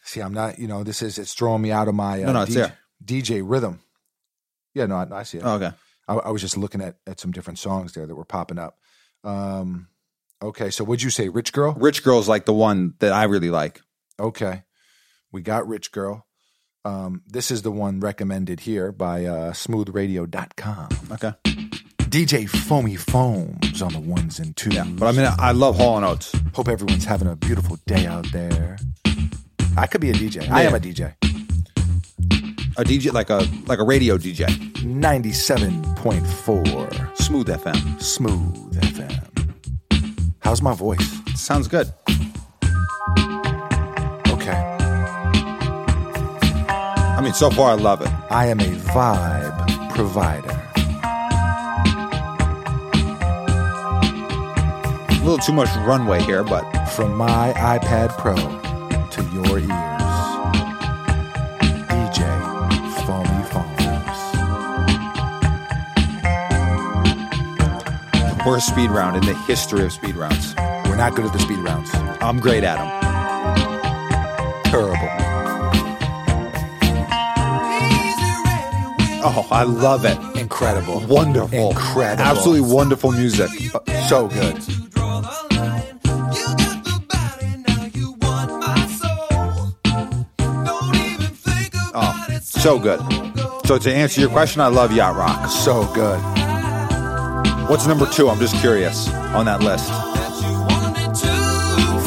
[SPEAKER 1] See, I'm not, you know, this is, it's throwing me out of my uh,
[SPEAKER 2] No, no, it's
[SPEAKER 1] DJ,
[SPEAKER 2] there. Oh.
[SPEAKER 1] DJ rhythm. Yeah, no, I, I see it.
[SPEAKER 2] Okay.
[SPEAKER 1] I, I was just looking at, at some different songs there that were popping up. Um, okay. So what'd you say? Rich girl?
[SPEAKER 2] Rich girl's like the one that I really like.
[SPEAKER 1] Okay. We got Rich Girl. Um, this is the one recommended here by uh, smoothradio.com.
[SPEAKER 2] Okay.
[SPEAKER 1] DJ Foamy Foams on the ones and twos.
[SPEAKER 2] But I mean, I love Hall and Oates.
[SPEAKER 1] Hope everyone's having a beautiful day out there. I could be a DJ. I am
[SPEAKER 2] Yeah.
[SPEAKER 1] a DJ.
[SPEAKER 4] a DJ like a like a radio DJ.
[SPEAKER 1] 97.4
[SPEAKER 4] Smooth FM.
[SPEAKER 1] Smooth FM. How's my voice?
[SPEAKER 4] Sounds good.
[SPEAKER 1] Okay.
[SPEAKER 4] I mean, so far I love it.
[SPEAKER 1] I am a vibe provider.
[SPEAKER 4] A little too much runway here, but
[SPEAKER 1] From my iPad Pro to your ears. DJ Foamy Foams.
[SPEAKER 4] the worst speed round in the history of speed rounds.
[SPEAKER 1] We're not good at the speed rounds.
[SPEAKER 4] I'm great at them.
[SPEAKER 1] Terrible.
[SPEAKER 4] Oh, I love it.
[SPEAKER 1] Incredible.
[SPEAKER 4] Wonderful.
[SPEAKER 1] Incredible.
[SPEAKER 4] Absolutely wonderful music.
[SPEAKER 1] So good.
[SPEAKER 4] Oh, so good. So to answer your question, I love Yacht Rock.
[SPEAKER 1] So good.
[SPEAKER 4] What's number two? I'm just curious on that list.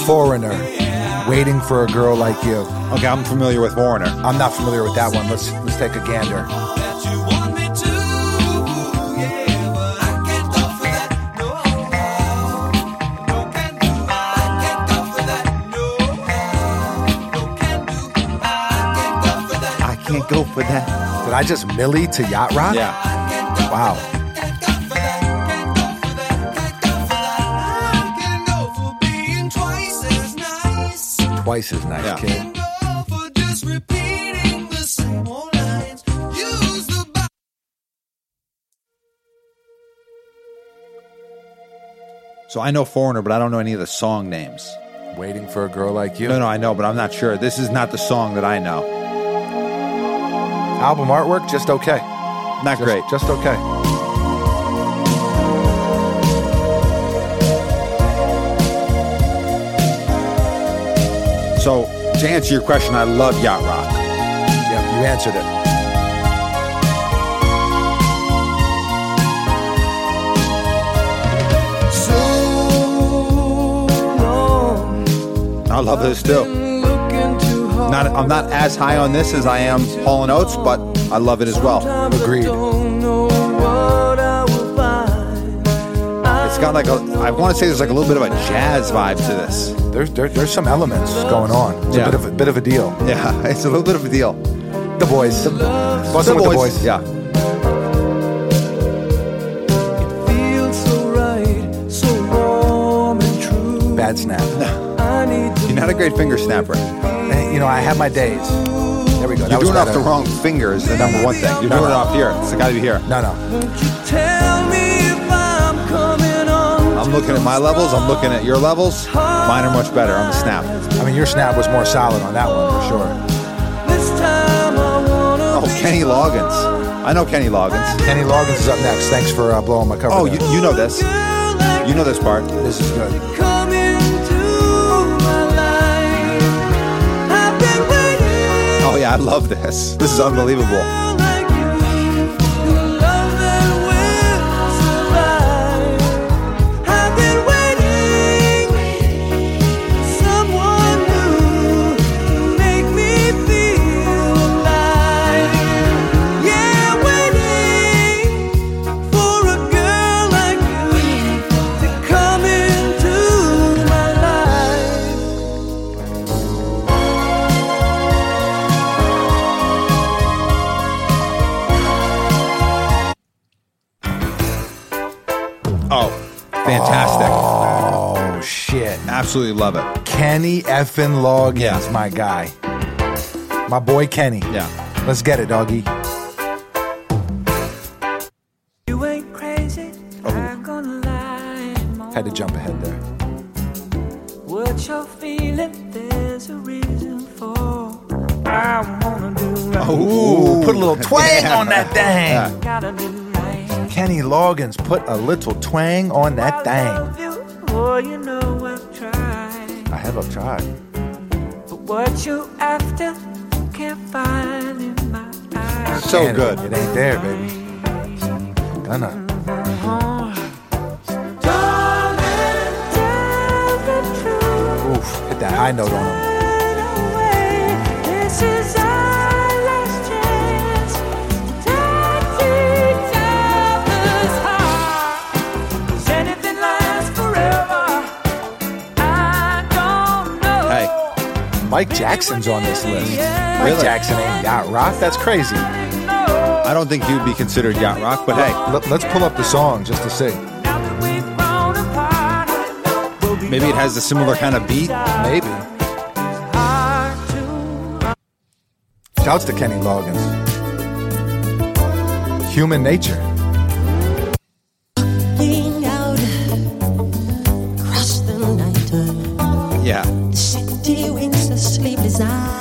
[SPEAKER 1] Foreigner. Waiting for a girl like you.
[SPEAKER 4] Okay, I'm familiar with Warner.
[SPEAKER 1] I'm not familiar with that one. Let's let's take a gander.
[SPEAKER 4] I can't go for that.
[SPEAKER 1] Did I just Millie to Yacht Rock?
[SPEAKER 4] Yeah.
[SPEAKER 1] Wow. Twice as nice,
[SPEAKER 4] Yeah.
[SPEAKER 1] kid.
[SPEAKER 4] So I know Foreigner, but I don't know any of the song names.
[SPEAKER 1] Waiting for a girl like you.
[SPEAKER 4] No, no, I know, but I'm not sure. This is not the song that I know.
[SPEAKER 1] Album artwork, just okay.
[SPEAKER 4] Not
[SPEAKER 1] Just,
[SPEAKER 4] great.
[SPEAKER 1] Just okay.
[SPEAKER 4] So to answer your question, I love Yacht Rock.
[SPEAKER 1] Yeah, you answered it.
[SPEAKER 4] I love this too. Not, I'm not as high on this as I am Hall and Oates, but I love it as well.
[SPEAKER 1] Agreed.
[SPEAKER 4] It's got like a, I want to say there's like a little bit of a jazz vibe to this.
[SPEAKER 1] There's there, there's some elements going on. It's
[SPEAKER 4] Yeah.
[SPEAKER 1] a bit of a bit of a deal.
[SPEAKER 4] Yeah, it's a little bit of a deal.
[SPEAKER 1] The boys. Bustin' with the boys.
[SPEAKER 4] Yeah.
[SPEAKER 1] Bad snap.
[SPEAKER 4] You're not a great finger snapper.
[SPEAKER 1] Hey, you know, I have my days. There we go.
[SPEAKER 4] You're
[SPEAKER 1] that was
[SPEAKER 4] doing it off
[SPEAKER 1] better.
[SPEAKER 4] the wrong finger is the number one thing. You're doing it off here. It's got to be here.
[SPEAKER 1] No, no.
[SPEAKER 4] I'm looking at my levels. I'm looking at your levels. Mine are much better on the snap.
[SPEAKER 1] I mean, your snap was more solid on that one for sure.
[SPEAKER 4] Oh, Kenny Loggins. I know Kenny Loggins.
[SPEAKER 1] Kenny Loggins is up next. Thanks for uh, blowing my cover.
[SPEAKER 4] Oh,
[SPEAKER 1] there.
[SPEAKER 4] you, you know this. You know this part.
[SPEAKER 1] this is good.
[SPEAKER 4] Oh yeah, I love this. This is unbelievable. Oh, fantastic.
[SPEAKER 1] Oh shit.
[SPEAKER 4] Absolutely love it.
[SPEAKER 1] Kenny effing Loggins,
[SPEAKER 4] Yeah.
[SPEAKER 1] my guy. My boy Kenny.
[SPEAKER 4] Yeah.
[SPEAKER 1] Let's get it, doggy. Oh. Had to jump ahead there.
[SPEAKER 4] Oh,
[SPEAKER 1] Put a little twang
[SPEAKER 4] Yeah.
[SPEAKER 1] on that thing. Kenny Loggins put a little twang on that thing. I have a try.
[SPEAKER 11] What you after can't find in my eyes.
[SPEAKER 4] So good.
[SPEAKER 1] It ain't there, baby. Gonna. Oof, hit that high note on him.
[SPEAKER 11] This is our last chance.
[SPEAKER 1] Mike Jackson's on this list. Mike
[SPEAKER 2] Really?
[SPEAKER 1] Jackson ain't Yacht Rock. That's crazy.
[SPEAKER 2] I don't think you'd be considered yacht rock, but hey,
[SPEAKER 1] Let- let's pull up the song just to see.
[SPEAKER 2] maybe it has a similar kind of beat.
[SPEAKER 1] Maybe. Shouts to Kenny Loggins. Human nature.
[SPEAKER 12] Lean out across the night.
[SPEAKER 2] Yeah,
[SPEAKER 12] The city winds a sleepless eye.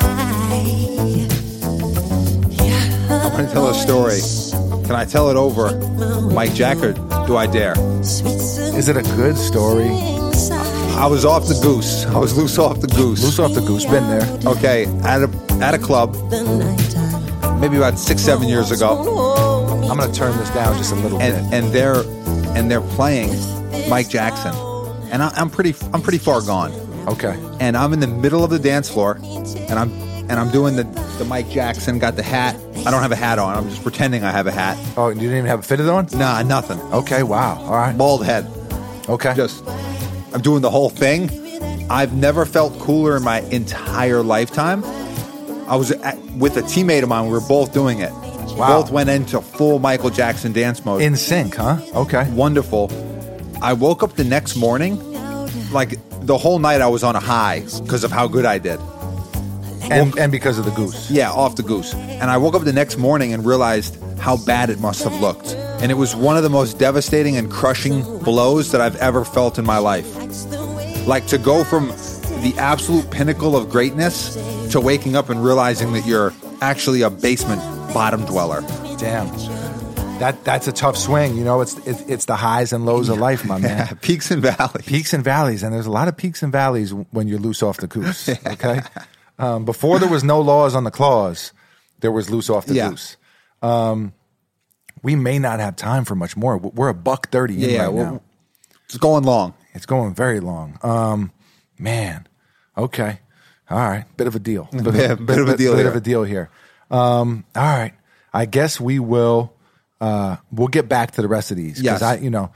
[SPEAKER 2] I'm gonna tell a story. Can I tell it over Mike Jack or do I dare?
[SPEAKER 1] Is it a good story?
[SPEAKER 2] I was off the goose. I was loose off the goose.
[SPEAKER 1] Loose off the goose. Been there.
[SPEAKER 2] Okay, at a at a club, maybe about six seven years ago,
[SPEAKER 1] I'm gonna turn this down just a little bit.
[SPEAKER 2] and and they're and they're playing Mike Jackson, and I, I'm pretty I'm pretty far gone.
[SPEAKER 1] Okay.
[SPEAKER 2] and I'm in the middle of the dance floor, and I'm and I'm doing the the Mike Jackson got the hat. I don't have a hat on. I'm just pretending I have a hat.
[SPEAKER 1] Oh, you didn't even have it fitted on?
[SPEAKER 2] Nah, nothing.
[SPEAKER 1] Okay. Wow. All right.
[SPEAKER 2] Bald head.
[SPEAKER 1] Okay.
[SPEAKER 2] Just I'm doing the whole thing. I've never felt cooler in my entire lifetime. I was at, with a teammate of mine. We were both doing it.
[SPEAKER 1] Wow.
[SPEAKER 2] Both went into full Michael Jackson dance mode.
[SPEAKER 1] in sync, huh? Okay.
[SPEAKER 2] wonderful. I woke up the next morning, like the whole night I was on a high because of how good I did.
[SPEAKER 1] And, and because of the goose.
[SPEAKER 2] Yeah, off the goose. And I woke up the next morning and realized how bad it must have looked. And it was one of the most devastating and crushing blows that I've ever felt in my life. Like to go from the absolute pinnacle of greatness to waking up and realizing that you're actually a basement bottom dweller.
[SPEAKER 1] Damn. That that's a tough swing. You know, it's it's, it's the highs and lows of life, my man.
[SPEAKER 2] Peaks and valleys.
[SPEAKER 1] peaks and valleys, and there's a lot of peaks and valleys when you're loose off the goose. Okay, um, before there was no laws on the claws, there was loose off the
[SPEAKER 2] Yeah.
[SPEAKER 1] goose. Um, we may not have time for much more. We're a buck thirty in
[SPEAKER 2] Yeah,
[SPEAKER 1] right
[SPEAKER 2] we're-
[SPEAKER 1] now.
[SPEAKER 2] It's going long.
[SPEAKER 1] It's going very long. Um, man, okay, all right, bit of a deal. Bit,
[SPEAKER 2] Yeah, bit of a deal
[SPEAKER 1] Bit
[SPEAKER 2] here.
[SPEAKER 1] of a deal here. Um, all right, I guess we will. Uh, we'll get back to the rest of these
[SPEAKER 2] Yes.
[SPEAKER 1] I, you know,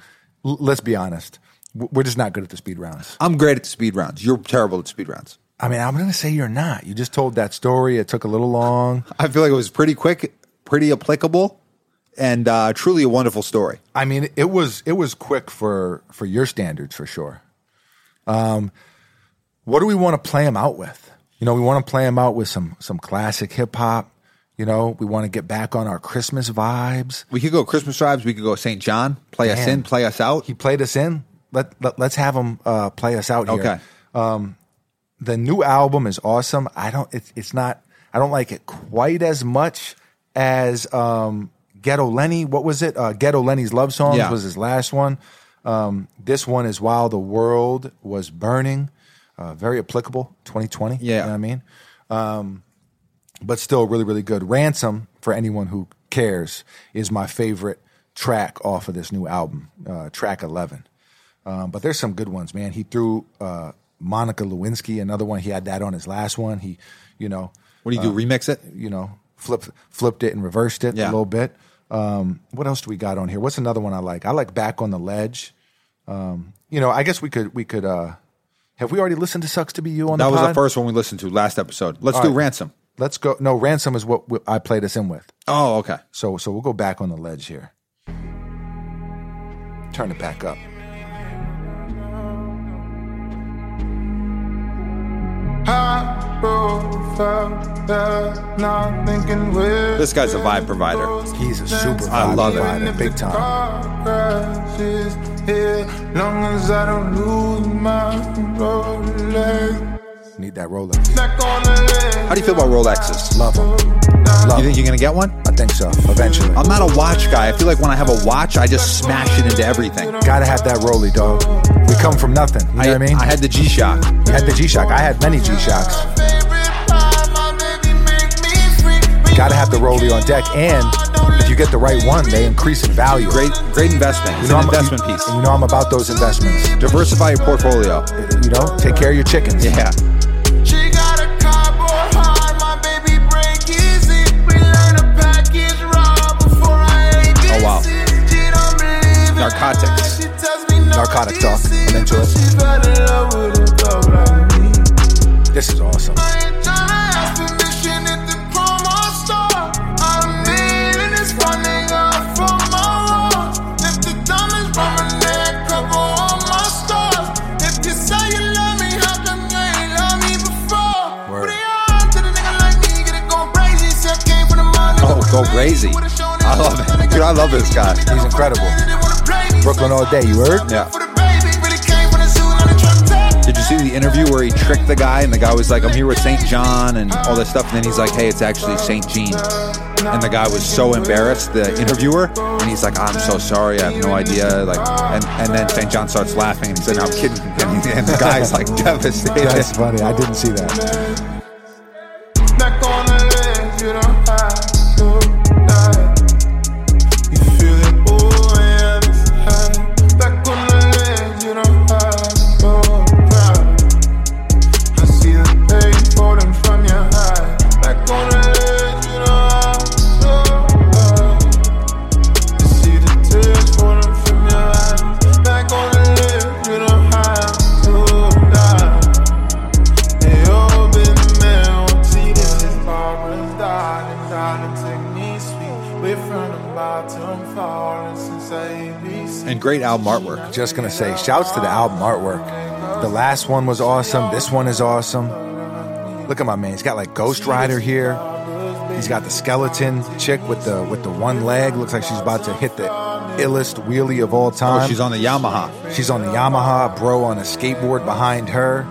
[SPEAKER 1] l- let's be honest. w- We're just not good at the speed rounds.
[SPEAKER 2] I'm great at the speed rounds. You're terrible at speed rounds.
[SPEAKER 1] I mean, I'm going to say you're not. You just told that story. It took a little long.
[SPEAKER 2] I feel like it was pretty quick, pretty applicable, and uh, truly a wonderful story.
[SPEAKER 1] I mean, it was it was quick for for your standards for sure. Um, what do we want to play him out with? You know, we want to play him out with some some classic hip hop. You know, we want to get back on our Christmas vibes.
[SPEAKER 2] We could go Christmas drives. We could go St. John. Play us
[SPEAKER 1] Man.
[SPEAKER 2] in, play us out.
[SPEAKER 1] He played us in. Let, let let's have him uh, play us out here. Um,
[SPEAKER 2] Okay.
[SPEAKER 1] the new album is awesome. I don't it's it's not I don't like it quite as much as um Ghetto Lenny. What was it? Uh Ghetto Lenny's Love Songs
[SPEAKER 2] Yeah.
[SPEAKER 1] was his last one. Um this one is While the World Was Burning. Uh very applicable 2020. You
[SPEAKER 2] Yeah.
[SPEAKER 1] know what I mean? Um but still really really good. Ransom for anyone who cares is my favorite track off of this new album. Uh track 11. Um, but there's some good ones, man. He threw uh, Monica Lewinsky, another one. He had that on his last one. He, you know,
[SPEAKER 2] What do
[SPEAKER 1] uh,
[SPEAKER 2] you do? remix it?
[SPEAKER 1] you know, flipped flipped it and reversed it
[SPEAKER 2] Yeah.
[SPEAKER 1] a little bit. Um, what else do we got on here? What's another one I like? I like Back on the Ledge. Um, you know, I guess we could we could uh, have we already listened to Sucks to Be You on
[SPEAKER 2] That
[SPEAKER 1] the
[SPEAKER 2] was the
[SPEAKER 1] pod?
[SPEAKER 2] first one we listened to last episode. Let's do
[SPEAKER 1] right.
[SPEAKER 2] Ransom.
[SPEAKER 1] Let's go. No, Ransom is what we, I played us in with.
[SPEAKER 2] Oh, okay.
[SPEAKER 1] So so we'll go back on the ledge here. Turn it back up.
[SPEAKER 3] High profile, there's nothing can wait.
[SPEAKER 2] This guy's a vibe provider.
[SPEAKER 1] He's a super.
[SPEAKER 2] I
[SPEAKER 1] vibe
[SPEAKER 2] love it.
[SPEAKER 1] provider, Big time.
[SPEAKER 3] crashes here, long as I don't lose my Rolex.
[SPEAKER 1] Need that Rolex.
[SPEAKER 3] Back on the ledge.
[SPEAKER 2] How do you feel about Rolexes?
[SPEAKER 1] Love him.
[SPEAKER 2] You
[SPEAKER 1] Love 'em.
[SPEAKER 2] think you're gonna get one?
[SPEAKER 1] I think so. Eventually.
[SPEAKER 2] I'm not a watch guy. I feel like when I have a watch, I just smash it into everything. You know
[SPEAKER 1] Gotta have that Rolly, dog. We come from nothing. You know what I mean?
[SPEAKER 2] I had the G Shock.
[SPEAKER 1] You had the G Shock. I had many G Shocks. Gotta have the Rolly on deck. And if you get the right one, they increase in value.
[SPEAKER 2] Great, great investment. It's an
[SPEAKER 1] I'm-
[SPEAKER 2] investment
[SPEAKER 1] you-
[SPEAKER 2] piece.
[SPEAKER 1] You know, I'm about those investments.
[SPEAKER 2] Diversify your portfolio.
[SPEAKER 1] You know, take care of your chickens.
[SPEAKER 2] Yeah.
[SPEAKER 3] She got a cardboard heart, my baby break easy. We learn to package raw before I ate
[SPEAKER 2] Oh, wow.
[SPEAKER 3] this. She don't believe it.
[SPEAKER 2] Narcotics.
[SPEAKER 3] She tells me no
[SPEAKER 1] Narcotic talk.
[SPEAKER 3] deceit.
[SPEAKER 1] I'm into it.
[SPEAKER 3] She fell in love with a dog like me.
[SPEAKER 1] This is awesome.
[SPEAKER 3] I ain't
[SPEAKER 2] crazy. I love it. Dude, I love this guy. He's incredible.
[SPEAKER 1] Brooklyn all day, you heard?
[SPEAKER 2] Yeah. Did you see the interview where he tricked the guy and the guy was like, I'm here with St. John and all this stuff? And then he's like, hey, it's actually St. Jean. And the guy was so embarrassed, the interviewer, and he's like, I'm so sorry, I have no idea. Like, and, and then St. John starts laughing and he said, No, I'm kidding. And, and the guy's like devastated.
[SPEAKER 1] That's funny. I didn't see that.
[SPEAKER 3] Back on the list, you don't have to lie. You feel it, oh, ooh, I am inside. Back on the list, you don't have to cry. I see the pain falling from your eye. Back on the list, you don't have to lie. I see the tears falling from your eyes. Back on the list, you don't have to lie. They all been male, tedious, it's paradise, darling, take me sweet. We're from the bottom, falling since ABC.
[SPEAKER 2] And great album artwork.
[SPEAKER 1] Just gonna say, shouts to the album artwork. The last one was awesome. This one is awesome. Look at my man. He's got like Ghost Rider here. He's got the skeleton chick with the with the one leg. Looks like she's about to hit the illest wheelie of all time.
[SPEAKER 2] Oh, she's on the Yamaha.
[SPEAKER 1] She's on the Yamaha, bro on a skateboard behind her.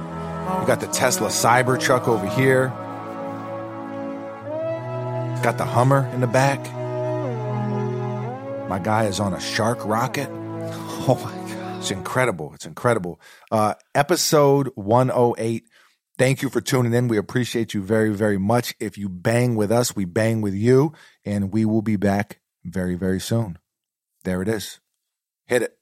[SPEAKER 1] You got the Tesla Cybertruck over here. Got the Hummer in the back. My guy is on a shark rocket. Oh my God. It's incredible. It's incredible. Uh, episode 108. Thank you for tuning in. We appreciate you very, very much. If you bang with us, we bang with you, and we will be back very, very soon. There it is. Hit it.